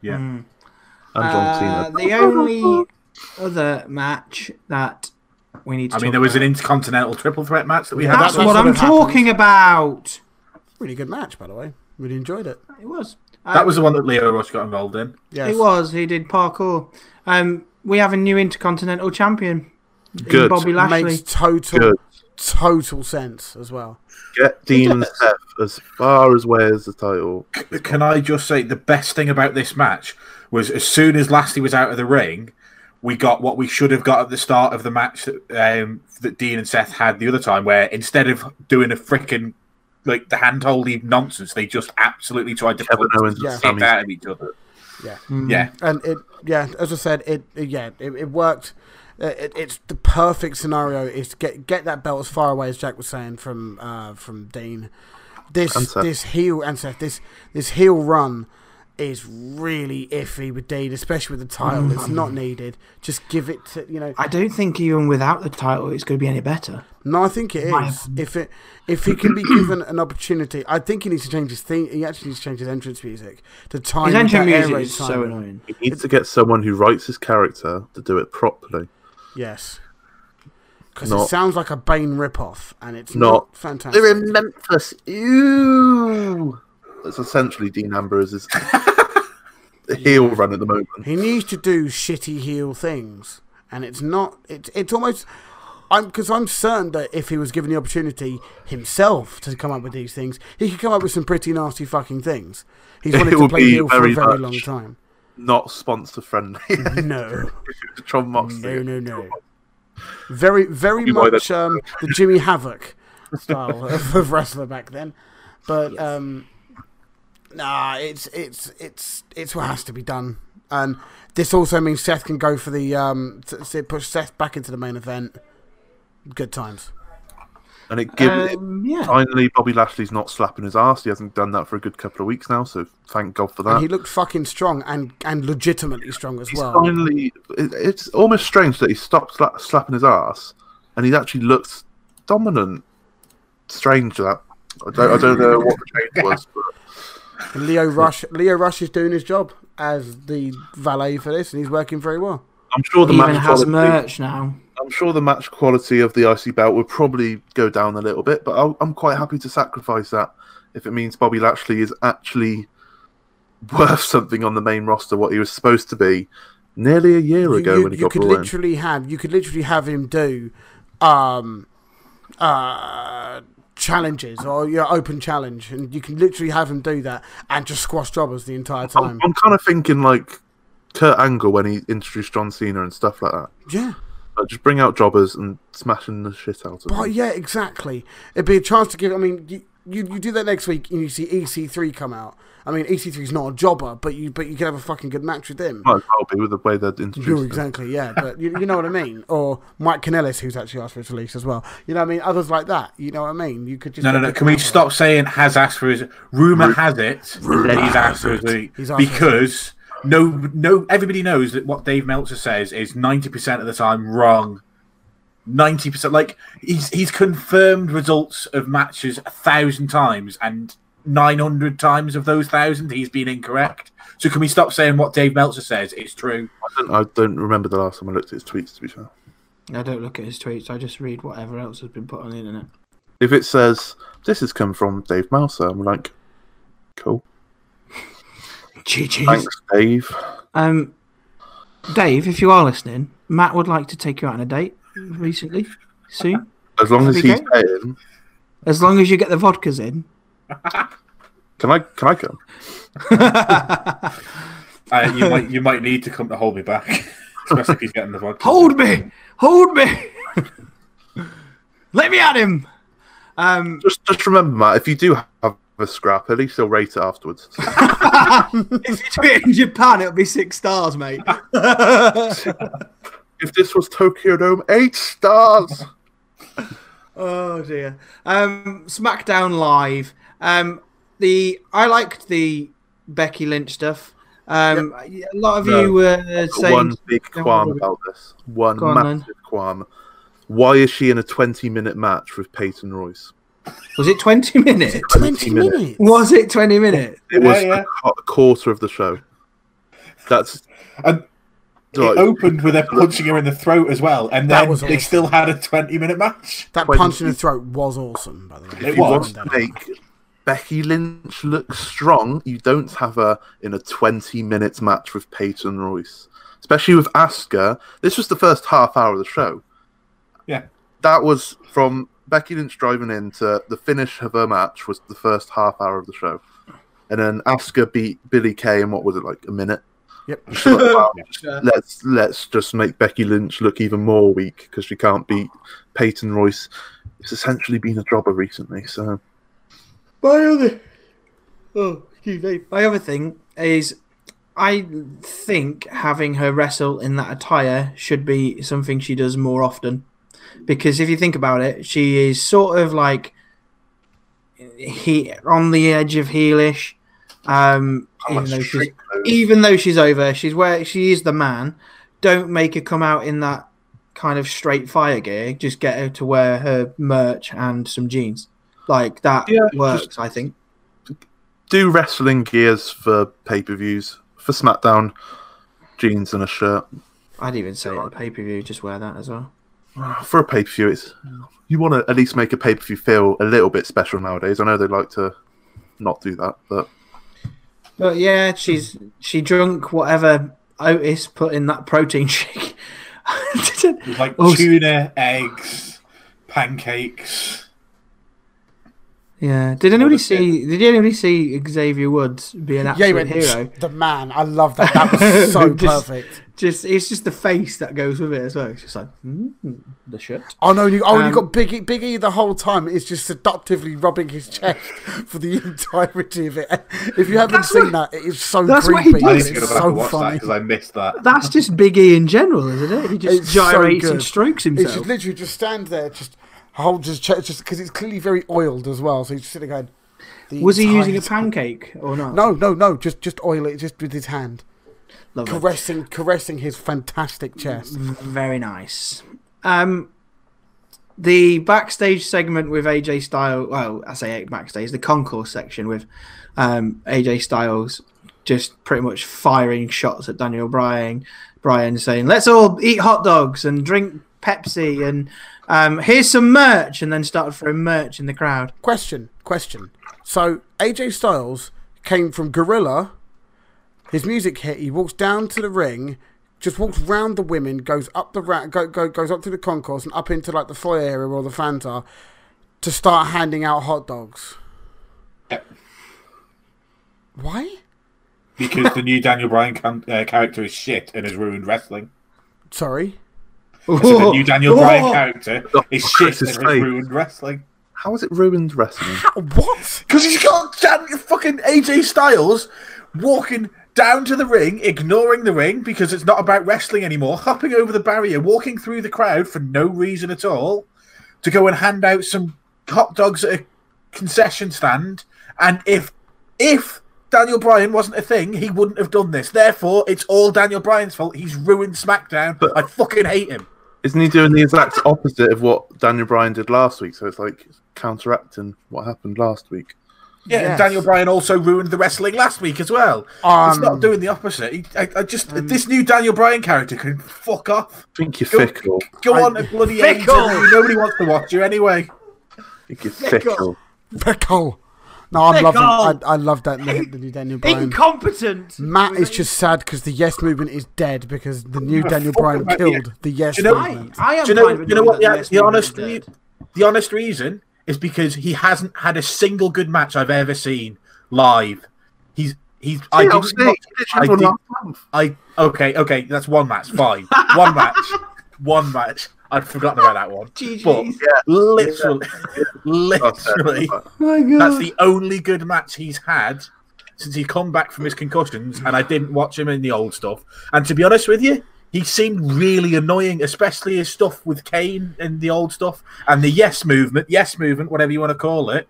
S4: yeah.
S3: And John
S1: uh,
S3: Cena.
S1: the only other match that we need to
S4: I mean,
S1: talk
S4: there was an
S1: about-
S4: intercontinental triple threat match that we had.
S2: Yeah,
S1: That's,
S2: that-
S1: what
S2: that's
S1: I'm
S2: what happened.
S1: talking about.
S2: Really good match, by the way. Really enjoyed it.
S1: It was.
S4: That was the one that Leo Rush got involved in.
S2: Yes.
S1: It was. He did parkour. Um, we have a new intercontinental champion. in
S3: Good.
S1: Bobby Lashley.
S2: Makes total,
S3: Good.
S2: total sense as well.
S3: Get Dean and Seth as far as where's the title.
S4: Can I just say the best thing about this match was as soon as Lashley was out of the ring, we got what we should have got at the start of the match that, um, that Dean and Seth had the other time, where instead of doing a freaking like the handholdy nonsense, they just absolutely tried to
S3: Kevin
S4: punch
S3: Owens
S4: the
S2: Yeah.
S3: and
S4: shit
S3: Sami.
S4: out of each other.
S2: Yeah.
S4: Yeah,
S2: And it, yeah, as I said, it, it- yeah, it, it worked. Uh, It, it's the perfect scenario is to get get that belt as far away as Jack was saying from uh, from Dean. This
S3: And Seth.
S2: this heel and Seth this this heel run is really iffy with Dean, especially with the title. It's not needed. Just give it to you know.
S1: Mm-hmm. I don't think even without the title, it's going to be any better.
S2: No, I think it
S1: My
S2: is. If it if he can be given an opportunity, I think he needs to change his theme. He actually needs to change his entrance music to time
S1: His
S2: with
S1: entrance
S2: that air
S1: music
S2: raid
S1: is so
S2: siren.
S1: annoying.
S3: He needs to get someone who writes his character to do it properly.
S2: Yes. Because it
S3: Not-
S2: sounds like a Bane ripoff, and it's
S3: Not-
S2: not, fantastic.
S3: Memphis. Ew. That's essentially Dean Ambrose's heel run at the moment.
S2: He needs to do shitty heel things, and it's not. It's it's almost. I'm because I'm certain that if he was given the opportunity himself to come up with these things, he could come up with some pretty nasty fucking things. He's
S3: It
S2: wanted to
S3: would
S2: play
S3: be
S2: heel for a
S3: very
S2: very
S3: much-
S2: long time.
S3: Not sponsor friendly.
S2: No.
S3: Tron
S2: No,
S3: Moxley.
S2: Mm-hmm. no, no. Very, very
S3: You buy that-
S2: much um, the Jimmy Havoc style of, of wrestler back then, but um, nah, it's it's it's it's what has to be done, and this also means Seth can go for the um, t- t- push Seth back into the main event. Good times.
S3: And it gives
S1: Um, yeah.
S3: finally Bobby Lashley's not slapping his ass. He hasn't done that for a good couple of weeks now, so thank God for that.
S2: And he looked fucking strong and and legitimately strong as
S3: he's
S2: well.
S3: finally. It, it's almost strange that he stopped sla- slapping his ass, and he's actually looked dominant. Strange that. I don't, I don't know what the change was, but
S2: Leo Rush, Leo Rush is doing his job as the valet for this, and he's working very well.
S3: I'm sure the
S1: Even
S3: match
S1: has
S3: quality-
S1: merch now.
S3: I'm sure the match quality of the IC belt would probably go down a little bit, but I'll, I'm quite happy to sacrifice that if it means Bobby Lashley is actually worth something on the main roster, what he was supposed to be nearly a year
S2: you,
S3: ago
S2: you-
S3: when he
S2: you
S3: got
S2: could
S3: brought in.
S2: literally have you could literally have him do um uh challenges or your open challenge and you can literally have him do that and just squash jobbers the entire
S4: Oh,
S3: I'm,
S2: time
S3: I'm kind of thinking like Kurt Angle when he introduced John Cena and stuff like that.
S2: yeah
S3: Like, just bring out jobbers and smashing the shit out of
S2: but
S3: them.
S2: yeah exactly it'd be a chance to give i mean you you, you do that next week and you see ec3 come out i mean E ec3's not a jobber but you but you can have a fucking good match with him
S3: Might as well be with the way they're
S2: You're
S3: introduced. him.
S2: exactly, yeah, but you, you know what I mean. Or Mike Kanellis, who's actually asked for his release as well. You know what I mean? Others like that. You know what I mean? You could just
S4: No, no,
S2: get
S4: no.
S2: people
S4: Can we
S2: out there.
S4: stop saying has asked for his? Rumor has it that he's asked for his release.
S2: He's asked for his
S4: because no, no. Everybody knows that what Dave Meltzer says is ninety percent of the time wrong. Ninety percent, like he's he's confirmed results of matches a thousand times, and nine hundred times of those thousand he's been incorrect. So can we stop saying what Dave Meltzer says is true?
S3: I don't, I don't remember the last time I looked at his tweets, to be fair.
S1: I don't look at his tweets. I just read whatever else has been put on the internet.
S3: If it says, this has come from Dave Mouser, I'm like, cool.
S1: GG.
S3: Thanks, Dave.
S1: Um, Dave, if you are listening, Matt would like to take you out on a date recently, soon.
S3: As long as
S1: Okay.
S3: he's paying,
S1: As long as you get the vodkas in.
S3: can I can I come?
S4: Uh, you might you might need to come to hold me back, especially if he's getting the vodka.
S1: Hold me! Hold me! Let me at him! Um,
S3: Just just remember, Matt, if you do have a scrap, at least they'll rate it afterwards.
S1: if you do it in Japan, it'll be six stars, mate.
S3: if this was Tokyo Dome, eight stars.
S1: Oh dear. Um, SmackDown Live. Um, the I liked the Becky Lynch stuff. Um, a lot of
S3: No.
S1: you were saying
S3: One big qualm about this. One
S1: Go on, then.
S3: massive qualm. Why is she in a 20 minute match with Peyton Royce?
S1: was it twenty minutes?
S2: 20
S3: minutes.
S2: minutes.
S1: Was it twenty minutes?
S3: It
S4: Yeah,
S3: was
S4: yeah.
S3: A, qu- a quarter of the show. That's.
S4: And It
S3: like,
S4: opened with her punching her in the throat as well, and
S2: That
S4: then
S2: was
S4: they
S2: awesome.
S4: still had a twenty-minute match.
S2: That
S3: When-
S2: punch in the throat was awesome, by the way.
S4: It
S3: if you
S4: was.
S3: want to make Becky Lynch look strong, you don't have her in a 20 minute match with Peyton Royce, especially with Asuka. This was the first half hour of the show.
S4: Yeah.
S3: That was from Becky Lynch driving in to the finish of her match, was the first half hour of the show. And then Asuka beat Billy Kay in what was it, like a minute?
S2: Yep.
S3: Just like, wow, let's let's just make Becky Lynch look even more weak because she can't beat Peyton Royce. It's essentially been a jobber recently, so
S1: My other, oh, excuse me. My other thing is, I think having her wrestle in that attire should be something she does more often, because if you think about it, she is sort of like he on the edge of heelish. Um, even though she's even though she's over, she's where she is the man. Don't make her come out in that kind of straight fire gear. Just get her to wear her merch and some jeans. Like that
S3: Yeah,
S1: works, I think.
S3: do wrestling gears for pay per views for SmackDown, jeans and a shirt
S1: I'd even say at pay per view, just wear that as well.
S3: for a pay per view. It's you want to at least make a pay per view feel a little bit special nowadays. I know they like to not do that, but
S1: But yeah, she's she drunk whatever Otis put in that protein shake.
S4: It was like
S1: Oh, s-
S4: tuna, eggs, pancakes.
S1: yeah. Did anybody see? Did anybody see Xavier Woods be an
S2: Yeah,
S1: absolute
S2: you went,
S1: hero?
S2: the man. I love that. That was so
S1: Just-
S2: perfect.
S1: Just it's just the face that goes with it as well. It's just like mm, the shirt.
S2: Oh no! You, oh,
S1: Um,
S2: you got Biggie. Biggie the whole time is just seductively rubbing his chest for the entirety of it. If you haven't
S1: That's
S2: seen
S1: what-
S2: that, it is so
S1: that's what he
S2: creepy.
S1: does.
S4: I
S2: and
S4: need
S1: Yes,
S4: to go
S2: It's
S4: back and
S2: so
S4: watch that
S2: funny.
S4: because I missed that.
S1: That's just Big E in general, isn't it? He just
S2: It's so
S1: gyrates
S2: good.
S1: and strokes
S2: He
S1: himself.
S2: should literally just stand there, just hold his chest, just because it's clearly very oiled as well. So he's just sitting going. the
S1: Was he using a
S2: entire-
S1: pancake or not?
S2: No, no, no! Just, just oil it, just with his hand,
S1: Lovely.
S2: caressing, caressing his fantastic chest.
S1: Very nice. Um, the backstage segment with AJ Styles. Well, I say backstage, the concourse section with um, AJ Styles just pretty much firing shots at Daniel Bryan. Bryan saying, "Let's all eat hot dogs and drink Pepsi and um, here's some merch," and then started throwing merch in the crowd.
S2: Question, question. So AJ Styles came from Gorilla. His music hit. He walks down to the ring, just walks round the women, goes up the ra- go, go, goes up to the concourse and up into like the foyer area where all the fans are to start handing out hot dogs.
S4: Yeah,
S2: Why?
S4: because the new Daniel Bryan can- uh, character is shit and has ruined wrestling.
S2: Sorry.
S4: So the new Daniel Bryan
S1: Oh.
S4: character is
S3: Oh,
S4: shit
S3: Chris's
S4: and has
S3: face.
S4: ruined wrestling.
S3: how has it ruined wrestling?
S2: What?
S4: Because he's got Dan- fucking AJ Styles walking down to the ring, ignoring the ring because it's not about wrestling anymore, hopping over the barrier, walking through the crowd for no reason at all to go and hand out some hot dogs at a concession stand. And if if Daniel Bryan wasn't a thing, he wouldn't have done this. Therefore, it's all Daniel Bryan's fault. He's ruined SmackDown. I fucking hate him.
S3: Isn't he doing the exact opposite of what Daniel Bryan did last week? So it's like counteracting what happened last week.
S4: Yeah, and
S2: Yes.
S4: Daniel Bryan also ruined the wrestling last week as well. He's
S2: Um,
S4: not doing the opposite. He, I, I just this new Daniel Bryan character can fuck off.
S3: think you're
S4: Go-
S3: fickle.
S4: Go
S2: I-
S4: on a bloody end.
S1: Fickle!
S4: interview. Nobody wants to watch you anyway.
S3: think you're fickle.
S2: Pickle. No, I'm
S1: Pickle.
S2: loving. I, I love that the, the new Daniel Bryan.
S1: Incompetent.
S2: Matt is just sad because the Yes movement is dead because the new Daniel Bryan
S4: about the-
S2: killed the Yes
S4: Do you know-
S1: I,
S2: movement.
S1: I am.
S4: Do you know?
S1: kind of
S4: You know what?
S1: annoyed
S4: The,
S1: that
S4: the
S1: Lesnar
S4: honest,
S1: is
S4: re-
S1: dead.
S4: the honest reason is because he hasn't had a single good match I've ever seen live. He's he's. I
S3: Yeah, I'll
S4: didn't
S3: see.
S4: watch-
S3: I
S4: I
S3: did-
S4: did- I okay, okay. That's one match. Fine, one match, one match. I'd forgotten about that one. But
S1: GGs.
S4: literally, literally,
S1: my
S2: Oh
S1: God.
S4: that's the only good match he's had since he come back from his concussions. And I didn't watch him in the old stuff. And to be honest with you, he seemed really annoying, especially his stuff with Kane and the old stuff and the Yes movement, Yes movement, whatever you want to call it.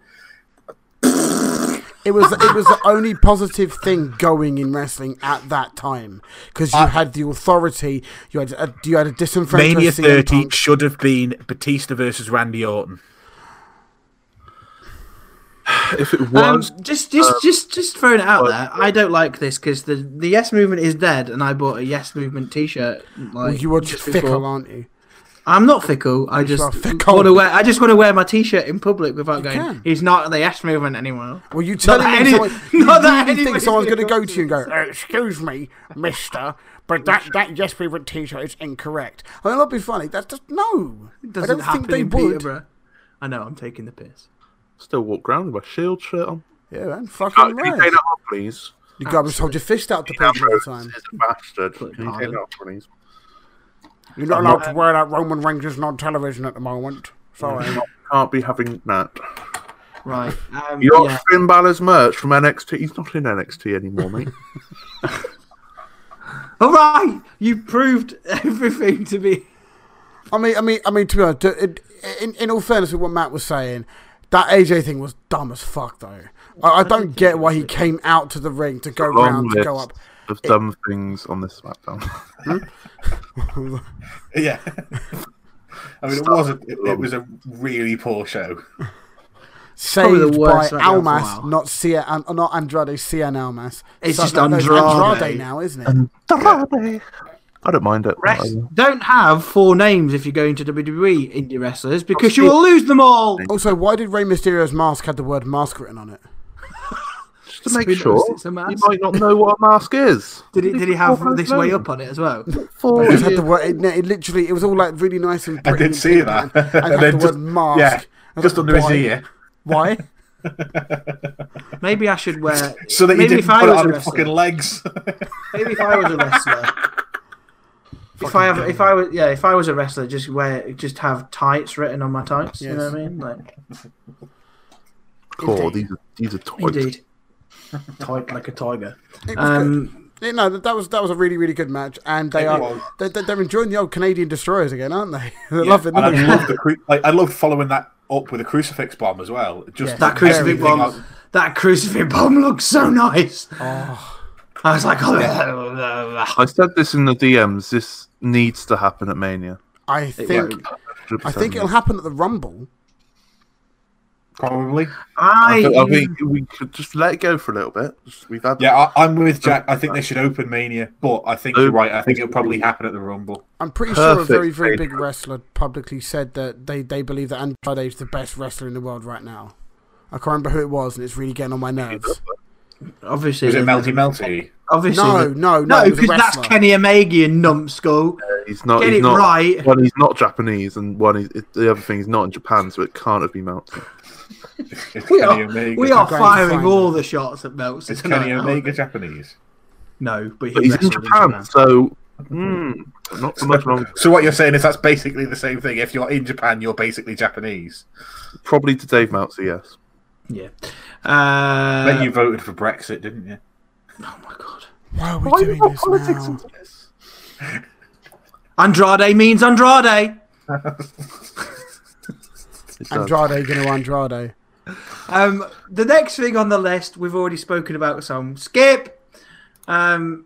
S2: It was it was the only positive thing going in wrestling at that time because
S1: Uh,
S2: you had the authority. You had a, you had a disenfranchised
S4: Mania
S2: CM
S4: 30
S2: Punk.
S4: should have been Batista versus Randy Orton.
S3: If it
S1: Um,
S3: was,
S1: just, just, just, just throwing it out there. I don't like this because the the yes movement is dead, and I bought a yes movement T-shirt. Like
S2: you were
S1: just
S2: just
S1: before.
S2: fickle, aren't you?
S1: I'm not fickle. I just
S2: are fickle.
S1: want to wear. I just want to wear my T-shirt in public without going.
S2: can.
S1: He's not the yes movement anymore.
S2: Well, you tell
S1: that
S2: him
S1: any-
S2: someone, you
S1: not that
S2: really think
S1: anybody's
S2: someone's going
S1: gonna
S2: to
S1: come
S2: go
S1: to
S2: to you and go, "Uh, "Excuse me, Mister, but that that yes movement T-shirt is incorrect." I mean, that'd be funny. That's just no.
S1: It
S2: I
S1: doesn't
S2: don't
S1: happen
S2: think they
S1: in
S2: would.
S1: Peterborough. I know. I'm taking the piss.
S3: still walk around with my shield shirt on.
S2: Yeah, man,
S3: Oh,
S2: fucking
S3: can you
S2: right.
S3: take that off, please?
S2: You guys hold your fist out to people all the time.
S3: He's a bastard. Can you take
S1: pardon.
S3: that off, please?
S2: You're not allowed to wear that Roman Rangers on television at the moment. Sorry.
S3: Can't be having that.
S1: Right. Um,
S3: You got
S1: yeah.
S3: Finn Balor's merch from NXT. He's not in NXT anymore, mate.
S1: All right. You proved everything to be.
S2: I mean, I mean, I mean. To be honest, to- it, in in all fairness, with what Matt was saying, that AJ thing was dumb as fuck. Though I, I don't get why he came out to the ring to go
S3: Long
S2: round to
S3: list
S2: go up.
S3: of dumb things on this SmackDown.
S4: Yeah. I mean, it was, a, it, it was a really poor show.
S1: Probably the
S2: saved by
S1: worst right now for a
S2: Almas,
S1: while.
S2: not Cia, um, not Andrade, Cian Almas.
S1: It's just
S2: no, no, it's
S1: Andrade.
S2: now, isn't it?
S3: I don't mind it.
S1: Rest, don't have four names if you're going to WWE E, indie wrestlers because you
S3: Steve-
S1: will lose them all.
S2: also, why did Rey Mysterio's mask had the word mask written on it?
S3: Just to make
S1: Who knows,
S3: sure,
S1: it's a
S3: you
S1: mask.
S3: might not know what a mask is.
S1: Did he, did he have this way up on it as well?
S3: Four
S2: It just had
S3: years-
S2: the word. It, it literally, it was all like really nice and.
S4: I
S2: pretty
S4: did see
S2: and
S4: that.
S2: And,
S4: And
S2: had
S4: then
S2: the
S4: just-
S2: word mask.
S4: yeah,
S2: I was
S4: Just
S2: like,
S4: under his
S2: why?
S4: ear.
S2: Why?
S1: Maybe I should wear.
S4: So that he
S1: maybe
S4: didn't
S1: if I
S4: put it
S1: was
S4: on
S1: a
S4: his fucking
S1: wrestler.
S4: legs.
S1: Maybe if I was a wrestler. if I have, if I was, yeah, if I was a wrestler, just wear, just have tights written on my tights. You know
S2: Yes.
S1: what I mean? Like,
S3: Cool, these are these are toys.
S1: indeed, tight like a tiger.
S2: It was good.
S1: Um,
S2: Yeah, no, that, that was that was a really really good match, and they
S4: It
S2: are
S4: was.
S2: they, they, they're enjoying the old Canadian destroyers again, aren't they? they're loving
S4: And
S2: them.
S4: I love the cru- like, I love following that up with a crucifix bomb as well. Just
S2: Yeah.
S1: that crucifix
S4: everything
S1: bomb.
S4: else.
S1: That crucifix bomb looks so nice.
S2: Oh,
S1: I was like,
S3: I said this in the DMs. This needs to happen at Mania.
S2: I think
S1: won't.
S2: I think it'll happen at the Rumble.
S4: Probably.
S3: I,
S1: I,
S3: think- I think
S1: um,
S3: we could just let it go for a little bit. Just- We've had
S4: Yeah, I, I'm with Jack. I think they should open Mania, but I think you're right. I think it'll probably happen at the Rumble.
S2: I'm pretty
S3: Perfect
S2: sure a very, very big
S3: statement.
S2: wrestler publicly said that they, they believe that Andrade is the best wrestler in the world right now. I can't remember who it was, and it's really getting on my nerves.
S1: obviously,
S4: Is it
S1: the-
S4: Melty Melty?
S1: Obviously,
S2: No,
S1: the-
S2: no, no,
S1: no,
S2: it was a
S1: because that's
S2: wrestler.
S1: Kenny Omega, you numbskull.
S3: he's not.
S1: Get
S3: he's
S1: it
S3: not,
S1: right.
S3: One, he's not Japanese, and one, he's, the other thing, he's not in Japan, so it can't have been Meltzer.
S4: It's
S1: We
S4: Kenny
S1: are,
S4: Omega.
S1: we are
S2: Grand
S1: firing
S2: final.
S1: all the shots at Meltzer.
S4: It's Kenny
S1: tonight.
S4: Omega Japanese.
S1: No, but, he
S3: But he's in
S1: wrestled
S3: Japan, so mm, not so much wrong.
S4: So what you're saying is that's basically the same thing. If you're in Japan, you're basically Japanese.
S3: Probably to Dave Meltzer, yes.
S1: Yeah. Uh,
S4: Then you voted for Brexit, didn't you?
S1: oh my god.
S2: Why are we doing this now?
S3: this?
S1: Andrade means Andrade.
S3: It does.
S2: Andrade going to Andrade.
S1: Um, the next thing on the list, we've already spoken about some. Skip. Um,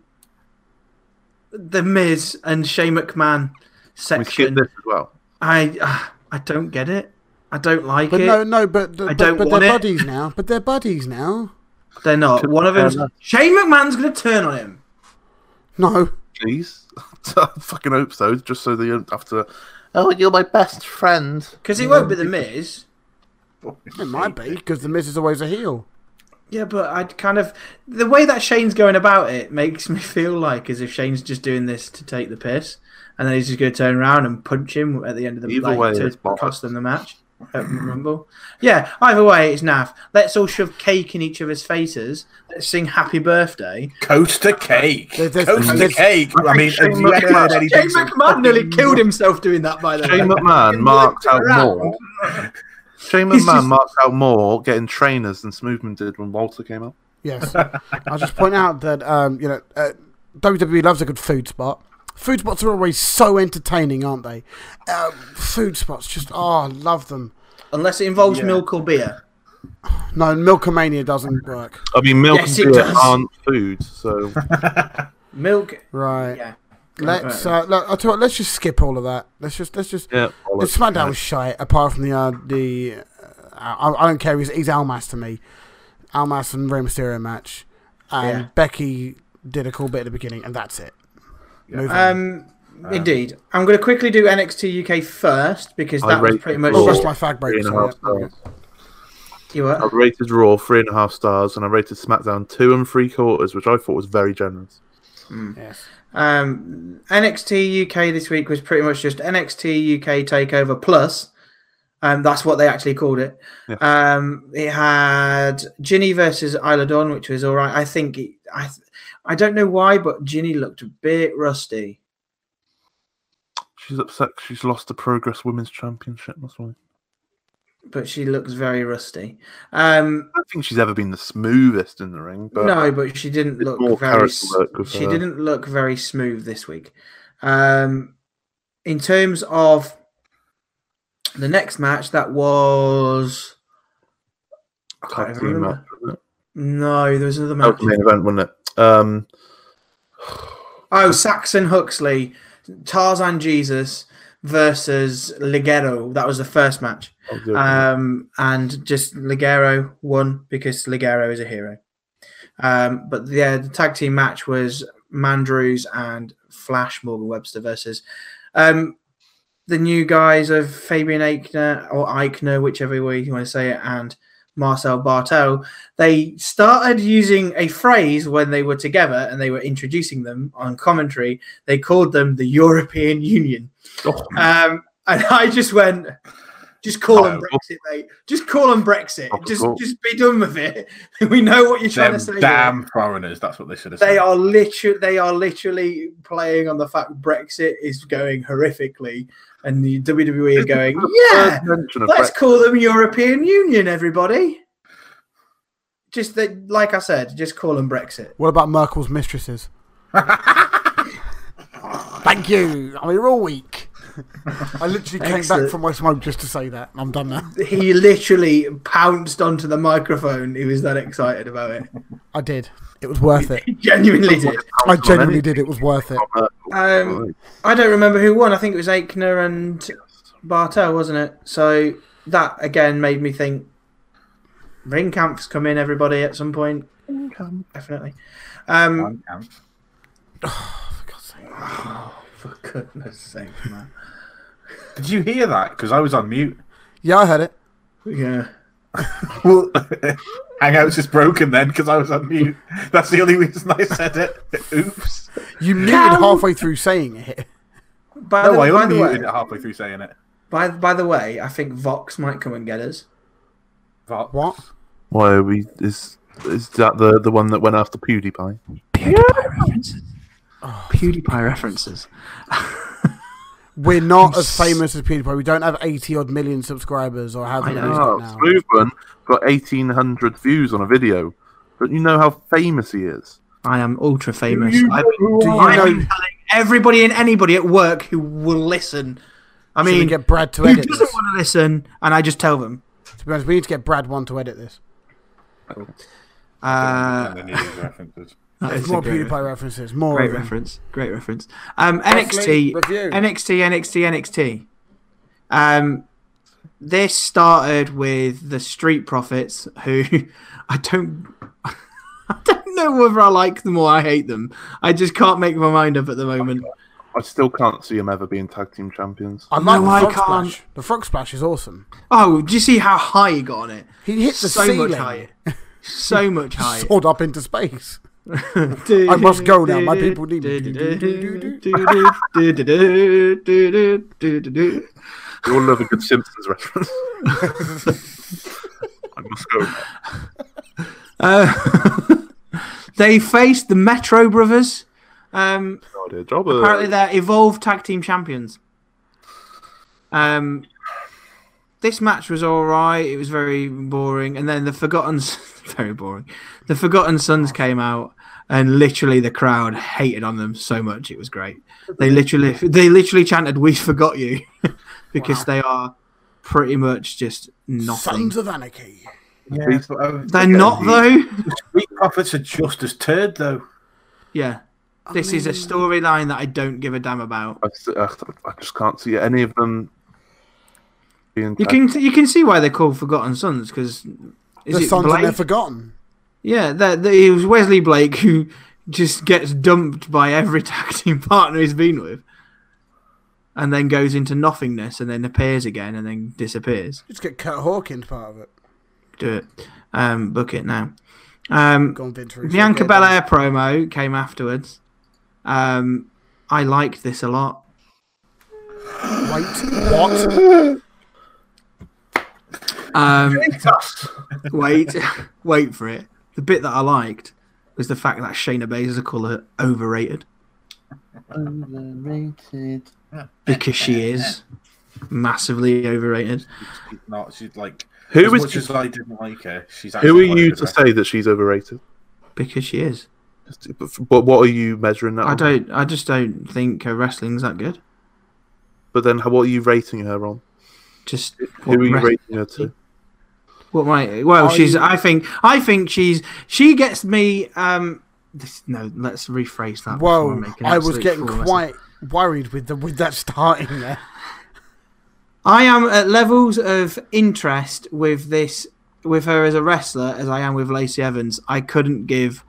S1: the Miz and Shane McMahon
S3: we skip
S1: section.
S3: this as well.
S1: I I don't get it. I don't like
S2: But
S1: it.
S2: no, no, but the-
S1: I
S2: but,
S1: don't
S2: but
S1: want
S2: they're
S1: it.
S2: buddies now. But they're buddies now.
S1: They're not. One of them's Shane McMahon's going to turn on him.
S2: No,
S3: Please, I fucking hope so. Just so they don't have to. Oh, you're my best friend.
S1: Because he won't be the Miz.
S2: it might be because the Miz is always a heel.
S1: Yeah, but I kind of the way that Shane's going about it makes me feel like as if Shane's just doing this to take the piss, and then he's just going to turn around and punch him at the end of the
S3: Either
S1: like,
S3: way,
S1: to
S3: it's bollocks.
S1: cost them the match at Rumble. Yeah, either way, it's naff. Let's all shove cake in each other's faces. Let's sing Happy Birthday.
S4: Coast to cake.
S2: There's- there's-
S4: Coast to
S2: there's-
S4: cake. I mean, have you ever heard anything
S1: Shane
S4: so
S1: McMahon nearly killed himself doing that. By the
S3: Shane
S1: way,
S3: McMahon marked out
S1: around.
S3: more. Shane
S1: He's
S3: McMahon
S1: just-
S3: marked out more getting trainers than Smoothman did when Walter came out.
S2: Yes, I'll just point out that um, you know uh, WWE loves a good food spot. Food spots are always so entertaining, aren't they? Uh, food spots, just oh, I love them.
S1: unless it involves milk or beer.
S2: No, Milkomania doesn't work.
S3: I mean, milk
S1: Yes, it
S3: and beer
S1: does.
S3: aren't food, so
S1: Milk,
S2: Right.
S1: yeah.
S2: Let's uh, let, I tell you, what, let's just skip all of that. Let's just let's just
S3: yeah.
S2: The
S3: bollocks.
S2: SmackDown was shite, apart from the uh, the. Uh, I, I don't care. He's, he's Almas to me. Almas and Rey Mysterio match, and
S1: Yeah.
S2: Becky did a cool bit at the beginning, and that's it. Move on.
S1: Um, indeed. I'm going to quickly do NXT UK first because
S3: I
S1: that was
S3: rate
S1: pretty
S3: it
S1: much.
S2: oh,
S3: four.
S2: that's my fag
S3: Three
S2: break.
S3: and a
S2: sorry.
S3: half stars.
S1: You were-
S3: I rated Raw three and a half stars, and I rated SmackDown two and three quarters, which I thought was very generous.
S2: Yes.
S1: Um, NXT UK this week was pretty much just NXT UK Takeover Plus. Um, that's what they actually called it.
S3: Yeah.
S1: Um, it had Ginny versus Isla Dawn, which was all right. I think it, I, th- I don't know why, but Ginny looked a bit rusty.
S3: She's upset. 'cause She's lost the Progress Women's Championship. That's why.
S1: But she looks very rusty. Um,
S3: I don't think she's ever been the smoothest in the ring, but
S1: no, but she didn't
S3: It's
S1: look
S3: more
S1: very.
S3: character
S1: s-
S3: work with
S1: She
S3: her.
S1: didn't look very smooth this week. Um, in terms of the next match, that was. I can't
S3: Tag
S1: even
S3: team
S1: remember.
S3: match, wasn't it?
S1: No, there was another
S3: that
S1: match.
S3: was the main event, wasn't it? Um,
S1: Oh, Saxon Huxley, Tarzan Jesus versus Ligero. That was the first match.
S3: I'll do it.
S1: Um, and just Ligero won because Ligero is a hero. Um, but yeah, the tag team match was Mandrews and Flash Morgan Webster versus um, the new guys of Fabian Eichner or Eichner, whichever way you want to say it, and Marcel Bartel. They started using a phrase when they were together and they were introducing them on commentary. They called them the European Union.
S3: Oh,
S1: Um, and I just went, just call them
S3: Oh.
S1: Brexit, mate. Just call them Brexit.
S3: Of
S1: Just,
S3: course.
S1: just be done with it. We know what you're trying
S4: Them
S1: to say. here.
S4: damn foreigners. That's what they should have said.
S1: They are literally, they are literally playing on the fact Brexit is going horrifically, and the WWE are going, yeah,
S3: First mention of
S1: let's
S3: Brexit.
S1: call them European Union, everybody. Just that, like I said, just call them Brexit.
S2: What about Merkel's mistresses? Thank you. I mean, we're all weak. I literally came back
S1: Excellent.
S2: from West Moab just to say that. I'm done now.
S1: He literally pounced onto the microphone. He was that excited about it.
S2: I did. It was worth it.
S1: He genuinely did.
S2: I genuinely did. It was worth it.
S1: Um, I don't remember who won. I think it was Aikner and Bartel, wasn't it? So that again made me think Ring Camp's come in, everybody, at some point. Definitely. Um, for goodness sake, man.
S4: Did you hear that? Because I was on mute.
S2: Yeah, I heard it.
S1: Yeah.
S4: Well, Hangouts is broken then because I was on mute. That's the only reason I said it. Oops.
S2: You muted halfway through saying it.
S1: By,
S4: No,
S1: the,
S4: Oh, I
S1: by, the way,
S4: unmuted it halfway through saying it.
S1: by, by the way, I think Vox might come and get us.
S4: But
S2: What?
S3: Why are we? Is is that the the one that went after PewDiePie?
S6: PewDiePie references. PewDiePie references.
S2: We're not as famous as PewDiePie. We don't have eighty odd million subscribers or have
S6: know.
S2: now.
S3: Smoothman Oh, got eighteen hundred views on a video. But you know how famous he is.
S1: I am ultra famous. I,
S2: Do you
S1: I am
S2: know?
S1: telling everybody and anybody at work who will listen. I
S2: Should we
S1: mean,
S2: get Brad to
S1: who
S2: edit this?
S1: doesn't want to listen, and I just tell them.
S2: To be honest, we need to get Brad one to edit this.
S1: Uh,
S4: And then he used references.
S6: That
S2: There's
S6: is a
S2: more
S6: great,
S2: PewDiePie references. More
S6: great
S2: of them.
S6: reference. Great reference. Um,
S2: Wrestling
S6: NXT,
S2: review.
S6: NXT, NXT, NXT. Um,
S1: this started with the Street Profits, who I don't. I don't know whether I like them or I hate them. I just can't make my mind up at the moment.
S3: I still can't see them ever being tag team champions.
S2: I like
S1: No,
S2: the
S1: I
S2: frog
S1: can't.
S2: splash. The frog splash is awesome.
S1: Oh, do you see how high he got on it?
S2: He hit the
S1: so
S2: ceiling.
S1: much higher. So much higher.
S2: Soared up into space. I must go now. My people need
S1: me.
S3: We all love a good Simpsons reference. I must go.
S1: they faced the Metro Brothers. Um,
S3: Oh, dear jobber.
S1: apparently, they're Evolve Tag Team Champions. Um, this match was all right. It was very boring. And then the Forgotten, S- very boring. The Forgotten Sons came out, and literally the crowd hated on them so much. It was great. They literally, they literally chanted, "We forgot you," because they are pretty much just nothing.
S2: Sons of Anarchy.
S3: These- uh,
S1: They're not though.
S4: Street profits are just as turd, though.
S1: Yeah. This is a storyline that I don't give a damn about.
S3: I, s- uh, I just can't see any of them being.
S1: You
S2: Uh,
S3: tag-
S1: can you can see why they're called Forgotten Sons because is
S2: The
S1: it
S2: sons of
S1: Blake?
S2: they're forgotten.
S1: yeah, that that- it was Wesley Blake who just gets dumped by every tag team partner he's been with, and then goes into nothingness, and then appears again, and then disappears.
S2: Just get Kurt Hawkins part of it.
S1: Do it, um, book it now. Um,
S2: Go on, Vince Russo,
S1: Bianca
S2: get it done.
S1: Belair promo came afterwards. Um, I liked this a lot.
S2: Wait, what?
S1: Um,
S4: Us.
S1: wait, wait for it. The bit that I liked was the fact that Shayna Baszler called her overrated
S6: Overrated.
S1: because she is massively overrated.
S4: She's not. She's like.
S3: Who
S4: as
S3: is
S4: much as I didn't like her, she's
S3: who are
S4: actually quite
S3: you
S4: good
S3: to
S4: at-
S3: say that she's overrated?
S1: Because she is.
S3: But what are you measuring that?
S1: I
S3: on?
S1: don't. I just don't think her wrestling's that good.
S3: But then, how- what are you rating her on?
S1: Just
S3: Who
S1: what,
S3: are you
S1: rest-
S3: rating her to?
S1: what my well,
S2: Are
S1: she's.
S2: you-
S1: I think. I think she's. She gets me. Um. This, no, let's rephrase that. before
S2: Whoa!
S1: make an
S2: I was
S1: absolute
S2: getting
S1: fool of myself.
S2: quite worried with the with that starting there.
S1: I am at levels of interest with this with her as a wrestler as I am with Lacey Evans. I couldn't give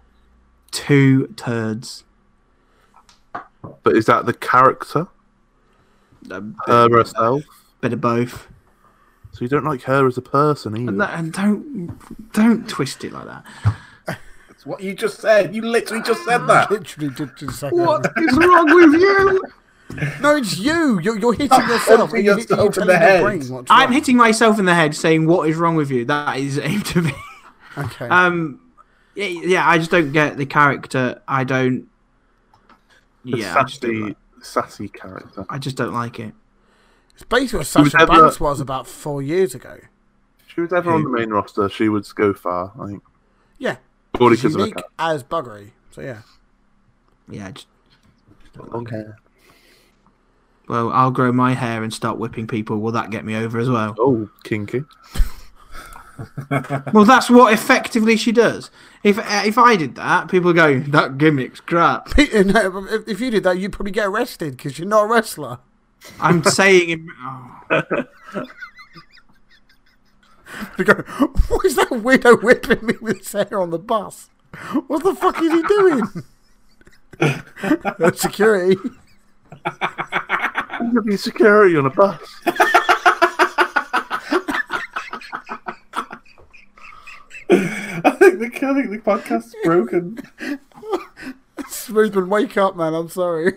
S1: two turds.
S3: But is that the character,
S1: A bit,
S3: her herself?
S1: bit of both.
S3: So you don't like her as a person either.
S1: And, that- and don't don't twist it like that.
S4: It's what you just said. You literally just said that.
S2: Literally, did two seconds.
S1: What is wrong with you?
S2: No, it's you. You're, you're hitting yourself.
S4: hitting
S2: You're, hit-
S4: yourself
S2: you're
S4: in the
S2: telling your
S4: head.
S2: brain what to
S1: I'm
S2: write.
S1: hitting myself in the head saying what is wrong with you? That is aimed to be
S2: Okay.
S1: um y- yeah, I just don't get the character. I don't
S3: The
S1: yeah, I just don't,
S3: sassy,
S1: li-
S3: sassy character.
S1: I just don't like it.
S2: it's basically what Sasha
S3: ever-
S2: Banks was about four years ago.
S3: If she was ever on the main roster, she would go far. I think.
S2: Yeah.
S3: Purely
S2: She's
S3: because of the
S2: unique as buggery. So yeah.
S1: Yeah, I just,
S3: character. Okay.
S1: well, I'll grow my hair and start whipping people. Will that get me over as well?
S3: Oh, kinky.
S1: Well, that's what effectively she does. If eh, if I did that, people would go, that gimmick's crap.
S2: No, uh, if if you did that, you'd probably get arrested because you're not a wrestler.
S1: I'm saying it. Oh,
S2: They go, what is that weirdo whipping me with his hair on the bus? What the fuck is he doing? That's Security.
S3: Think of your security on a bus.
S4: I think the, I think the podcast's broken.
S2: Smoothman, wake up, man. I'm sorry.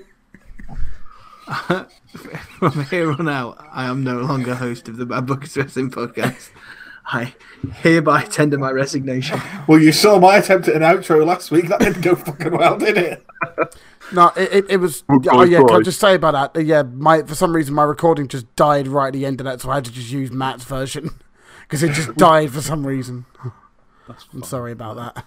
S1: oh, from here on out, I am no longer host of the Bad Buckets Wrestling Podcast. I hereby tender my resignation.
S4: Well, you saw my attempt at an outro last week. That didn't go fucking well, did it?
S2: No, it, it, it was.
S3: We're
S2: Oh, yeah,
S3: both
S2: can I
S3: right.
S2: just say about that? Uh, Yeah, my for some reason, my recording just died right at the end of that, so I had to just use Matt's version because it just died for some reason. I'm sorry about that.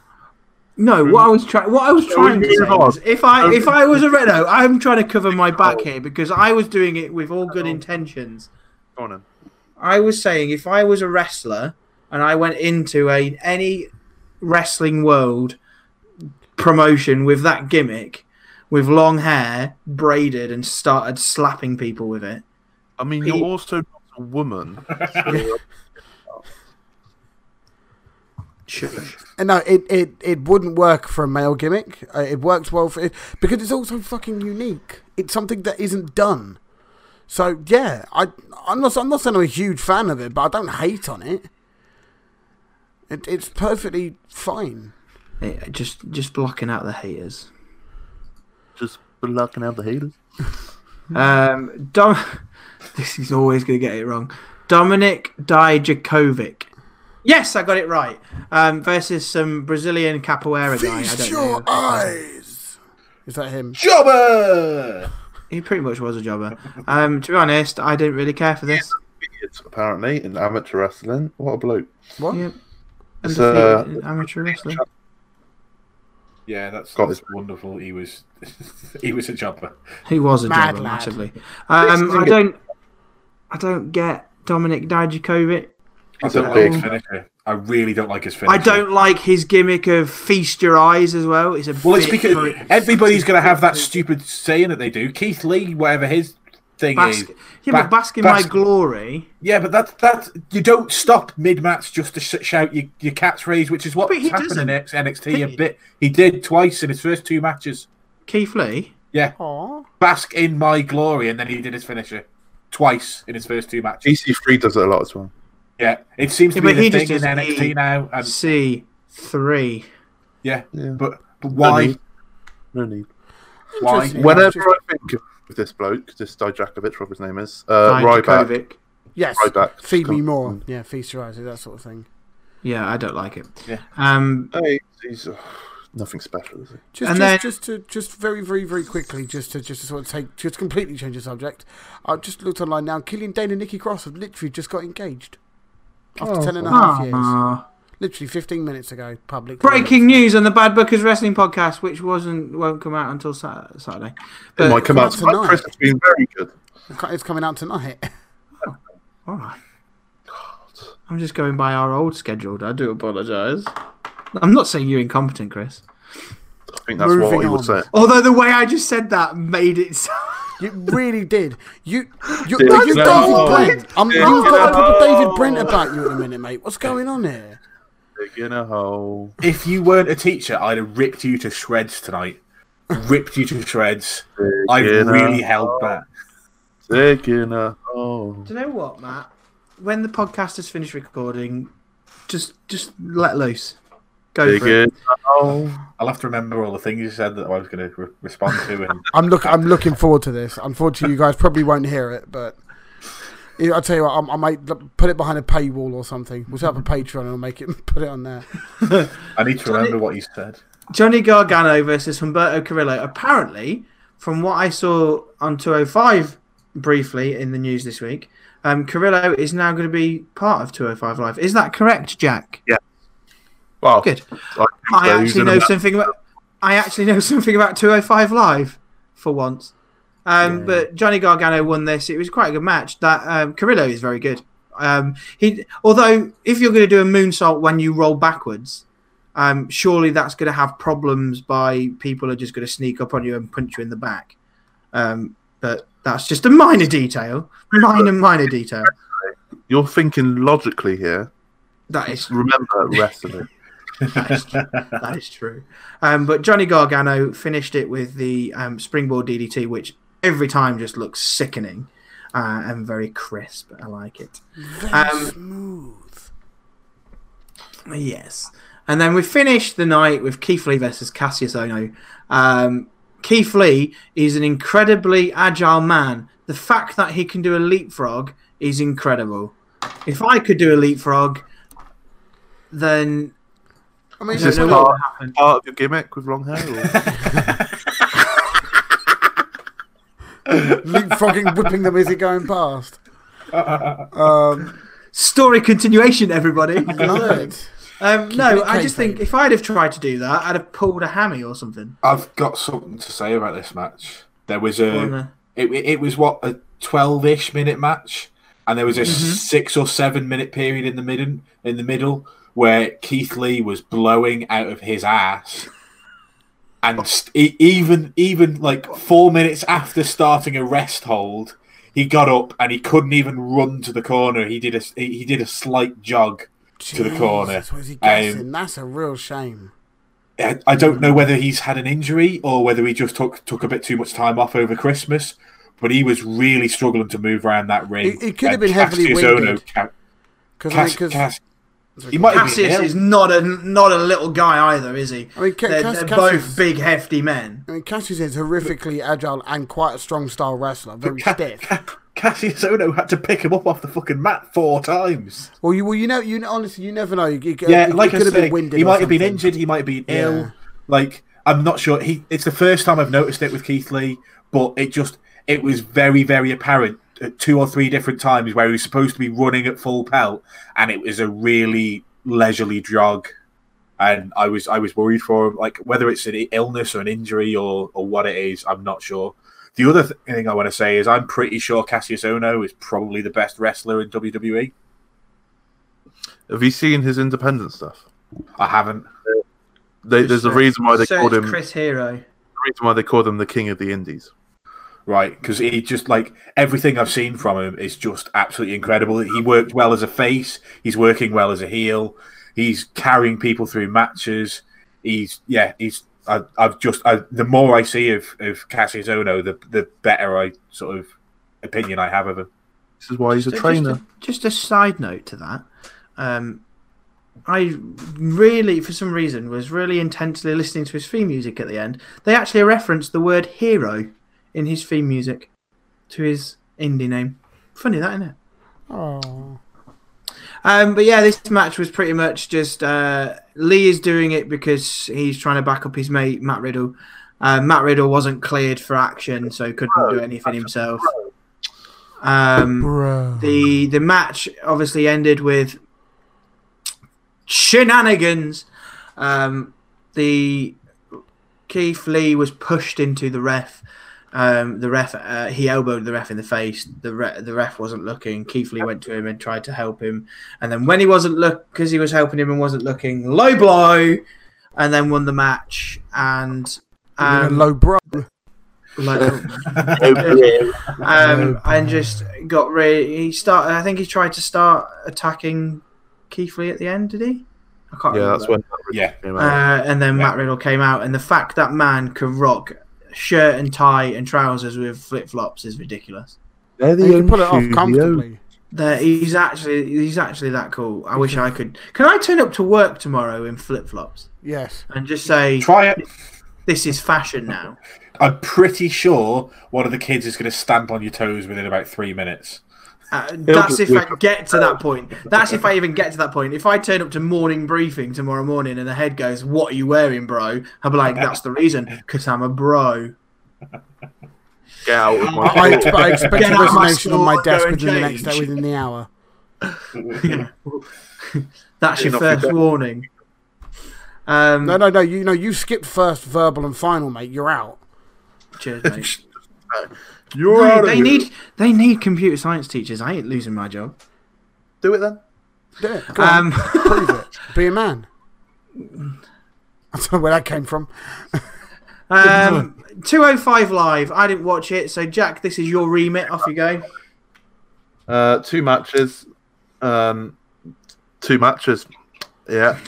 S1: No, what I was trying, what I was trying to
S3: move
S1: say
S3: on? Oh.
S1: was, if I if I was a reno, I'm trying to cover my back here because I was doing it with all good intentions.
S3: Go on. Then.
S1: I was saying if I was a wrestler and I went into a any wrestling world promotion with that gimmick, with long hair, braided, and started slapping people with it.
S3: I mean, you're
S1: He-
S3: also not woman.
S1: Sure.
S2: And no, it, it, it wouldn't work for a male gimmick. Uh, it works well for it because it's also fucking unique. It's something that isn't done. So yeah, I I'm not I'm not saying I'm a huge fan of it, but I don't hate on it. It it's perfectly fine.
S1: Eh, just just blocking out the haters.
S3: Just blocking out the haters.
S1: Um, Dom- this is always going to get it wrong. Dominic Dijakovic. Yes, I got it right. Um, versus some Brazilian capoeira guy. I
S2: Feast
S1: don't
S2: your
S1: know.
S2: eyes. Is that him?
S4: Jobber!
S1: He pretty much was a jobber. Um, to be honest, I didn't really care for this.
S3: It's apparently in amateur wrestling. What a bloke.
S2: What?
S1: Yep.
S3: It's, uh,
S1: Undefeated in amateur wrestling.
S4: Yeah, that's,
S3: Got
S4: that's
S3: it.
S4: wonderful. He was he was a jumper.
S1: He was a
S2: Mad
S1: jobber
S2: lad.
S1: massively. Um, I don't. I don't get Dominic Dijakovic.
S4: I
S3: He's a
S4: don't like
S3: big-
S4: his finisher. I really don't like his finisher.
S1: I don't like his gimmick of feast your eyes as well. It's a
S4: Well, it's
S1: bit
S4: because
S1: cr-
S4: everybody's going to have that stupid saying that they do. Keith Lee, whatever his thing
S1: bask,
S4: is.
S1: yeah,
S4: Ba-
S1: but bask in
S4: bask-
S1: my glory.
S4: Yeah, but that that you don't stop mid match just to sh- shout your, your catchphrase, which is what's
S1: But he
S4: happened
S1: doesn't.
S4: in X- NXT a
S1: He-
S4: bit. He did twice in his first two matches.
S1: Keith Lee.
S4: Yeah,
S2: Aw.
S4: bask in my glory, and then he did his finisher twice in his first two matches.
S3: EC3 does it a lot as well.
S4: Yeah, it seems to
S1: Yeah,
S4: be
S1: but he
S4: the
S1: just
S4: thing in
S1: does
S4: NXT
S1: E.
S4: now. And
S1: C three.
S4: yeah,
S3: Yeah.
S4: but but why?
S3: No need.
S4: Why?
S2: Interesting.
S3: Whenever
S2: just-
S3: I think of this bloke, this Dijakovic, whatever his name is, uh, Ryback,
S1: Dijakovic.
S2: Yes.
S3: Ryback.
S2: Feed me
S3: Come-
S2: more. Yeah, feast your eyes. That sort of thing.
S1: Yeah, I don't like it.
S4: Yeah.
S1: Um,
S3: Hey, he's uh, nothing special, is he?
S2: Just,
S1: And
S2: just,
S1: then-
S2: just to just very very very quickly, just to just to sort of take just completely change the subject. I've just looked online now. Killian Dane and Nikki Cross have literally just got engaged after
S1: Oh,
S2: ten and a half years.
S1: ah.
S2: Literally fifteen minutes ago, public.
S1: breaking news on the Bad Bookers Wrestling podcast, which wasn't won't come out until Sat- Saturday. Uh,
S3: It might come
S2: not
S3: out tonight.
S2: tonight.
S3: Chris has been very good.
S2: It's coming out tonight.
S1: All right. I'm just going by our old schedule. I do apologise. I'm not saying you're incompetent, Chris.
S3: I think that's
S2: Moving
S3: what he
S2: on.
S3: was saying.
S1: Although the way I just said that made it sound.
S2: You really did. You, you,
S3: Dude,
S2: no, you
S3: no.
S2: David Brent. I'm,
S3: Dude,
S2: you've got
S3: no.
S2: a David Brent about you in a minute, mate. What's going on here?
S3: Dig in a hole.
S4: If you weren't a teacher, I'd have ripped you to shreds tonight. ripped you to shreds. I've
S3: Yeah, no.
S4: really held back.
S3: Dig in a hole.
S1: Do you know what, Matt? When the podcast is finished recording, just just let loose. Go
S3: Dig
S1: for it.
S3: in a hole.
S4: I'll have to remember all the things you said that I was going to re- respond to. And
S2: I'm look. I'm looking forward to this. Unfortunately, you guys probably won't hear it, but Yeah, I'll tell you what. I'm, I might l- put it behind a paywall or something. We'll set up a Patreon and I'll make it put it on there.
S4: I need to remember what you said.
S1: Johnny Gargano versus Humberto Carrillo. Apparently, from what I saw on 205 briefly in the news this week, um, Carrillo is now going to be part of 205 Live. Is that correct, Jack?
S3: Well,
S1: Good.
S3: I,
S1: I
S3: so he's
S1: actually
S3: gonna
S1: know
S3: be-
S1: something about. I actually know something about 205 Live, for once. Um, But Johnny Gargano won this. It was quite a good match. That um, Carrillo is very good. Um, he, although if you're going to do a moonsault when you roll backwards, um, surely that's going to have problems. By people are just going to sneak up on you and punch you in the back. Um, but that's just a minor detail, minor minor detail.
S3: You're thinking logically here.
S1: That is
S3: Remember wrestling.
S1: that is true. That is true. Um, but Johnny Gargano finished it with the um, springboard DDT, which every time just looks sickening uh, and very crisp. I like it.
S2: Very
S1: Um,
S2: smooth.
S1: Yes. And then we finished the night with Keith Lee versus Cassius Ono. Um, Keith Lee is an incredibly agile man. The fact that he can do a leapfrog is incredible. If I could do a leapfrog, then
S2: I mean,
S1: I don't
S3: Just
S1: know
S2: look,
S1: what
S3: hard.
S1: would happen.
S3: Part of your gimmick with long hair? Or...
S2: leapfrogging, whipping them as you're going past. Um,
S1: Story continuation, everybody.
S2: no,
S1: Um, no,
S2: it
S1: I just think
S2: kayfabe.
S1: if I'd have tried to do that, I'd have pulled a hammy or something.
S4: I've got something to say about this match. There was
S1: Or
S4: a
S1: no.
S4: it, it was what a twelve-ish minute match, and there was a six or seven minute period in the middle in the middle where Keith Lee was blowing out of his ass. And st- e- even even like four minutes after starting a rest hold, he got up and he couldn't even run to the corner. He did a he, he did a slight jog to the
S2: Jesus,
S4: corner.
S2: was he guessing?
S4: Um,
S2: That's a real shame.
S4: I, I don't know whether he's had an injury or whether he just took took a bit too much time off over Christmas, but he was really struggling to move around that ring.
S2: He- he could have
S4: And
S2: been heavily
S4: Cassius Ohno
S2: winded.
S4: ca-
S2: Because
S4: Cass-
S2: I mean, 'cause-
S4: Cass- he might have been
S1: Cassius
S4: ill.
S1: is not a not a little guy either, is he?
S2: I mean, Ca-
S1: they're,
S2: Cass-
S1: they're
S2: Cassius-
S1: both big, hefty men.
S2: I mean, Cassius is horrifically agile and quite a strong style wrestler, very
S4: Ca-
S2: stiff.
S4: Ca- Cassius Ohno had to pick him up off the fucking mat four times.
S2: Well, you well you know you know, honestly you never know. You, you,
S4: yeah,
S2: you,
S4: like I
S2: could have
S4: say,
S2: been winded.
S4: he
S2: or
S4: might have been
S2: something.
S4: injured. He might have been
S2: Yeah.
S4: ill. Like I'm not sure. He it's the first time I've noticed it with Keith Lee, but it just it was very very apparent at two or three different times where he was supposed to be running at full pelt, and it was a really leisurely jog. And I was I was worried for him, like whether it's an illness or an injury or or what it is, I'm not sure. The other th- thing I want to say is I'm pretty sure Cassius Ono is probably the best wrestler in E. WWE.
S3: Have you seen his independent stuff?
S4: I haven't.
S3: They, there's a
S1: Search-
S3: reason why they
S1: search
S3: called him.
S1: Chris Hero.
S3: reason why they called him the king of the indies.
S4: right? Because he just like everything I've seen from him is just absolutely incredible. He worked well as a face. He's working well as a heel. He's carrying people through matches. He's yeah. He's I, I've just I, the more I see of of Cassius Ono, the the better I sort of opinion I have of him.
S3: This is why he's a
S1: Just-
S3: trainer.
S1: Just a, just a side note to that. Um, I really, for some reason, was really intensely listening to his theme music at the end. They actually referenced the word hero in his theme music to his indie name. Funny that, isn't it?
S2: Oh.
S1: Um, but yeah, this match was pretty much just uh, Lee is doing it because he's trying to back up his mate Matt Riddle. Uh, Matt Riddle wasn't cleared for action, so couldn't do anything himself. Um,
S2: Bro.
S1: the the match obviously ended with shenanigans. Um, the Keith Lee was pushed into the ref. Um, the ref uh, he elbowed the ref in the face. The re- the ref wasn't looking. Keith Lee went to him and tried to help him, and then when he wasn't look because he was helping him and wasn't looking, low blow, and then won the match. And
S2: Even
S1: um,
S2: low bro.
S1: low,
S3: Over
S1: um, and just got really. He started. I think he tried to start attacking Keith Lee at the end. Did he? I can't.
S3: yeah,
S1: remember.
S3: that's when.
S4: Yeah.
S1: Uh, and then Matt Riddle came out, and the fact that man can rock shirt and tie and trousers with flip flops is ridiculous.
S3: They're
S2: He can pull it off comfortably.
S1: That he's actually he's actually that cool. I wish I could. Can I turn up to work tomorrow in flip flops
S2: Yes.
S1: and just say
S4: Try it.
S1: this is fashion now?
S4: I'm pretty sure one of the kids is going to stamp on your toes within about three minutes.
S1: Uh, that's
S3: just
S1: if I
S3: wake up.
S1: get to that point. That's if I even get to that point. If I turn up to morning briefing tomorrow morning and the head goes, "What are you wearing, bro?" I'll be like, "That's the reason, because I'm a bro."
S3: Get out of my
S2: I, expe- I expect
S1: Get
S2: a
S1: out of my
S2: resignation on my
S1: store,
S2: desk
S1: go and
S2: within the next
S1: change.
S2: day, within the hour.
S1: That's your
S3: You're not
S1: first warning. Um,
S2: No, no, no. You know, you skipped first verbal and final, mate. You're out.
S1: cheers, mate.
S3: You're
S1: No,
S3: out
S1: they
S3: of here.
S1: need they need computer science teachers. I ain't losing my job.
S3: Do it then.
S2: Do it. Go
S1: Um,
S2: on, prove it. Be a man. I don't know where that came from.
S1: um, 205 live. I didn't watch it, so Jack, this is your remit. Off you go.
S3: Uh, two matches. Um, two matches. Yeah.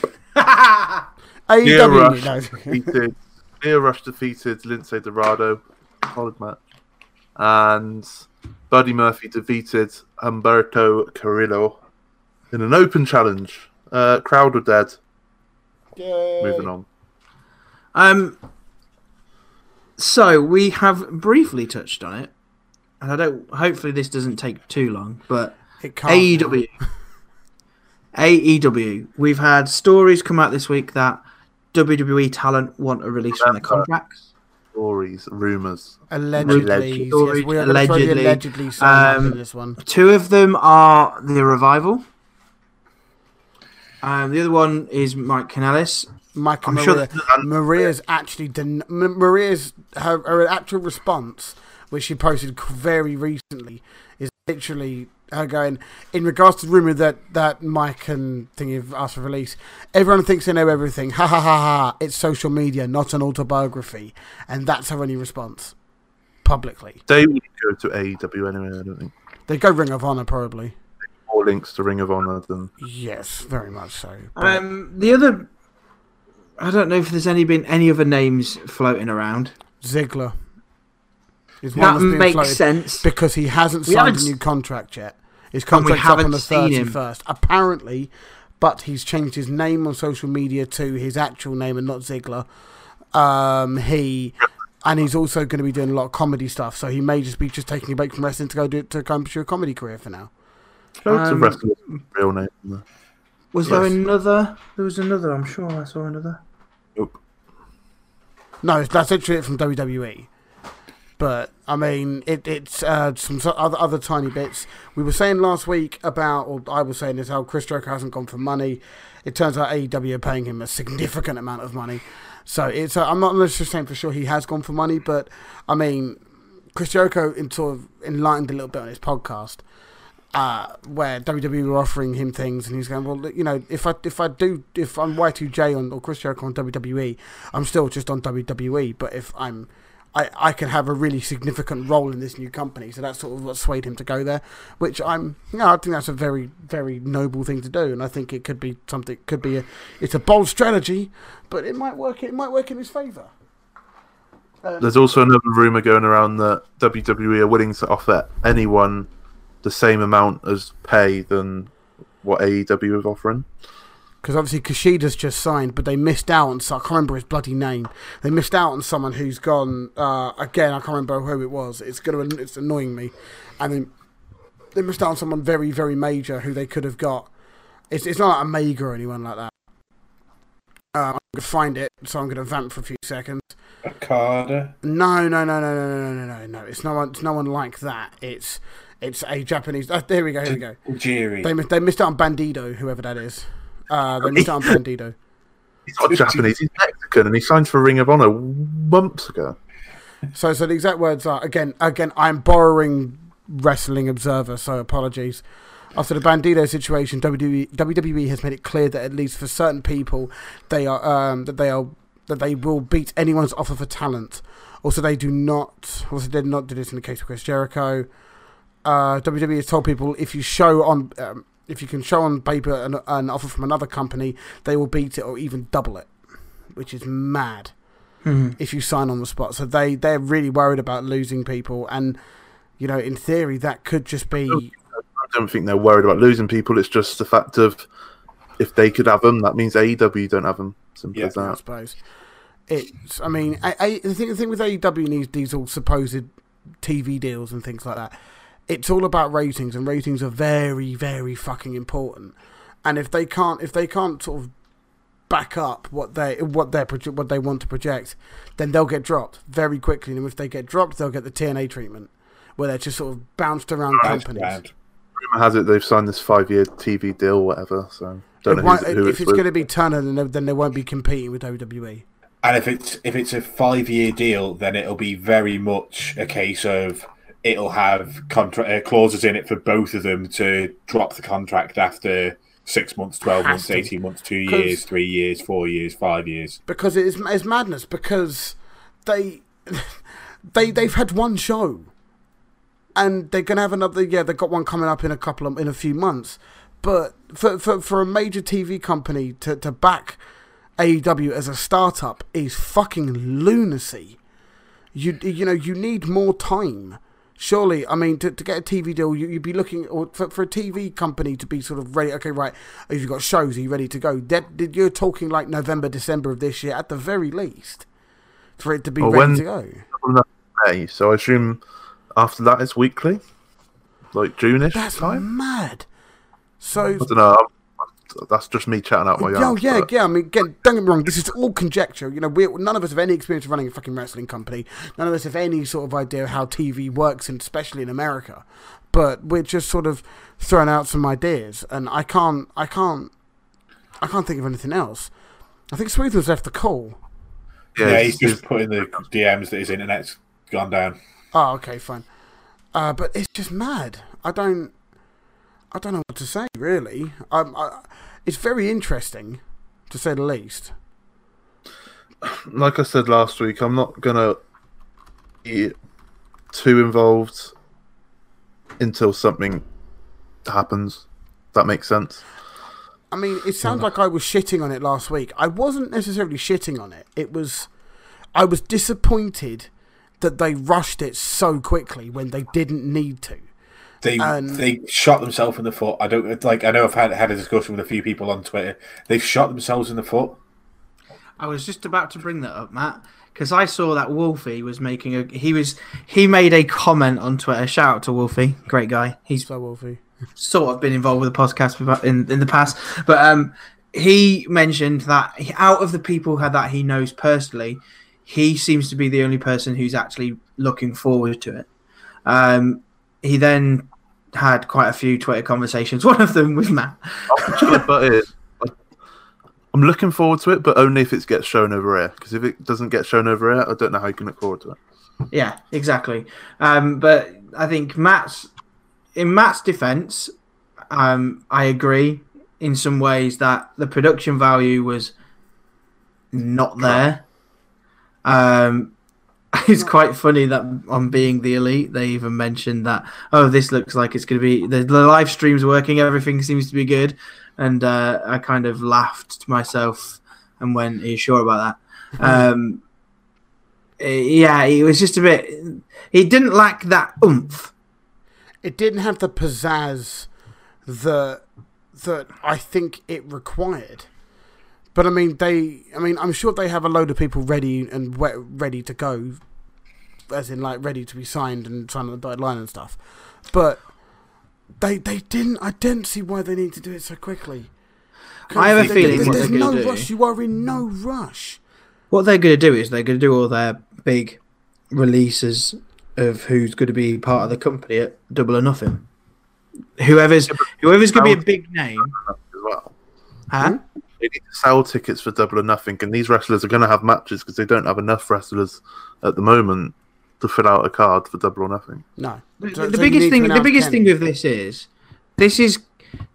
S2: AEW.
S3: Rush.
S2: no.
S3: defeated Leo Rush defeated Lince Dorado, solid match, and Buddy Murphy defeated Humberto Carrillo in an open challenge. Uh, crowd were dead. Moving on.
S1: Um, so we have briefly touched on it, and I don't. Hopefully, this doesn't take too long. But E
S2: It can't.
S1: AEW, AEW, E we've had stories come out this week that WWE talent want a release from their contracts.
S3: Stories, rumors.
S2: Allegedly.
S3: Allegedly.
S2: Yes, we are gonna throw the
S1: Allegedly.
S2: allegedly sign
S1: Um,
S2: in this one.
S1: Two of them are the revival. Um, the other one is Mike Kanellis.
S2: Mike and
S1: I'm sure
S2: Maria. Maria's actually den- M- Maria's her, her actual response, which she posted c- very recently, is literally her going in regards to the rumor that that Mike and thing have asked for release. Everyone thinks they know everything. Ha ha ha ha! It's social media, not an autobiography, and that's her only response. publicly.
S3: They would go to AEW anyway. I don't think
S2: They go Ring of Honor probably.
S3: more links to Ring of Honor than
S2: Yes, very much so.
S1: Um, the other, I don't know if there's any been any other names floating around.
S2: Ziggler. Is one
S1: That
S2: that's being
S1: makes
S2: floated
S1: sense.
S2: because he hasn't
S1: We
S2: signed a
S1: haven't
S2: new
S1: s-
S2: contract yet. His
S1: And we
S2: contract's up on
S1: haven't
S2: the
S1: seen him.
S2: thirty-first, apparently. But he's changed his name on social media to his actual name and not Ziggler. Um, he and he's also going to be doing a lot of comedy stuff, so he may just be just taking a break from wrestling to go do to go and pursue a comedy career for now.
S3: loads
S1: Um,
S3: of wrestlers. with Real name. in there.
S1: Was there another? There was another. I'm sure I saw another.
S3: Nope.
S2: No, that's literally it from WWE. But I mean, it, it's uh, some so- other other tiny bits. We were saying last week about, or I was saying, is how Chris Jericho hasn't gone for money. It turns out AEW are paying him a significant amount of money. So it's uh, I'm not necessarily saying for sure he has gone for money, but I mean, Chris Jericho in sort of enlightened a little bit on his podcast uh, where WWE were offering him things, and he's going, "Well, look, you know, if I if I do if I'm Y2J on or Chris Jericho on WWE, I'm still just on WWE. But if I'm I, I can have a really significant role in this new company, so that's sort of what swayed him to go there. Which I'm, you know, I think that's a very, very noble thing to do, and I think it could be something. Could be a, it's a bold strategy, but it might work. It might work in his favor.
S3: There's also another rumor going around that WWE are willing to offer anyone the same amount as pay than what AEW is offering.
S2: because obviously Kushida's just signed, but they missed out on. so I can't remember his bloody name. They missed out on someone who's gone uh, again. I can't remember who it was. It's gonna. It's annoying me, and then they missed out on someone very, very major who they could have got. It's it's not like Omega or anyone like that. Uh, I'm gonna find it, so I'm gonna vamp for a few seconds.
S4: Okada.
S2: No, no, no, no, no, no, no, no, no, no. It's no one. It's no one like that. It's it's a Japanese. Uh, there we go. Here we go.
S4: Ujiri.
S2: They mi- they missed out on Bandido, whoever that is. Uh, they missed out on Bandido.
S3: He's not Japanese, he's Mexican, and he signed for Ring of Honor months ago.
S2: So, so the exact words are again, again. I'm borrowing Wrestling Observer, so apologies. After the Bandido situation, E, WWE, WWE has made it clear that at least for certain people, they are um, that they are that they will beat anyone's offer for talent. Also, they do not. Also, they did not do this in the case of Chris Jericho. Uh, WWE has told people if you show on um, if you can show on paper an, an offer from another company, they will beat it or even double it, which is mad if you sign on the spot. So they they're really worried about losing people, and you know, in theory, that could just be
S3: I don't think they're worried about losing people. It's just the fact of if they could have them, that means AEW don't have them. Simple
S4: Yeah.
S3: as
S2: I
S3: that.
S2: suppose. It's I mean, I, I, the thing the thing with AEW and these these all supposed TV deals and things like that. It's all about ratings, and ratings are very very fucking important. And if they can't if they can't sort of back up what they what they proje- what they want to project, then they'll get dropped very quickly. And if they get dropped, they'll get the TNA treatment, where they're just sort of bounced around companies.
S4: Round.
S3: Rumor has it they've signed this five-year TV deal, whatever. So don't
S2: It
S3: know
S2: won't-
S3: who, who
S2: if
S3: it's,
S2: it's
S3: with.
S2: going to be Turner, then they, then they won't be competing with E. WWE.
S4: And if it's if it's a five year deal, then it'll be very much a case of it'll have contra- uh, clauses in it for both of them to drop the contract after six months, twelve
S2: Has
S4: months,
S2: to.
S4: eighteen months, two
S2: 'Cause-
S4: years, three years, four years, five years.
S2: Because it is it's madness. Because they they they've had one show, and they're going to have another. Yeah, they've got one coming up in a couple of in a few months. But for for, for a major TV company to, to back AEW as a startup is fucking lunacy. you you know you need more time surely i mean to, to get a tv deal you, you'd be looking or for, for a tv company to be sort of ready okay right if you've got shows are you ready to go that that you're talking like november december of this year at the very least for it to be
S3: Well,
S2: ready
S3: when-
S2: to go
S3: May, so I assume after that it's weekly, like June-ish
S2: that's
S3: time.
S2: mad so
S3: I don't know. I'm, that's just me chatting out my
S2: Oh
S3: yarn.
S2: yeah,
S3: but
S2: yeah. I mean, again, don't get me wrong. This is all conjecture. You know, we none of us have any experience of running a fucking wrestling company. None of us have any sort of idea how TV works, and especially in America. But we're just sort of throwing out some ideas, and I can't, I can't, I can't think of anything else. I think Smooth was left the call.
S3: yeah,
S4: yeah,
S3: it's-
S4: he's
S3: it's-
S4: just put in the DMs that his internet's gone down.
S2: Oh, okay, fine. Uh, but it's just mad. I don't, I don't know what to say really. Um, I, it's very interesting, to say the least.
S3: like I said last week, I'm not gonna be too involved until something happens. That makes sense.
S2: I mean, it sounds like I was shitting on it last week. I wasn't necessarily shitting on it. It was, I was disappointed that they rushed it so quickly when they didn't need to.
S4: They
S2: And-
S4: they shot themselves in the foot. I don't like. I know I've had had a discussion with a few people on Twitter. They've shot themselves in the foot.
S1: I was just about to bring that up, Matt, because I saw that Wolfie was making a. He was he made a comment on Twitter. Shout out to Wolfie, great guy. He's
S2: So Wolfie,
S1: sort of been involved with the podcast befo- in in the past, but um, he mentioned that he- out of the people ha- that he knows personally, he seems to be the only person who's actually looking forward to it. Um, he then had quite a few Twitter conversations. One of them with Matt.
S3: but it, I'm looking forward to it, but only if it gets shown over air. Because if it doesn't get shown over air, I don't know how you can look forward to it.
S1: Yeah, exactly. Um, but I think Matt's in Matt's defence, um, I agree in some ways that the production value was not there. Um, it's quite funny that on being the elite, they even mentioned that. Oh, this looks like it's going to be the, the live stream's working. Everything seems to be good, and uh, I kind of laughed to myself and went, "Are you sure about that?" Um, uh, yeah, he was just a bit. He didn't lack that oomph.
S2: it didn't have the pizzazz that that I think it required. But I mean, they. I mean, I'm sure they have a load of people ready and we- ready to go, as in like ready to be signed and signed on the dotted line and stuff. But they they didn't. I don't see why they need to do it so quickly.
S1: I have a
S2: There-
S1: feeling
S2: there-
S1: what
S2: there's
S1: they're
S2: no
S1: gonna do-
S2: rush. You are in no rush.
S1: What they're going to do is they're going to do all their big releases of who's going to be part of the company at Double or Nothing. Whoever's whoever's going to be a big name,
S3: As well,
S2: Hmm?
S1: huh?
S3: they need to sell tickets for double or nothing, and these wrestlers are going to have matches because they don't have enough wrestlers at the moment to fill out a card for double or nothing.
S2: No.
S1: The, the
S2: So- so you need
S1: biggest
S2: to
S1: thing, the
S2: announce
S1: biggest
S2: Kenny.
S1: thing with this is, this is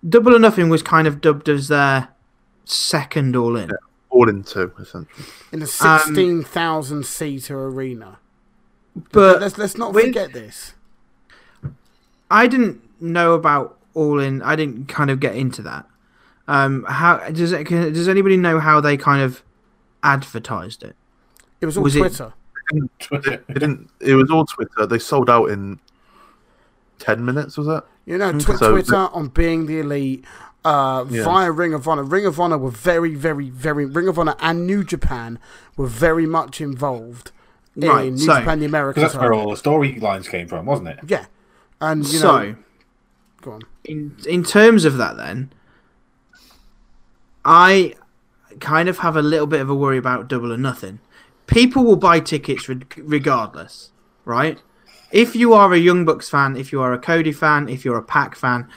S1: Double or Nothing was kind of dubbed as their second All In.
S3: All in two, essentially.
S2: in
S1: um,
S2: a sixteen thousand seater arena.
S1: But
S2: Let's let's not
S1: with-
S2: forget this.
S1: I didn't know about all in. I didn't kind of get into that. Um, how does it, can, does anybody know how they kind of advertised it?
S2: It was all
S1: Was it-
S2: Twitter.
S3: They didn't. It was all Twitter. They sold out in ten minutes. Was it?
S2: You know, tw-
S3: So-
S2: Twitter on being the elite uh,
S3: Yeah.
S2: via Ring of Honor. Ring of Honor were very, very, very Ring of Honor and New Japan were very much involved in
S1: Right,
S2: New
S1: so-
S2: Japan the Americas.
S4: Because that's where
S2: side.
S4: all the storylines came from, wasn't it?
S2: Yeah, and you
S1: so,
S2: know, go on.
S1: in in terms of that, then I kind of have a little bit of a worry about double or nothing. People will buy tickets reg- regardless, right? If you are a Young Bucks fan, if you are a Cody fan, if you're a Pac fan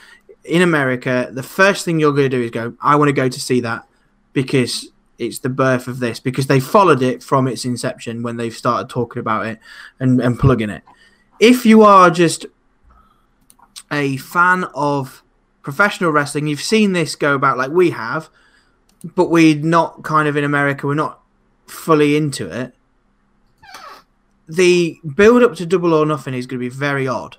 S1: in America, the first thing you're going to do is go, I want to go to see that because it's the birth of this, because they followed it from its inception when they've started talking about it and, and plugging it. If you are just a fan of professional wrestling, you've seen this go about like we have, but we're not kind of in America, we're not fully into it. The build up to double or nothing is going to be very odd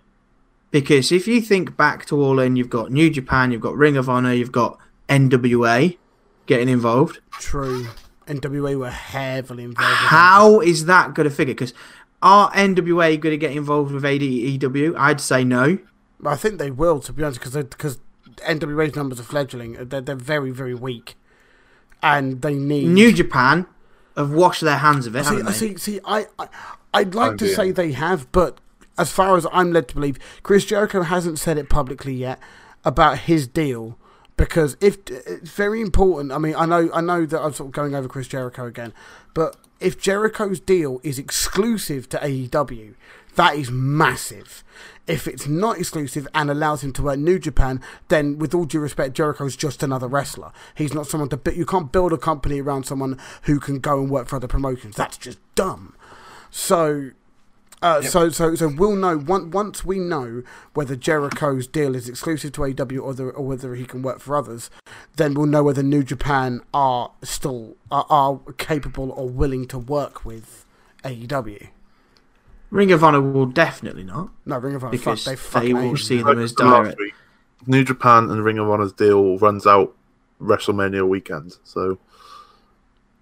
S1: because if you think back to All In, you've got New Japan, you've got Ring of Honor, you've got NWA getting involved.
S2: True. NWA were heavily involved. in that.
S1: How is that going to figure? Because are NWA going to get involved with ADEW? I'd say no.
S2: I think they will, to be honest, because because NWA's numbers are fledgling. They're they're very very weak, and they need
S1: New Japan have washed their hands of it.
S2: See,
S1: haven't
S2: I
S1: they?
S2: see, see, I, I, I'd like to
S3: dear.
S2: say they have, but as far as I'm led to believe, Chris Jericho hasn't said it publicly yet about his deal because if it's very important. I mean, I know, I know that I'm sort of going over Chris Jericho again, but if Jericho's deal is exclusive to E AEW, that is massive. If it's not exclusive and allows him to work New Japan, then with all due respect, Jericho's just another wrestler. He's not someone to. bu- You can't build a company around someone who can go and work for other promotions. That's just dumb. So, uh, so, so, so we'll know once once we know whether Jericho's deal is exclusive to AEW or, the, or whether he can work for others. Then we'll know whether New Japan are E still are, are capable or willing to work with AEW.
S1: Ring of Honor will definitely not.
S2: No, Ring of Honor.
S1: Because
S2: fuck, they
S1: they
S2: fucking
S1: will
S2: hate
S1: see
S2: him.
S1: them as
S3: Last
S1: direct.
S3: week, New Japan and Ring of Honor's deal runs out WrestleMania weekend, so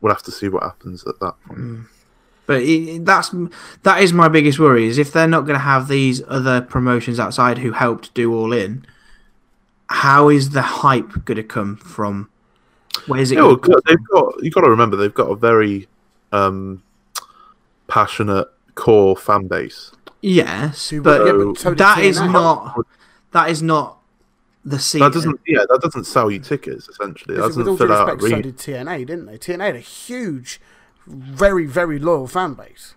S3: we'll have to see what happens at that point.
S1: But it, that's that is my biggest worry is if they're not going to have these other promotions outside who helped do All In, how is the hype going to come from? Where is it?
S3: Yeah, well,
S1: going
S3: good. they've got you got to remember they've got a very um, passionate core fan base.
S1: Yes,
S2: Who-
S1: but
S2: yeah, but so did
S1: that is
S2: TNA.
S1: not that is not the scene.
S3: That doesn't yeah, that doesn't sell you tickets essentially. That
S2: Listen, with all
S3: doesn't
S2: due
S3: fill out
S2: respect, so
S3: arenas.
S2: did TNA, didn't they? TNA had a huge, very, very loyal fan base.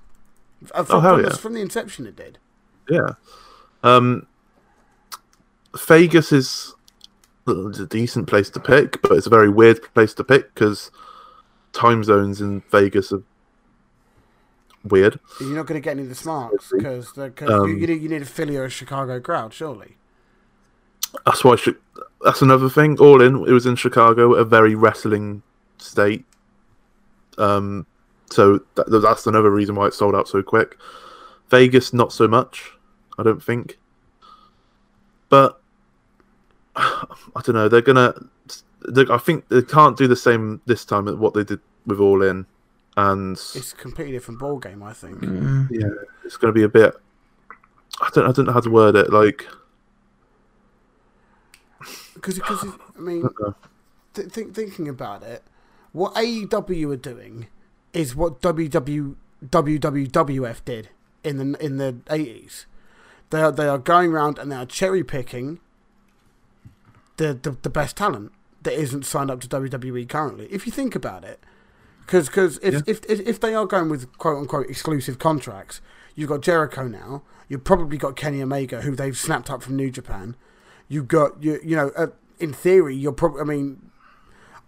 S2: Uh, From,
S3: Oh, hell
S2: from,
S3: yeah.
S2: the, from the inception, it did.
S3: Yeah. Um, Vegas is it's a decent place to pick, but it's a very weird place to pick because time zones in Vegas are weird.
S2: You're not going to get any of the smarts because
S3: Um,
S2: you, you, need- you need a Philly or a Chicago crowd, surely.
S3: That's why. Chi- That's another thing. All in, it was in Chicago, a very wrestling state. Um, so that, that's another reason why it sold out so quick. Vegas, not so much. I don't think. But I don't know. They're gonna. They, I think they can't do the same this time at what they did with All In, and
S2: It's a completely different ball game, I think.
S3: yeah, it's going to be a bit. I don't. I don't know how to word it. Like
S2: Because, I mean,
S3: know.
S2: th- think, thinking about it, what AEW are doing is what WW, WWWF did in the in the eighties. They are, they are going around and they are cherry picking the, the the best talent that isn't signed up to WWE currently. If you think about it, because if, if if if they are going with quote unquote exclusive contracts, you've got Jericho now. You've probably got Kenny Omega, who they've snapped up from New Japan. You got you you know uh, in theory you're probably. I mean,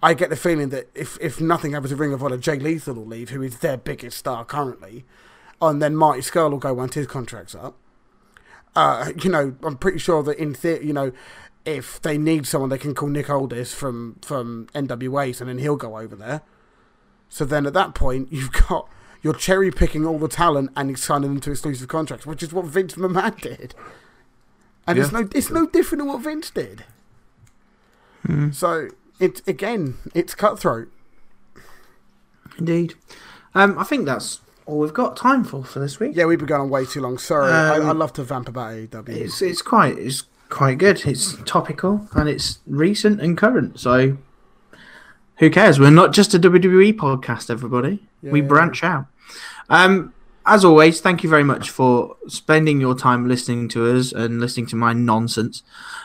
S2: I get the feeling that if if nothing happens to Ring of Honor, Jay Lethal will leave, who is their biggest star currently, and then Marty Skrull will go once his contract's up. Uh, you know, I'm pretty sure that in theory, you know, if they need someone, they can call Nick Aldis from from NWA, and then he'll go over there. So then at that point, you've got you're cherry picking all the talent and signing them to exclusive contracts, which is what Vince McMahon did. And it's no it's no different than what Vince did. So it's again, it's cutthroat.
S1: Indeed. Um, I think that's all we've got time for for this week.
S2: Yeah, we've been going on way too long. Sorry, I, I love to vamp about E AEW.
S1: It's it's quite it's quite good. It's topical and it's recent and current. So who cares? We're not just a WWE podcast, everybody. we
S2: Yeah.
S1: branch out. Um, as always, thank you very much for spending your time listening to us and listening to my nonsense.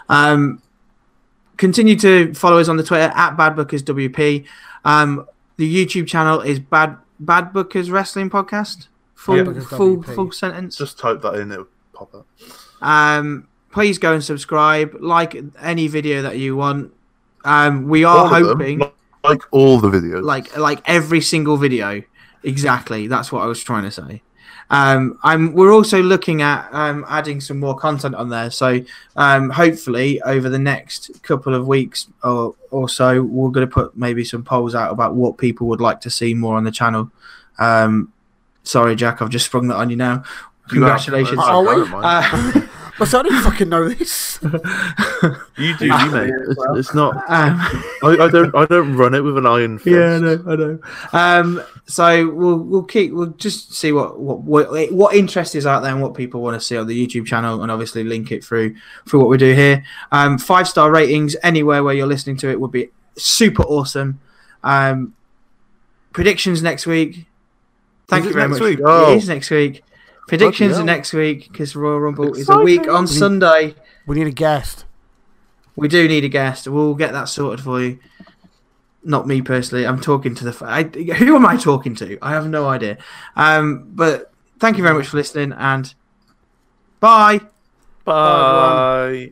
S1: Um, continue to follow us on the Twitter at BadBookersWP. Um, the YouTube channel is Bad Bad Bookers Wrestling Podcast. Full
S2: Bookers
S1: full
S2: WP.
S1: full sentence.
S3: just type that in, it'll pop up.
S1: Um, please go and subscribe. Like any video that you want. Um, we are
S3: All of them,
S1: hoping,
S3: like- like all the videos.
S1: like like every single video. Exactly, that's what I was trying to say. Um, I'm. We're also looking at um, adding some more content on there. So um, hopefully, over the next couple of weeks or or so, we're going to put maybe some polls out about what people would like to see more on the channel. Um, sorry, Jack, I've just sprung that on you now.
S3: You have-
S1: Congratulations.
S3: I- I
S2: Are
S3: don't
S2: we?
S3: mind.
S1: Uh,
S2: But so I didn't fucking know this.
S3: you do,
S1: Uh,
S3: you mate. It's, it's not.
S1: um,
S3: I, I don't. I don't run it with an iron fist.
S1: Yeah, I know, I know. Um, so we'll we'll keep we'll just see what what what, what interest is out there and what people want to see on the YouTube channel, and obviously link it through through what we do here. Um, five star ratings anywhere where you're listening to it would be super awesome. Um, predictions next week. Thank you
S3: Is it
S1: very
S3: next
S1: much.
S3: week? Oh.
S1: It is next week. Predictions are
S3: hell.
S1: next week because Royal Rumble is a week on Sunday.
S2: We need a guest.
S1: We do need a guest. We'll get that sorted for you. Not me personally. I'm talking to the. f I who am I talking to? I have no idea. Um, but thank you very much for listening and bye.
S3: Bye.